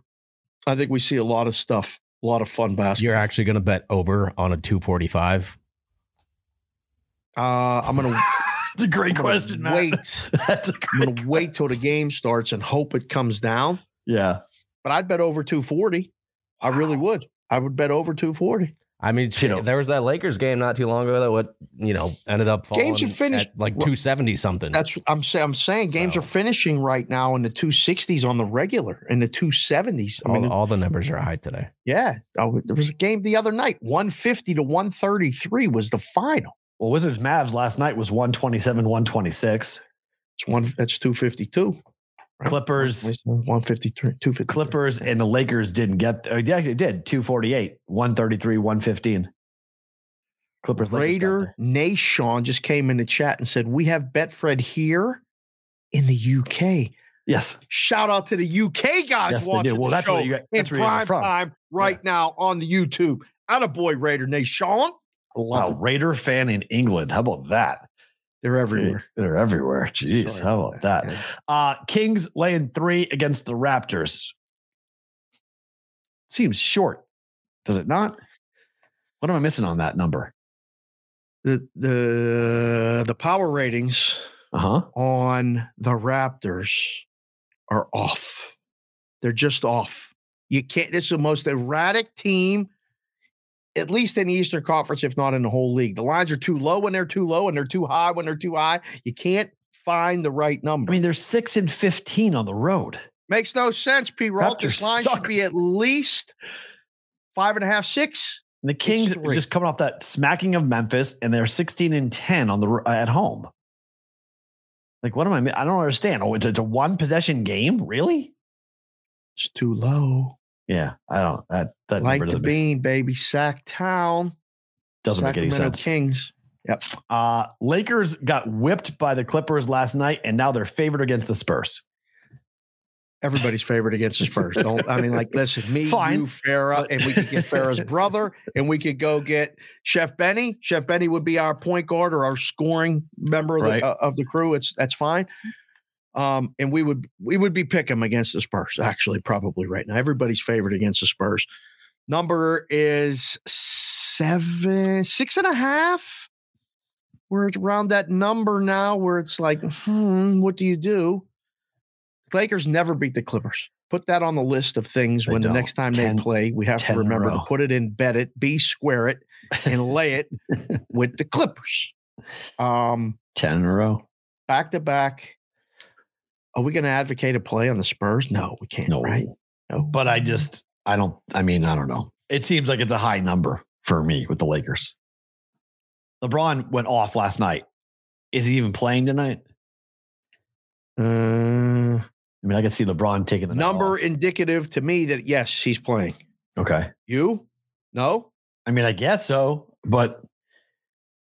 H: I think we see a lot of stuff, a lot of fun
I: You're
H: basketball.
I: actually going to bet over on a 245.
H: Uh, I'm going to
G: It's a great question, Matt.
H: wait.
G: That's a
H: I'm
G: great
H: going to wait till the game starts and hope it comes down.
G: Yeah.
H: But I'd bet over 240. I really would. I would bet over 240.
I: I mean, shit,
G: You know.
I: there was that Lakers game not too long ago that what you know ended up falling
H: Games are finished.
I: at like 270 something.
H: That's I'm saying. I'm saying games
I: So-
H: are finishing right now in the 260s on the regular and the 270s. I
I: all,
H: mean,
G: Oh,
I: all the numbers are high today.
H: Yeah, I w- there was a game the other night. One fifty to one thirty three was the final.
G: Well, Wizards Mavs last night was 127, 126.
H: It's one. That's two fifty two.
G: Clippers,
H: One fifty three. Two fifty.
G: Clippers, and the Lakers didn't get. Oh, yeah, they did 248, 133, 115. Clippers, Lakers got
H: Raider
G: there.
H: Nation just came in the chat and said we have Betfred here in the UK.
G: Yes,
H: Shout out to the UK guys
G: yes, they
H: watching
G: do. Well,
H: the
G: that's
H: show
G: where you got.
H: in
G: That's where you got
H: prime
G: it from.
H: time right now on the YouTube. Out of boy Raider Nation.
G: Wow, Raider fan in England. How about that?
H: They're everywhere.
G: They're everywhere. Jeez,
H: Sorry
G: how about that?
H: Yeah.
G: Uh Kings laying three against the Raptors. Seems short, does it not? What am I missing on that number?
H: The the the power ratings
G: Uh
H: Uh-huh.
G: huh.
H: on the Raptors are off. They're just off. You can't. This is the most erratic team, at least in the Eastern Conference, if not in the whole league. The lines are too low when they're too low, and they're too high when they're too high. You can't find the right number.
G: I mean, they're six and fifteen on the road.
H: makes no sense. P. Roll.
G: Raptors
H: This line
G: suck.
H: should be at least five and a half, six.
G: And the Kings are
H: three.
G: just coming off that smacking of Memphis, and they're sixteen and ten on the ro- at home. Like, what am I? mi- I don't understand. Oh, it's, it's a one possession game, really?
H: It's too low.
G: Yeah, I don't. That that
H: like
G: number
H: the
G: doesn't, make,
H: bean, baby. Sack Town.
G: doesn't make any
H: Sacramento
G: sense.
H: Kings. Yep.
G: Uh, Lakers got whipped by the Clippers last night, and now they're favored against the Spurs.
H: Everybody's favorite against the Spurs. Don't I mean like listen, me,
G: Fine,
H: you, Farah,
G: but-
H: and we could get Farah's brother, and we could go get Chef Benny. Chef Benny would be our point guard or our scoring member of,
G: Right.
H: the, uh, of the crew. It's that's fine. Um, and we would we would be pick 'em against the Spurs. Actually, probably right now, everybody's favorite against the Spurs. Number is seven, six and a half. We're around that number now, where it's like, hmm, what do you do? Lakers never beat the Clippers. Put that on the list of things
G: They
H: when
G: don't.
H: the next time
G: Ten-
H: they play, we have
G: ten
H: to
G: in a
H: remember to
G: row.
H: put it in, bet it, B square it, and lay it with the Clippers. Um,
G: Ten in a row.
H: back to back. Are we going to advocate a play on the Spurs? No, we can't.
G: No.
H: right? No.
G: But I just, I don't. I mean, I don't know. It seems like it's a high number for me with the Lakers. LeBron went off last night. Is he even playing tonight?
H: Uh,
G: I mean, I could see LeBron taking the night
H: number
G: off.
H: indicative to me that yes, he's playing.
G: okay.
H: You? No.
G: I mean, I guess so, but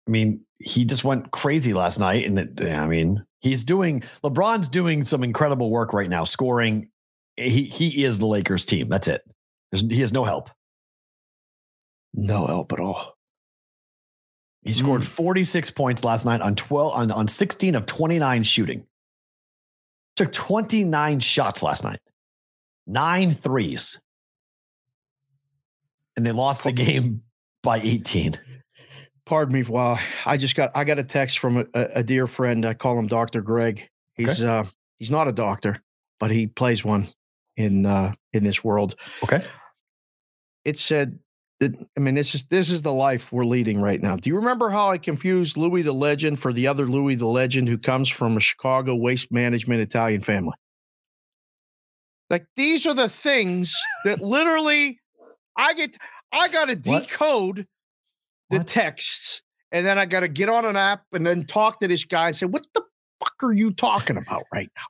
G: I mean, he just went crazy last night, and it, I mean, he's doing LeBron's doing some incredible work right now, scoring. eh, He he is the Lakers team. That's it. There's, he has no help.
H: No help at all.
G: He scored 46 points last night on 12 on, on 16 of 29 shooting. Took 29 shots last night. Nine threes. And they lost the game by 18.
H: Pardon me. Well, I just got I got a text from a, a a dear friend. I call him Doctor Greg. He's uh, he's not a doctor, but he plays one in uh, in this world.
G: Okay.
H: It said that I mean this is this is the life we're leading right now. Do you remember how I confused Louis the Legend for the other Louis the Legend who comes from a Chicago waste management Italian family? Like these are the things that literally I get I got to
G: What?
H: decode the
G: What?
H: texts and then I got to get on an app and then talk to this guy and say, "What the fuck are you talking about right now?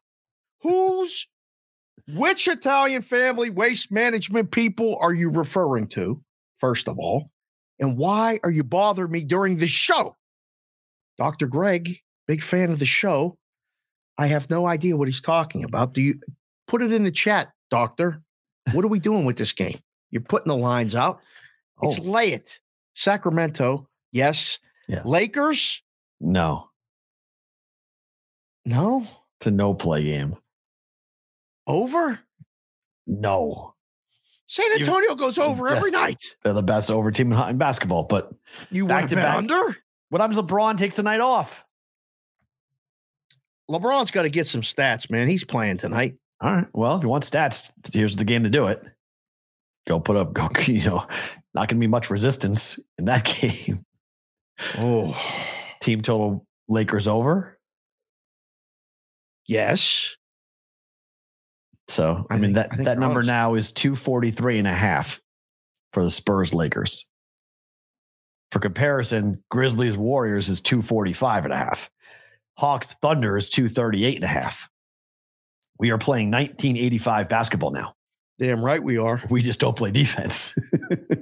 H: Who's which Italian family waste management people are you referring to, first of all? And why are you bothering me during the show? Dr. Greg, big fan of the show. I have no idea what he's talking about. Do you put it in the chat, doctor? What are we doing with this game? You're putting the lines out. It's
G: Oh.
H: lay it. Sacramento, yes.
G: Yeah.
H: Lakers,
G: No,
H: no.
G: it's a no play game.
H: Over?
G: No,
H: San
G: You-
H: Antonio goes over every
G: Mm, Yes.
H: night.
G: they're the best over team in, in basketball. But
H: You
G: Back
H: want
G: to
H: to bet
G: back.
H: under?
G: what happens? if LeBron takes the night off.
H: LeBron's got to get some stats, man. He's playing tonight.
G: All right. Well, if you want stats, here's the game to do it. Go put up. Go. You know, not going to be much resistance in that game.
H: Oh,
G: Team total Lakers over.
H: yes.
G: So I,
H: I
G: mean
H: think- I
G: that
H: think
G: that
H: you're
G: number
H: honest.
G: now is 243 and a half for the Spurs Lakers. For comparison, Grizzlies Warriors is 245 and a half. Hawks Thunder is 238 and a half. We are playing 1985 basketball now.
H: Damn right we are.
G: We just don't play defense. we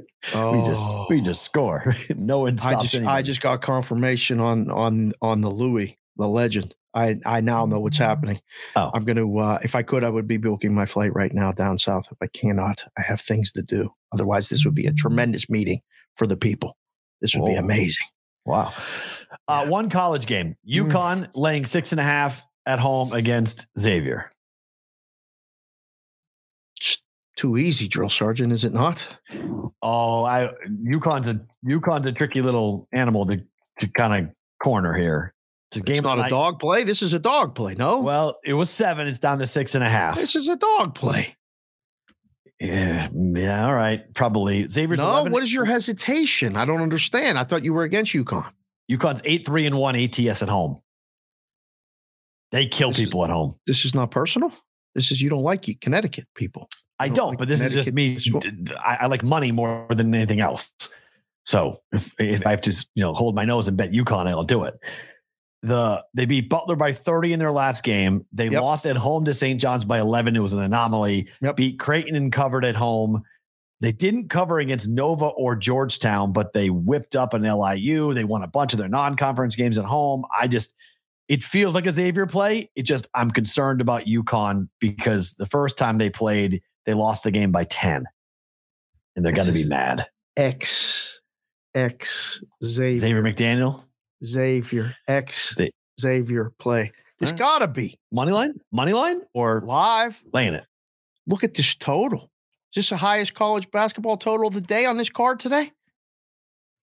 G: just we just score. no one
H: Oh. I
G: stops
H: just I
G: anybody.
H: just got confirmation on on on the Louis, the legend. I I now know what's happening.
G: Oh.
H: I'm going to uh, if I could I would be booking my flight right now down south. If I cannot, I have things to do. Otherwise, this would be a tremendous meeting for the people. This would be
G: Whoa.
H: amazing.
G: Wow. Uh, one college
H: Mm.
G: game. UConn laying six and a half at home against Xavier.
H: Too easy, drill sergeant, is it not?
G: Oh, I UConn's a UConn's a tricky little animal to to kind of corner here. It's a game
H: it's not
G: that
H: a
G: I-
H: dog play. This is a dog play. No,
G: Well, it was seven. It's down to six and a half.
H: this is a dog play.
G: yeah, yeah. All right, probably Xavier's.
H: no,
G: 11,
H: what is your hesitation? I don't understand. I thought you were against UConn.
G: UConn's eight three and one ATS at home. They kill
H: This is-
G: people at home.
H: This is not personal. This is you don't like Connecticut people.
G: I
H: don't
G: don't,
H: like
G: but this is just me.
H: Connecticut
G: I, I like money more than anything else. So if, if I have to, you know, hold my nose and bet UConn, I'll do it. The they beat Butler by 30 in their last game. They
H: Yep.
G: lost at home to St. John's by 11. It was an anomaly.
H: Yep.
G: Beat Creighton and covered at home. They didn't cover against Nova or Georgetown, but they whipped up an LIU. They won a bunch of their non-conference games at home. I just it feels like a Xavier play. It just I'm concerned about UConn because the first time they played, they lost the game by 10. And they're
H: This
G: gonna be
H: is-
G: mad.
H: X X Xavier
G: Xavier McDaniel,
H: Xavier X
G: Za-
H: Xavier play. It's
G: All right.
H: gotta be
G: money line, money line, or
H: live.
G: laying it.
H: Look at this total. Is this the highest college basketball total of the day on this card today?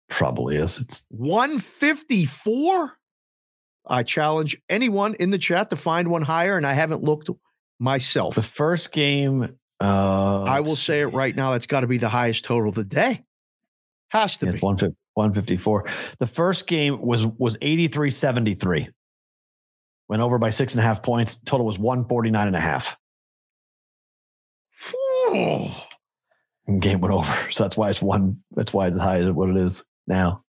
G: Probably is. It's
H: 154. I challenge anyone in the chat to find one higher, and I haven't looked myself.
G: the first game. Uh,
H: I will
G: let's
H: say it
G: see.
H: right now. That's got to be the highest total of the day. Has to
G: Yeah,
H: be.
G: it's 150 154. The first game was was 83 73. Went over by six and a half points. Total was 149 and a half. And game went over. So that's why it's one. That's why it's as high as what it is now.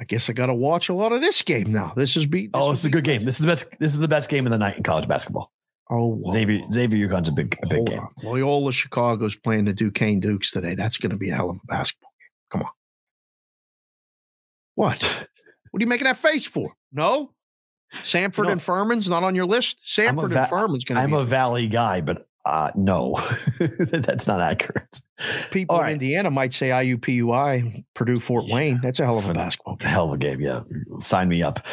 H: I guess I got to watch a lot of this game now. This is be.
G: Oh,
H: this
G: it's a good game. This is the best. This is the best game of the night in college basketball.
H: Oh, whoa.
G: Xavier Xavier UConn's a big a big
H: Hold
G: game.
H: on. Loyola Chicago's playing the Duquesne Dukes today. That's going to be a hell of a basketball game. Come on. What? what are you making that face for? No. Sanford
G: No.
H: and Furman's not on your list. Sanford
G: va-
H: and Furman's going to
G: I'm
H: be
G: a Valley guy, but uh, no, that's not accurate.
H: people
G: all
H: in
G: right.
H: Indiana might say IUPUI, Purdue Fort
G: Yeah.
H: Wayne. That's a hell of a
G: Phen-
H: basketball
G: It's a hell of a game. Yeah. Sign me up.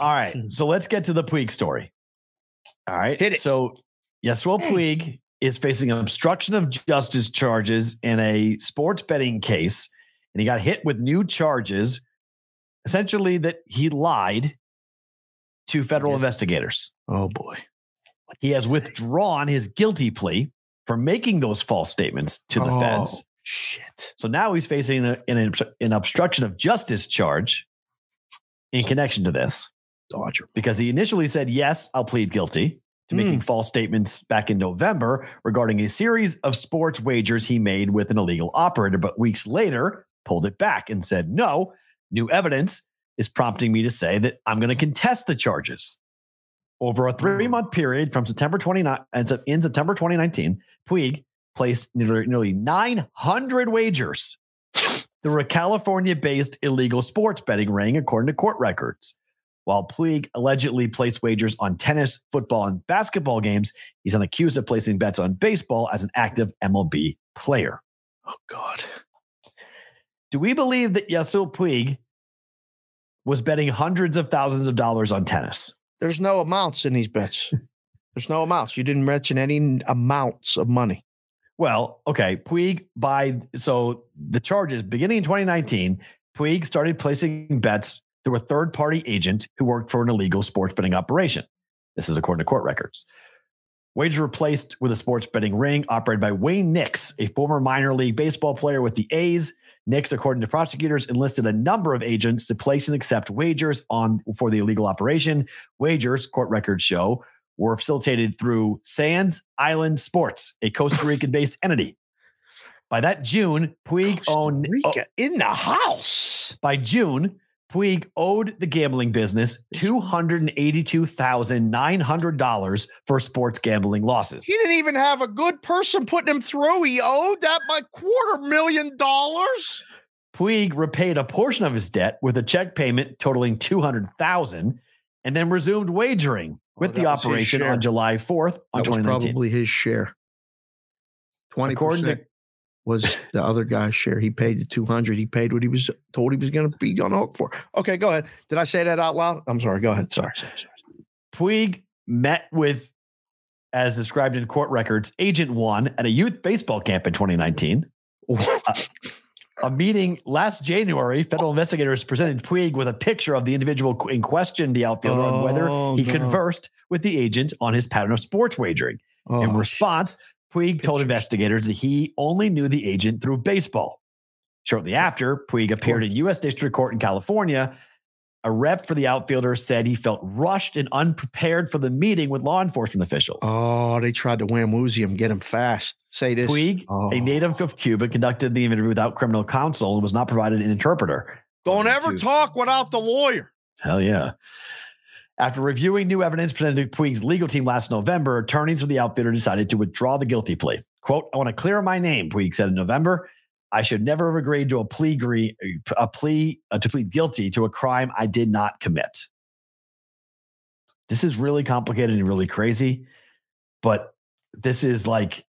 G: All right. So let's get to the Puig story. All right.
H: Hmm. Hit it.
G: So Yasuel Puig is facing an obstruction of justice charges in a sports betting case, and he got hit with new charges, essentially that he lied to federal
H: Yeah.
G: investigators.
H: Oh boy.
G: He has withdrawn his guilty plea for making those false statements to the
H: Oh,
G: feds.
H: Shit.
G: So now he's facing a- an, obst- an obstruction of justice charge in connection to this
H: Dodger.
G: because he initially said, Yes, I'll plead guilty to making false statements back in November regarding a series of sports wagers he made with an illegal operator. But weeks later, pulled it back and said, No, new evidence is prompting me to say that I'm going to contest the charges. Over a three month period from September 29 and so in September 2019, Puig placed nearly, nearly 900 wagers through a California based illegal sports betting ring, according to court records. While Puig allegedly placed wagers on tennis, football, and basketball games, he's then accused of placing bets on baseball as an active MLB player.
J: Oh God.
G: Do we believe that Yasil Puig was betting hundreds of thousands of dollars on tennis?
H: There's no amounts in these bets. There's no amounts. You didn't mention any n- amounts of money.
G: Well, okay. Puig by so the charges beginning in 2019, Puig started placing bets through a third party agent who worked for an illegal sports betting operation. This is according to court records. Wagers were placed with a sports betting ring operated by Wayne Nix, a former minor league baseball player with the A's. Nix, according to prosecutors, enlisted a number of agents to place and accept wagers on for the illegal operation. Wagers, court records show, were facilitated through Sands Island Sports, a Costa Rican-based entity. By that June, Puig owned
H: Rika Oh, in the house.
G: by June, Puig owed the gambling business $282,900 for sports gambling losses.
H: He didn't even have a good person putting him through. He owed that by quarter million dollars.
G: Puig repaid a portion of his debt with a check payment totaling 200,000 and then resumed wagering with
J: Oh,
G: the
J: that was his
G: operation
J: share.
G: on July 4th on
J: That was
G: 2019.
J: probably his share. Twenty
G: According to
J: percent was the other guy's share. He paid the two hundred. He paid what he was told he was going to be on the hook for.
H: Okay, go ahead. Did I say that out loud? I'm sorry. Go ahead. Sorry.
G: Puig met with, as described in court records, Agent One at a youth baseball camp in 2019. a, a meeting last January, federal
H: Oh.
G: investigators presented Puig with a picture of the individual qu- in question, the outfielder, and whether
H: Oh,
G: he
H: no.
G: conversed with the agent on his pattern of sports wagering. In
H: Oh,
G: response, Puig told investigators that he only knew the agent through baseball. Shortly after, Puig appeared in U.S. District Court in California. A rep for the outfielder said he felt rushed and unprepared for the meeting with law enforcement officials.
H: Oh, they tried to wamwoozy him, get him fast. Say this. oh.
G: Puig, a native of Cuba, conducted the interview without criminal counsel and was not provided an interpreter.
H: Don't ever talk without the lawyer.
G: Hell yeah. After reviewing new evidence presented to Puig's legal team last November, attorneys for the outfielder decided to withdraw the guilty plea. Quote, I want to clear my name, Puig said in November. I should never have agreed to a plea, agree, a plea uh, to plead guilty to a crime I did not commit. This is really complicated and really crazy, but this is like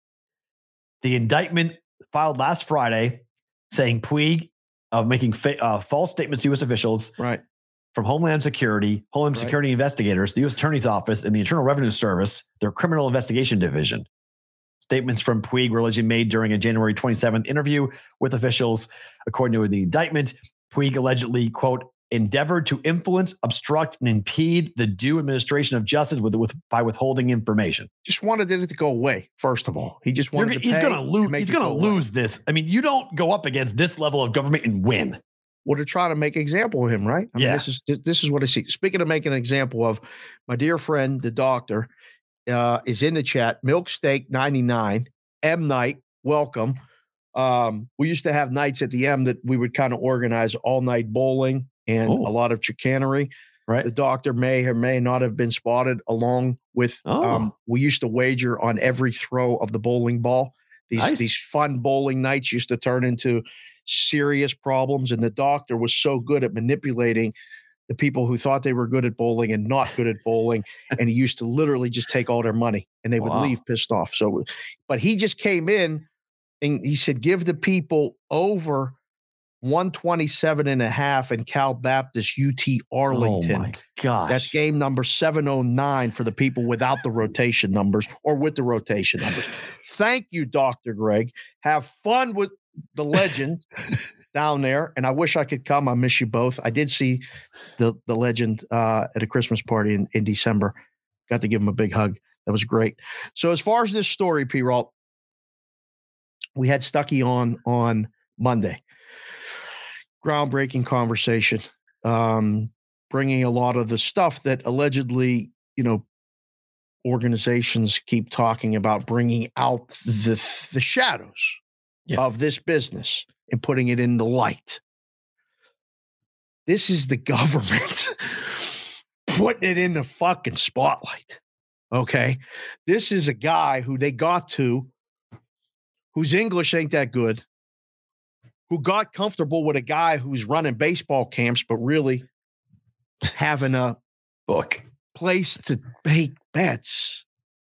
G: the indictment filed last Friday saying Puig of making fa- uh, false statements to U.S. officials
H: Right.
G: from Homeland Security, Homeland
H: Right.
G: Security investigators, the U.S. Attorney's Office, and the Internal Revenue Service, their Criminal Investigation Division. Statements from Puig were allegedly made during a January 27th interview with officials. According to the indictment, Puig allegedly, quote, endeavored to influence, obstruct, and impede the due administration of justice with, with by withholding information.
H: Just wanted it to go away, first of all. He just
G: You're
H: wanted
G: gonna-
H: to
G: he's
H: pay
G: going to lose.
H: and make
G: He's
H: it
G: going to
H: go away.
G: lose this. I mean, you don't go up against this level of government and win.
H: Well, they're trying to make an example of him, right? I
G: Yeah.
H: Mean, this is th- this is what I see. Speaking of making an example of my dear friend, the doctor, uh, is in the chat. Milksteak ninety nine, M night, welcome. Um, we used to have nights at the M that we would kind of organize all night bowling and
G: Ooh.
H: a lot of chicanery.
G: Oh. Right.
H: The doctor may or may not have been spotted along with. Um,
G: Oh.
H: we used to wager on every throw of the bowling ball. These
G: Nice.
H: these fun bowling nights used to turn into serious problems. And the doctor was so good at manipulating the people who thought they were good at bowling and not good at bowling. and he used to literally just take all their money and they would
G: Wow.
H: leave pissed off. So, but he just came in and he said, give the people over 127 and a half in Cal Baptist UT Arlington.
G: Oh my gosh.
H: That's game number 709 for the people without the rotation numbers or with the rotation numbers. Thank you, Dr. Greg. Have fun with the legend down there. And I wish I could come. I miss you both. I did see the, the legend uh, at a Christmas party in, in December. Got to give him a big hug. That was great. So, as far as this story, P. Roll, we had Stucky on on Monday. Groundbreaking conversation. Um, bringing a lot of the stuff that allegedly, you know, organizations keep talking about bringing out the the shadows
G: Yeah.
H: of this business and putting it in the light. This is the government putting it in the fucking spotlight. Okay. This is a guy who they got to, whose English ain't that good, who got comfortable with a guy who's running baseball camps, but really having a
G: Book.
H: place to make bets,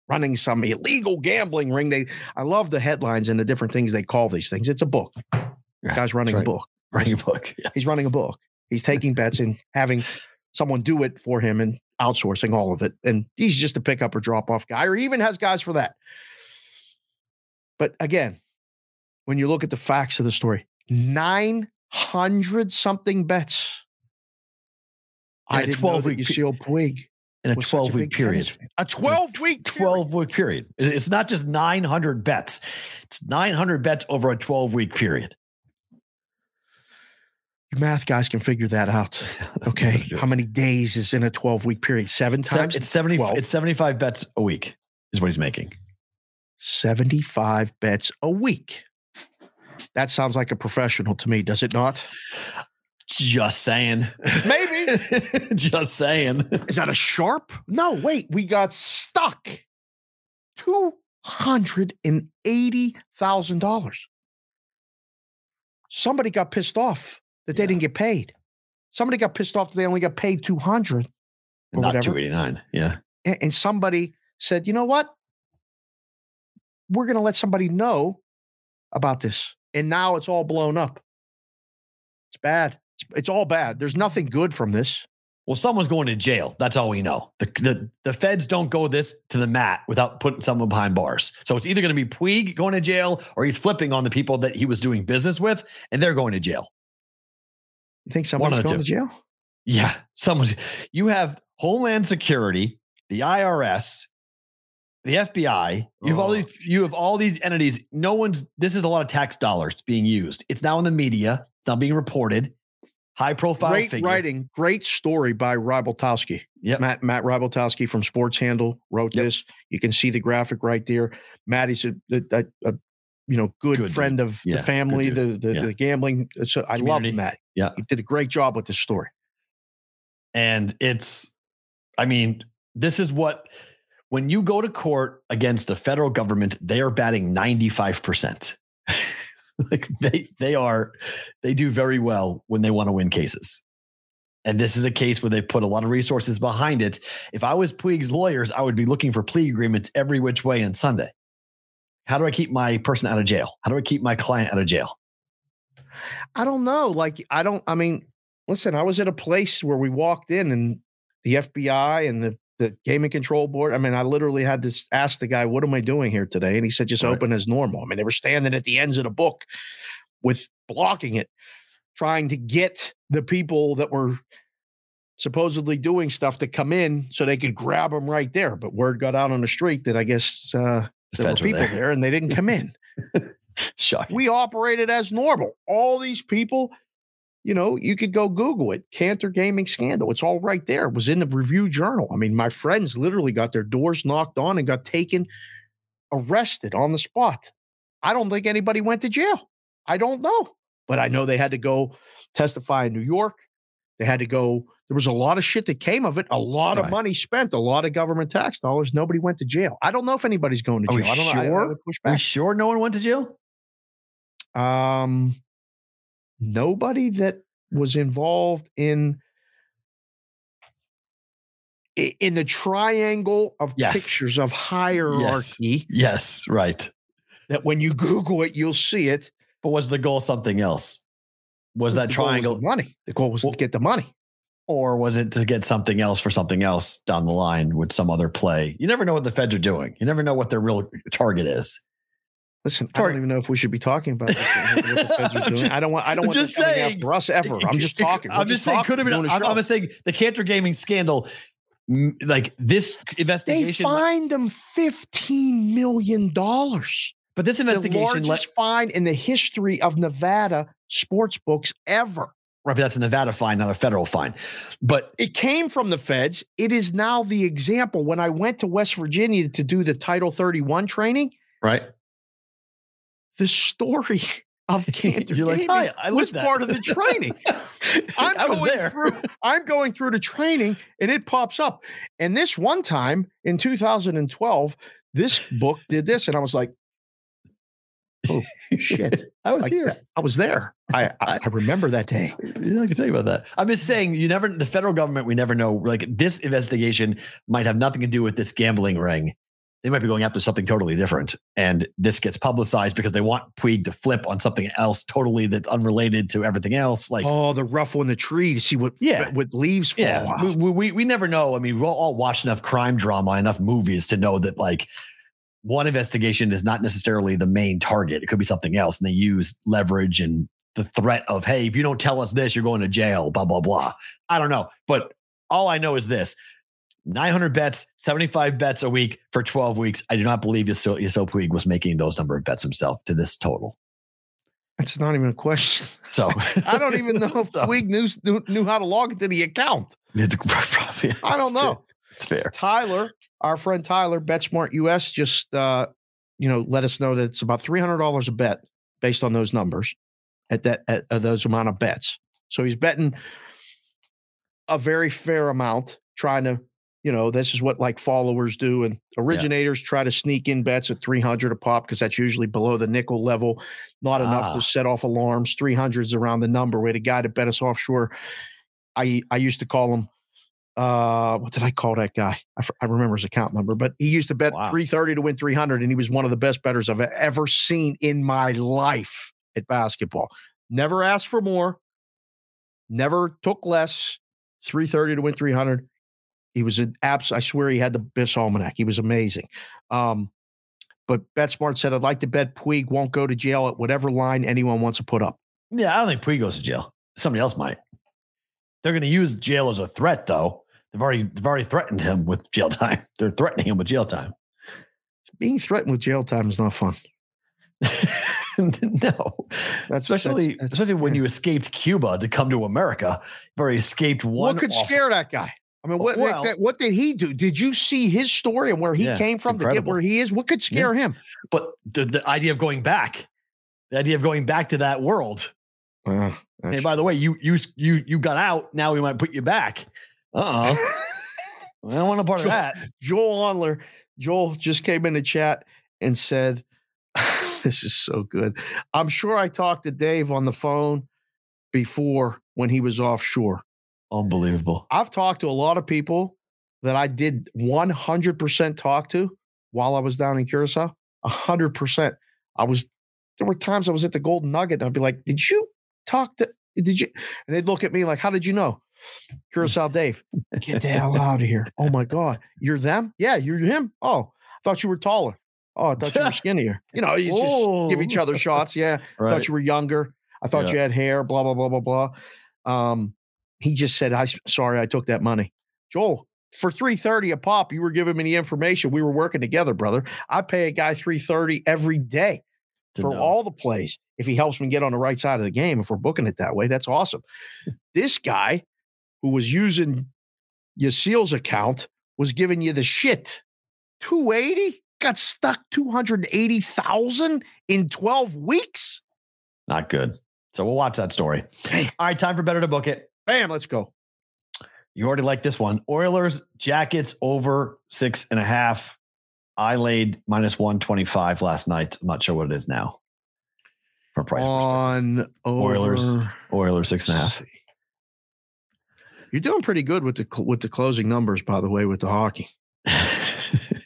H: running some illegal gambling ring. They I love the headlines and the different things they call these things. It's a book.
G: Yeah,
H: Guy's running
G: right.
H: a book.
G: Writing a book. Yeah.
H: He's running a book. He's taking bets and having someone do it for him and outsourcing all of it. And he's just a pick up or drop off guy, or he even has guys for that. But again, when you look at the facts of the story, 900 something bets.
G: In
H: I
G: a
H: didn't know
G: 12
H: that
G: week pe-
H: Yasiel Puig
G: In a
H: was such a
G: 12 week
H: big
G: period.
H: tennis fan. A 12 week
G: 12 week period. It- It's not just 900 bets, it's 900 bets over a 12 week period.
H: You math guys can figure that out. Okay. How many days is in a 12 week period? Seven
G: Se-
H: times?
G: it's 70
H: 12.
G: it's 75 bets a week is what he's making.
H: 75 bets a week. That sounds like a professional to me, does it not?
G: Just saying. Maybe. just saying.
H: Is that a sharp? No, wait, we got stuck. $280,000. Somebody got pissed off that they didn't get paid. Somebody got pissed off that they only got paid 200 or
G: Not
H: whatever.
G: 289. Yeah.
H: a- and somebody said, you know what? We're going to let somebody know about this. And now it's all blown up. It's bad. It's, it's all bad. There's nothing good from this.
G: Well, someone's going to jail. That's all we know. The, the, the feds don't go this to the mat without putting someone behind bars. So it's either going to be Puig going to jail or he's flipping on the people that he was doing business with and they're going to jail.
H: You think
G: One
H: somebody's
G: of the
H: going to jail?
G: Yeah. Someone's, you have Homeland Security, the IRS, the FBI. You have all
H: Oh.
G: these, you have all these entities. No one's, this is a lot of tax dollars being used. It's now in the media. It's now being reported. High profile
H: Great
G: figure.
H: writing, great story by Rybaltowski.
G: Yep.
H: Matt Matt Rybaltowski from Sports Handle wrote
G: Yep.
H: this. You can see the graphic right there. Matty's a, a, a, a, you know
G: Good
H: good,
G: dude.
H: friend of
G: Yeah,
H: the
G: good
H: family, the the,
G: Yeah.
H: the gambling. uh, So I love
G: Community.
H: Matt.
G: Yeah.
H: he did a great job with this story.
G: And it's, I mean, this is what, when you go to court against the federal government, they are batting 95%. like they, they are, they do very well when they want to win cases. And this is a case where they've put a lot of resources behind it. If I was Puig's lawyers, I would be looking for plea agreements every which way on Sunday. How do I keep my person out of jail? How do I keep my client out of jail?
H: I don't know. Like, I don't, I mean, listen, I was at a place where we walked in and the FBI and the, the gaming control board. I mean, I literally had to s- ask the guy, what am I doing here today? And he said, just
G: Right.
H: open as normal. I mean, they were standing at the ends of the book with blocking it, trying to get the people that were supposedly doing stuff to come in so they could grab them right there. But word got out on the street that I guess uh,
G: The
H: there were
G: feds were
H: people
G: there.
H: there and they didn't come in
G: Shocking.
H: we operated as normal. All these people, you know, you could go Google it. Cantor Gaming Scandal. It's all right there. It was in the review journal. I mean, my friends literally got their doors knocked on and got taken, arrested on the spot. I don't think anybody went to jail. I don't know. But I know they had to go testify in New York. They had to go. There was a lot of shit that came of it. A lot of
G: Right.
H: money spent, a lot of government tax dollars. Nobody went to jail. I don't know if anybody's going to
G: Are we
H: jail. I don't know. I- I
G: sure?
H: would push
G: Are you
H: back.
G: sure no one went to jail?
H: Um, nobody that was involved in i- in the triangle of
G: Yes.
H: pictures of hierarchy
G: Yes, right.
H: that when you Google it, you'll see it.
G: But was the goal something else? Was that
H: The goal the
G: triangle,
H: money? The goal was
G: Well-
H: to get the money.
G: or was it to get something else for something else down the line with some other play? You never know what the feds are doing. You never know what their real target is.
H: Listen, I
G: Sorry.
H: don't even know if we should be talking about this. I don't know what the feds are
G: I'm
H: doing.
G: just-
H: I don't want. I don't
G: I'm
H: want this
G: just
H: coming
G: saying.
H: after us ever. I'm just talking. We're
G: I'm just saying,
H: talking.
G: could have been.
H: We're doing a
G: I'm,
H: show.
G: I'm just saying the Cantor gaming scandal, m- like this
H: they
G: investigation.
H: fined them fifteen million dollars.
G: but this
H: the
G: investigation,
H: largest
G: let,
H: fine in the history of Nevada sports books ever.
G: right? But that's a Nevada fine, not a federal fine. But
H: It came from the feds. It is now the example. When I went to West Virginia to do the Title 31 training,
G: right,
H: the story of Cantor
G: You're like,
H: Gaming
G: hi, I
H: was
G: lived that.
H: part of the training. I'm
G: I was
H: going
G: there.
H: through I'm going through the training and it pops up. And this one time in 2012, this book did this, and I was like, Oh shit.
G: I was
H: Like,
G: here.
H: I was there. I, I I remember that day.
G: Yeah, I can tell you about that. I'm just saying, you never, the federal government, we never know. Like, this investigation might have nothing to do with this gambling ring. They might be going after something totally different. And this gets publicized because they want Puig to flip on something else totally that's unrelated to everything else. Like,
H: oh, the ruffle in the tree to see what
G: Yeah.
H: what leaves fall
G: yeah,
H: out.
G: we, we, we, we never know. I mean, we'll all watch enough crime drama, enough movies to know that, like, one investigation is not necessarily the main target. It could be something else. And they use leverage and the threat of, hey, if you don't tell us this, you're going to jail, blah, blah, blah. I don't know. But all I know is this 900 bets, 75 bets a week for 12 weeks. I do not believe Yasiel Yasiel Puig was making those number of bets himself to this total.
H: That's not even a question.
G: So
H: I don't even know if
G: So-
H: Puig knew, knew knew how to log into the account. I don't know.
G: It's fair.
H: Tyler, our friend Tyler, BetSmart US, just uh, you know, let us know that it's about three hundred dollars a bet based on those numbers at that at, at those amount of bets. So he's betting a very fair amount, trying to, you know, this is what like followers do, and originators try to sneak in bets at three hundred a pop because that's usually below the nickel level, not enough
G: Ah.
H: to set off alarms. Three hundreds around the number. We had a guy that bet us offshore. I I used to call him uh what did I call that guy? I, f- I remember his account number, but he used to bet
G: Wow.
H: 330 to win 300 and he was one of the best bettors I've e, ever seen in my life at basketball. Never asked for more. Never took less. 330 to win 300. He was an abs I swear he had the best almanac. He was amazing. Um but BetSmart said I'd like to bet Puig won't go to jail at whatever line anyone wants to put up.
G: Yeah, I don't think Puig goes to jail. Somebody else might. They're going to use jail as a threat, though. They've already they've already threatened him with jail time. They're threatening him with jail time.
H: Being threatened with jail time is not fun.
G: no, especially
H: that's- that's
G: especially when
H: fair.
G: you escaped Cuba to come to America. You've already escaped one.
H: what could
G: awful-
H: scare that guy? I mean, what like
G: Well-
H: that- what did he do? Did you see his story and where he
G: Yeah,
H: came
G: it's
H: from to get
G: incredible.
H: where he is? What could scare him?
G: But the, the idea of going back, the idea of going back to that world. Hey, by the way, you you you you got out. Now we might put you back. Uh oh. I don't want a part of
H: Sure.
G: that.
H: Joel Onler, Joel just came in the chat and said, "This is so good." I'm sure I talked to Dave on the phone before when he was offshore.
G: Unbelievable.
H: I've talked to a lot of people that I did 100% talk to while I was down in Curacao. 100%. I was, there were times I was at the Golden Nugget and I'd be like, Did you talk to, did you? And they'd look at me like, How did you know? Curacao Dave, get the hell out of here. Oh my God. You're them? Yeah, you're him. Oh, I thought you were taller. Oh, I thought you were skinnier. You know, you just give each other shots. Yeah. I
G: Oh. Right.
H: thought you were younger. I thought
G: Yeah.
H: you had hair, blah, blah, blah, blah, blah. Um, he just said, I s- sorry, I took that money. Joel, for 330 a pop, you were giving me the information. We were working together, brother. I pay a guy 330 every day
G: To
H: for
G: know.
H: all the plays. If he helps me get on the right side of the game, if we're booking it that way, that's awesome. this guy who was using Yasiel's account was giving you the shit. 280 got stuck 280,000 in 12 weeks.
G: Not good. So we'll watch that story. All right, time for better to book it.
H: Bam, let's go.
G: You already like this one. Oilers jackets over six and a half. I laid minus one twenty five last night. I'm not sure what it is now. From a price perspective.
H: on
G: Oilers,
H: over-
G: Oilers six and a half.
H: You're doing pretty good with the cl- with the closing numbers, by the way, with the hockey.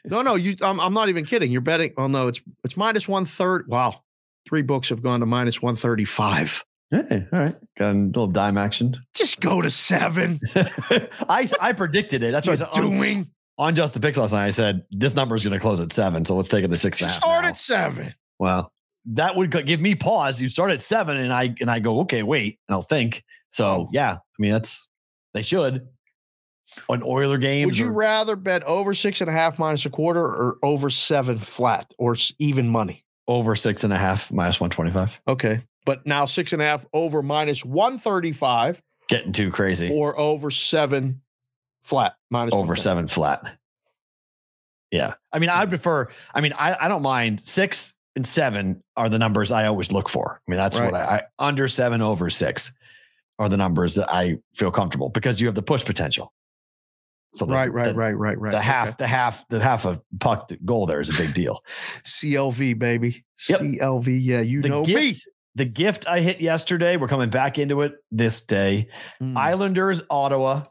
H: No, no, you. I'm, I'm not even kidding. You're betting. Oh no, it's it's minus one third. Wow, three books have gone to minus one thirty five.
G: hey, all right, got a little dime action.
H: Just go to seven.
G: I I predicted it. That's what I
H: You're
G: said on,
H: doing.
G: on just the picks last night. I said this number is going to close at seven, so let's take it to six
H: You
G: and a half.
H: start
G: now.
H: at seven.
G: Well, that would co- give me pause. You start at seven, and I and I go, okay, wait, and I'll think.
H: Oh.
G: So yeah, I mean that's they should on Oiler games.
H: Would you
G: or-
H: rather bet over six and a half minus a quarter or over seven flat or s- even money?
G: over six and a half minus one twenty five?
H: Okay, but now six and a half over minus one thirty five
G: Getting too crazy.
H: or over seven flat minus
G: Over
H: 135. Hmm.
G: seven flat. Yeah, I mean, I'd prefer. I mean, I I don't mind six and seven are the numbers I always look for. I mean, that's what I, I under seven, over six are the numbers that I feel comfortable because you have the push potential. So the,
H: right, right,
G: the,
H: right, right, right.
G: The
H: okay.
G: half, the half, the half of puck the goal there is a big deal.
H: CLV, baby.
G: Yep.
H: CLV. Yeah, you
G: the
H: know
G: gift,
H: me.
G: the gift I hit yesterday. We're coming back into it this day.
H: Mm.
G: Islanders, Ottawa,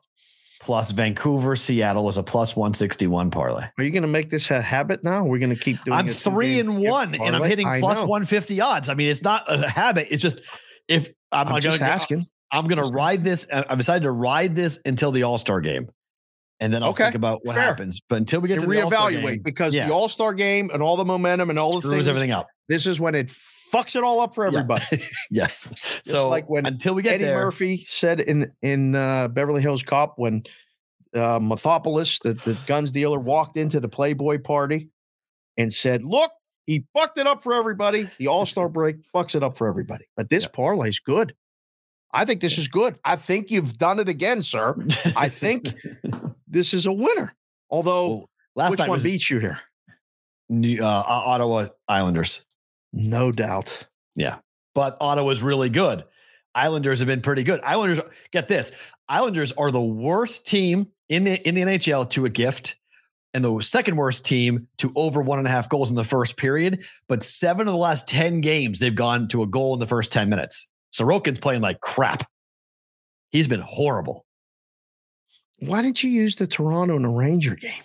G: plus Vancouver, Seattle is a plus one sixty one parlay.
H: Are you going to make this a habit now? We're going to keep doing
G: I'm
H: a
G: three
H: two-game
G: and
H: gift
G: one, and I'm
H: parlay?
G: hitting
H: I
G: plus
H: know.
G: one fifty odds. I mean, it's not a habit. It's just if I'm,
H: I'm,
G: not
H: just
G: gonna,
H: asking.
G: I'm gonna
H: just
G: ride this. uh, I'm excited to ride this until the All Star game, and then I'll
H: Okay,
G: think about what
H: fair.
G: happens. But until we get
H: And
G: to the All-Star game,
H: reevaluate because
G: Yeah.
H: the All Star game and all the momentum and all the
G: screws
H: things.
G: everything up.
H: This is when it fucks it all up for
G: Yeah.
H: everybody.
G: Yes. so
H: like when
G: until we get
H: Eddie
G: there,
H: Murphy said in in uh, Beverly Hills Cop when uh, Mathopoulos, the, the guns dealer, walked into the Playboy party and said, "Look, he fucked it up for everybody. The All Star break fucks it up for everybody, but this parlay's good. I think this is good. I think you've done it again, sir. I think this is a winner. Although,
G: Well, last
H: which
G: night
H: one
G: was
H: beat you here?
G: New- uh, Ottawa Islanders,
H: No doubt.
G: but Ottawa's really good. Islanders have been pretty good. Islanders, get this: Islanders are the worst team in the in the NHL to a gift, and the second worst team to over one and a half goals in the first period. But seven of the last ten games, they've gone to a goal in the first ten minutes. Sorokin's playing like crap. He's been horrible.
H: Why didn't you use the Toronto and the Ranger game?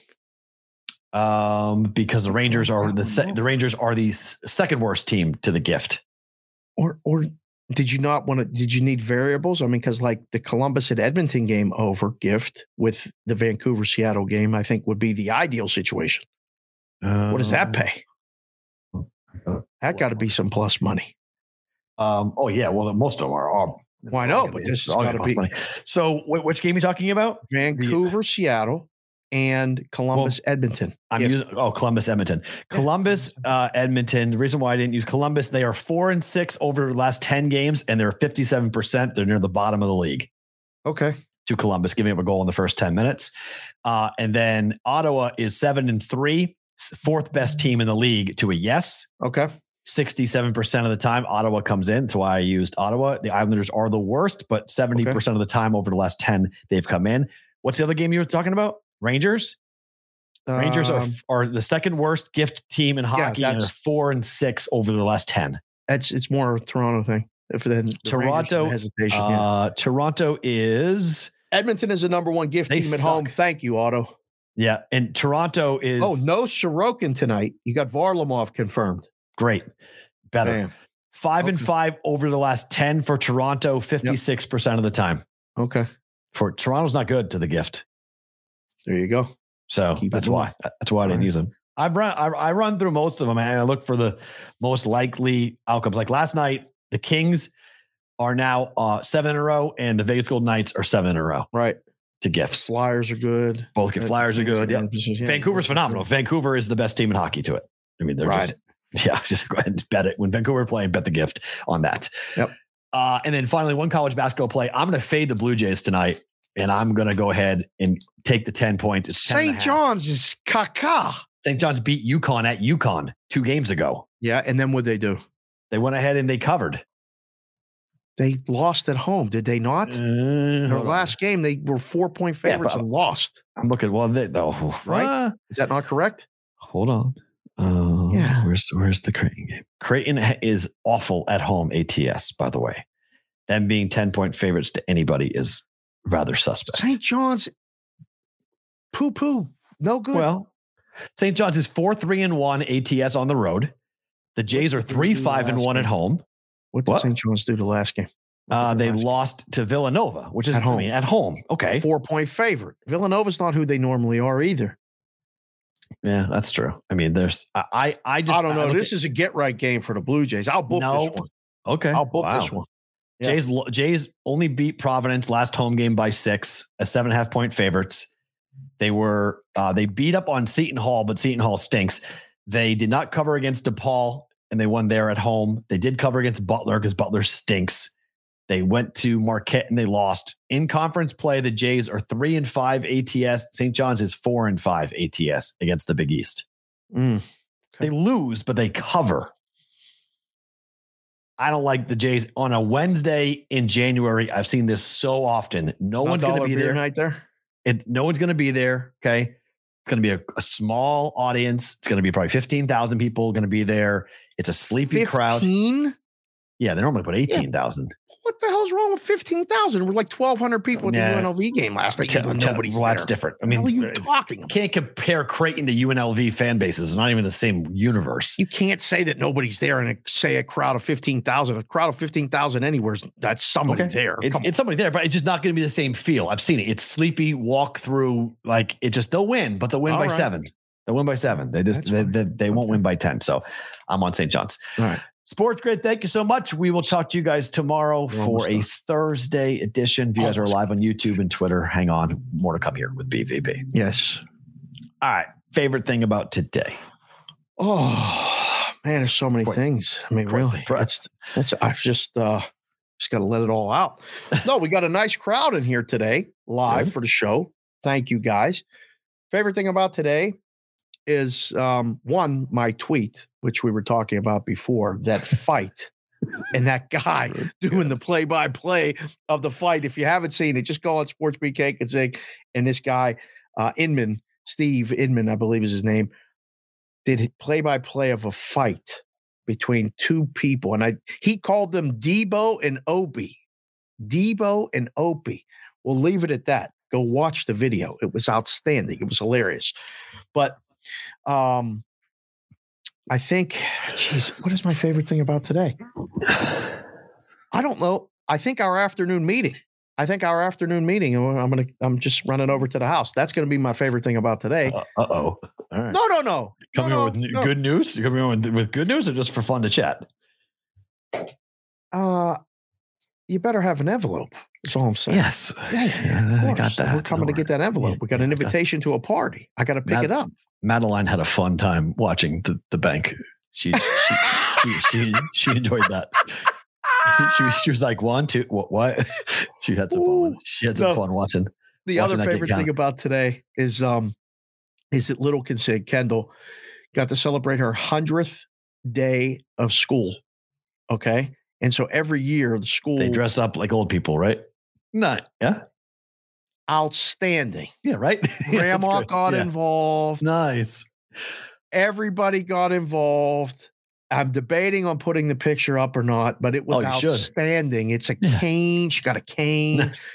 G: Um, because the Rangers are the se- the Rangers are the s- second worst team to the gift.
H: or or did you not want to did you need variables i mean because like the columbus and edmonton game over gift with the vancouver seattle game i think would be the ideal situation what does
G: Uh,
H: that pay that got to be some plus money
G: Um, oh yeah, well most of them are. all
H: well i know but this has
G: all
H: got to
G: cost
H: be
G: money. So, wh- which game are you talking about? uh
H: vancouver seattle and columbus edmonton
G: I'm
H: If-
G: using oh Columbus Edmonton, Columbus uh, Edmonton. The reason why I didn't use Columbus, they are four and six over the last ten games, and they're fifty seven percent. They're near the bottom of the league.
H: okay
G: To Columbus, giving up a goal in the first ten minutes, uh, and then Ottawa is seven and three, s- fourth best team in the league to a yes.
H: okay
G: 67% of the time Ottawa comes in. That's why I used Ottawa. The Islanders are the worst, but 70% of the time over the last 10, they've come in. What's the other game you were talking about? Rangers? Rangers
H: Um,
G: are, are the second worst gift team in hockey and they're
H: that's-
G: four and six over the last 10.
H: it's it's more of a toronto thing if then the Rangers
G: Toronto,
H: hesitation yeah.
G: Uh, Toronto is,
H: edmonton is the number one gift
G: they
H: team at home
G: suck.
H: thank you otto
G: yeah, and Toronto is
H: oh no sorokin tonight you got varlamov confirmed
G: great, better.
H: Damn.
G: Five and
H: Okay.
G: five over the last 10 for Toronto, 56% of the time.
H: okay
G: For Toronto's not good to the gift.
H: There you go.
G: So
H: Keep it
G: that's
H: moving.
G: why that's why I didn't
H: Alright.
G: use them. I've run I, I run through most of them and I look for the most likely outcomes. Like last night, the Kings are now uh, seven in a row, and the Vegas Golden Knights are seven in a row
H: Right.
G: to gifts.
H: Flyers are good.
G: Both get Flyers are good. Yeah.
H: Yeah.
G: Vancouver's phenomenal. Vancouver is the best team in hockey to it. I mean, they're
H: Right.
G: just yeah, just go ahead and bet it. When Vancouver play, bet the gift on that.
H: Yep.
G: Uh, and then finally, one college basketball play. I'm going to fade the Blue Jays tonight, and I'm going to go ahead and take the 10 points. It's 10 and a
H: St.
G: half.
H: John's is caca.
G: St. John's beat UConn at UConn two games ago.
H: Yeah. And then what they do?
G: They went ahead and they covered.
H: They lost at home, did they not? Their last game, they were four point
G: Yeah,
H: favorites
G: but-
H: and lost.
G: I'm looking. Well, they, oh,
H: Right?
G: uh,
H: Is that not correct?
G: hold on. Uh,
H: Yeah.
G: Where's Where's the Creighton game? Creighton ha- is awful at home. ATS, by the way, them being ten point favorites to anybody is rather suspect.
H: St. John's, poo poo. No good.
G: Well, St. John's is four three and one ATS on the road. The Jays are
H: did they
G: three
H: do
G: five and
H: last
G: one at
H: game?
G: home.
H: what did
G: what?
H: St. John's do the last game? What did
G: Uh,
H: their
G: they
H: last game-
G: lost to Villanova, which is
H: At
G: I
H: home.
G: mean, at home. Okay,
H: Four point favorite. Villanova's not who they normally are either.
G: yeah, that's true. I mean, there's I I, I just
H: I don't know.
G: look
H: This is a get right game for the Blue Jays. I'll book
G: No.
H: this one.
G: Okay.
H: I'll book this one. Yeah.
G: Jays lo- Jays only beat Providence last home game by six, a seven and a half point favorites. They were uh, they beat up on Seton Hall, but Seton Hall stinks. They did not cover against DePaul, and they won there at home. They did cover against Butler because Butler stinks. They went to Marquette and they lost in conference play. The Jays are three and five ATS. St. John's is four and five ATS against the Big East.
H: Mm.
G: They lose, but they cover. I don't like the Jays on a Wednesday in January. I've seen this so often. No one's going to be there.
H: night there.
G: It, no one's going to be there. Okay. It's going to be a, a small audience. It's going to be probably 15,000 people going to be there. It's a sleepy crowd.
H: 15?
G: Yeah. They normally put 18,000.
H: What the hell's wrong with 15,000? We're like 1,200 people at the
G: Nah.
H: UNLV game last night.
G: Te-
H: and
G: te-
H: Nobody's
G: well,
H: there.
G: that's different. I
H: I mean, uh,
G: mean,
H: what are you
G: it-
H: talking
G: you
H: about?
G: can't compare Creighton to UNLV fan bases. They're not even the same universe.
H: You can't say that nobody's there and say a crowd of 15,000. A crowd of 15,000 anywhere's that's somebody
G: Okay.
H: there.
G: It's,
H: Come on.
G: it's somebody there, but it's just not going to be the same feel. I've seen it. It's sleepy walk through. Like it just they'll win, but they'll win
H: All
G: by
H: right.
G: seven. They'll win by seven. They just
H: That's
G: they,
H: fine.
G: they, they won't win by ten. So I'm on St. John's.
H: All right.
G: Sports Grid, thank you so much. We will talk to you guys tomorrow
H: We're
G: for
H: almost
G: a
H: done.
G: Thursday edition. If you guys are
H: Almost.
G: live on YouTube and Twitter, hang on. More to come here with BVB.
H: yes.
G: All right. Favorite thing about today?
H: Oh man, there's so many
G: Quite-
H: things. I mean,
G: quite
H: really,
G: impressed.
H: that's I've just uh just got to let it all out. No, we got a nice crowd in here today, live
G: Good.
H: for the show. Thank you guys. Favorite thing about today is um one my tweet, which we were talking about before that fight. And that guy doing the play by play of the fight. If you haven't seen it, just go on Sports BK Kazig. And this guy, uh, Inman, Steve Inman, I believe is his name, did play by play of a fight between two people. And I he called them Debo and Obi. Debo and Opie. We'll leave it at that. Go watch the video. It was outstanding. It was hilarious. But um I think, geez, what is my favorite thing about today?
G: Uh,
H: I don't know. I think our afternoon meeting. I think our afternoon meeting. I'm gonna. I'm just running over to the house. That's gonna be my favorite thing about today.
G: Uh oh. All right.
H: No, no, no.
G: coming
H: no,
G: on
H: no,
G: with n-
H: no.
G: good news? You coming on with, with good news or just for fun to chat?
H: Uh, you better have an envelope. That's all I'm saying.
G: Yes.
H: Yeah, yeah, of
G: I
H: course.
G: got that.
H: We're coming to get that envelope. We got an invitation to a party. I got to pick
G: That-
H: it up.
G: Madeline had a fun time watching the, the bank. She she, she she she enjoyed that. She, was- she was like one two what what? She had some fun. with- She had some
H: No.
G: fun watching.
H: the
G: Watching
H: other
G: that get
H: favorite thing
G: counted.
H: about today is um is that little Kinsey Kendall got to celebrate her hundredth day of school. Okay. And so every year the school
G: They dress up like old people, right? Not yeah
H: outstanding.
G: yeah right. Yeah, that's
H: Grandma
G: good.
H: got
G: Yeah.
H: involved.
G: Nice.
H: Everybody got involved. I'm debating on putting the picture up or not, but it was
G: Oh, you should.
H: outstanding. It's a
G: Yeah.
H: cane. She got a cane,
G: Nice.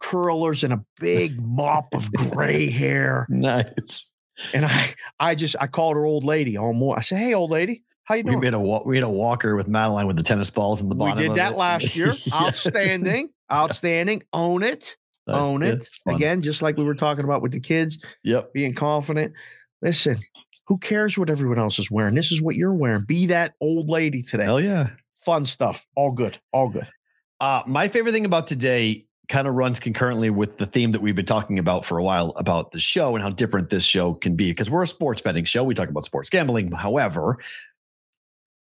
H: curlers, and a big mop of gray hair.
G: nice.
H: And I, I just, I called her old lady all more. I said, "Hey, old lady, how you
G: We
H: doing?"
G: made a wa- we had a walker with Madeline with the tennis balls in the
H: We
G: bottom.
H: did
G: of
H: that
G: it.
H: last year.
G: Yeah.
H: Outstanding, outstanding. Own it,
G: Nice.
H: own
G: Yeah,
H: it.
G: it's fun.
H: Again, just like we were talking about with the kids
G: Yep.
H: being confident. Listen, who cares what everyone else is wearing? This is what you're wearing. Be that old lady today.
G: Hell yeah.
H: Fun stuff. All good. All good.
G: Uh, my favorite thing about today kind of runs concurrently with the theme that we've been talking about for a while about the show and how different this show can be because we're a sports betting show. We talk about sports gambling. However,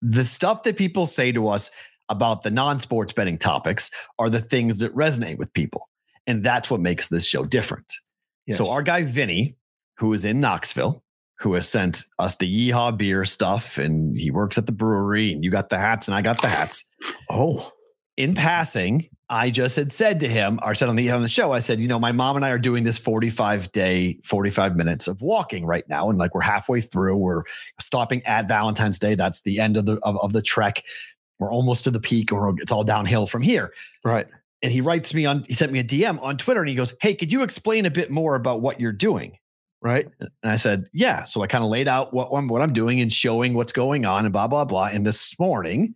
G: the stuff that people say to us about the non sports betting topics are the things that resonate with people. And that's what makes this show different. So,
H: Yes.
G: our guy Vinny, who is in Knoxville, who has sent us the Yeehaw beer stuff, and he works at the brewery, and you got the hats, and I got the hats
H: oh,
G: in passing, I just had said to him, or said on the on the show, I said, you know, my mom and I are doing this 45 day, 45 minutes of walking right now. And like we're halfway through. We're stopping at Valentine's Day. That's the end of the of, of the trek. We're almost to the peak, or it's all downhill from here.
H: right.
G: And he writes me on he sent me a DM on Twitter and he goes, Hey, could you explain a bit more about what you're doing?
H: Right.
G: And I said, yeah. So I kind of laid out what I'm, what I'm doing and showing what's going on and blah, blah, blah. And this morning,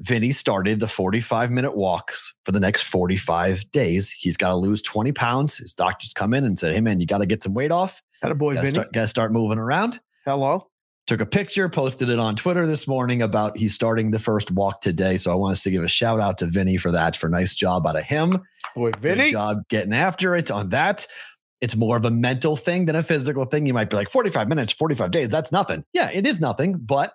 G: Vinny started the 45 minute walks for the next 45 days. He's got to lose 20 pounds. His doctors come in and said, hey, man, you got to get some weight off.
H: Had a boy,
G: Got to
H: Vinny.
G: start, gotta start moving around.
H: Hello.
G: Took a picture, posted it on Twitter this morning about he's starting the first walk today. So I want us to give a shout out to Vinny for that, for nice job out of him.
H: Boy,
G: Good
H: Vinny.
G: job getting after it on that. It's more of a mental thing than a physical thing. You might be like, 45 minutes, 45 days, that's nothing. Yeah, it is nothing, but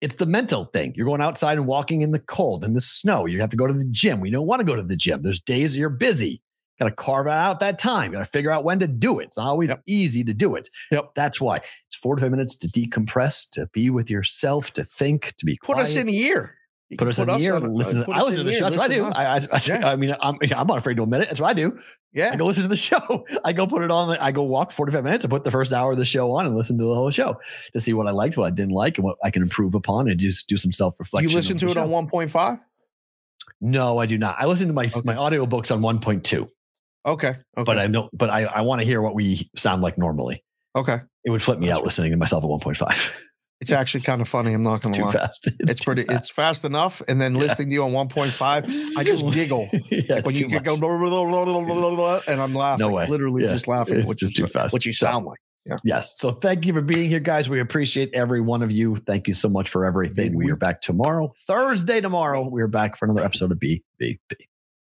G: it's the mental thing. You're going outside and walking in the cold and the snow. You have to go to the gym. We don't want to go to the gym. There's days you're busy. Got to carve out that time. Got to figure out when to do it. It's not always
H: Yep.
G: easy to do it.
H: Yep.
G: That's why it's 45 minutes to decompress, to be with yourself, to think, to be
H: Put
G: quiet.
H: us in the ear. You
G: Put
H: can
G: us in the air.
H: on- uh,
G: listen,
H: put
G: I
H: us
G: listen to
H: in
G: the
H: ear,
G: show. That's what I do.
H: listen to us.
G: I, I, I,
H: Yeah.
G: I mean, I'm, I'm not afraid to admit it. That's what I do. I
H: Yeah.
G: go listen to the show. I go put it on. I go walk 45 minutes and put the first hour of the show on and listen to the whole show to see what I liked, what I didn't like, and what I can improve upon and just do some self
H: You
G: reflection.
H: listen to it on 1.5?
G: No, I do not. I listen to my
H: Okay.
G: my audiobooks on 1.2,
H: Okay. Okay.
G: but I don't but I, I want to hear what we sound like normally.
H: okay.
G: It would flip me out listening to myself at 1.5.
H: It's actually kind of funny. I'm not
G: It's
H: going to
G: too
H: lie.
G: fast. too
H: It's, pretty.
G: fast.
H: It's fast enough. And then listening to you on 1.5, I just giggle
G: yeah, it's
H: when
G: too
H: you
G: much.
H: go blah, blah, blah, blah, blah, blah, blah, and I'm laughing.
G: way.
H: Literally
G: Yeah.
H: just laughing.
G: It's
H: which
G: just
H: is
G: too
H: what-
G: fast.
H: What you
G: So-
H: sound like.
G: Yes. So thank you for being here, guys. We appreciate every one of you. Thank you so much for everything. We are back tomorrow, Thursday tomorrow. We are back for another episode of BBB.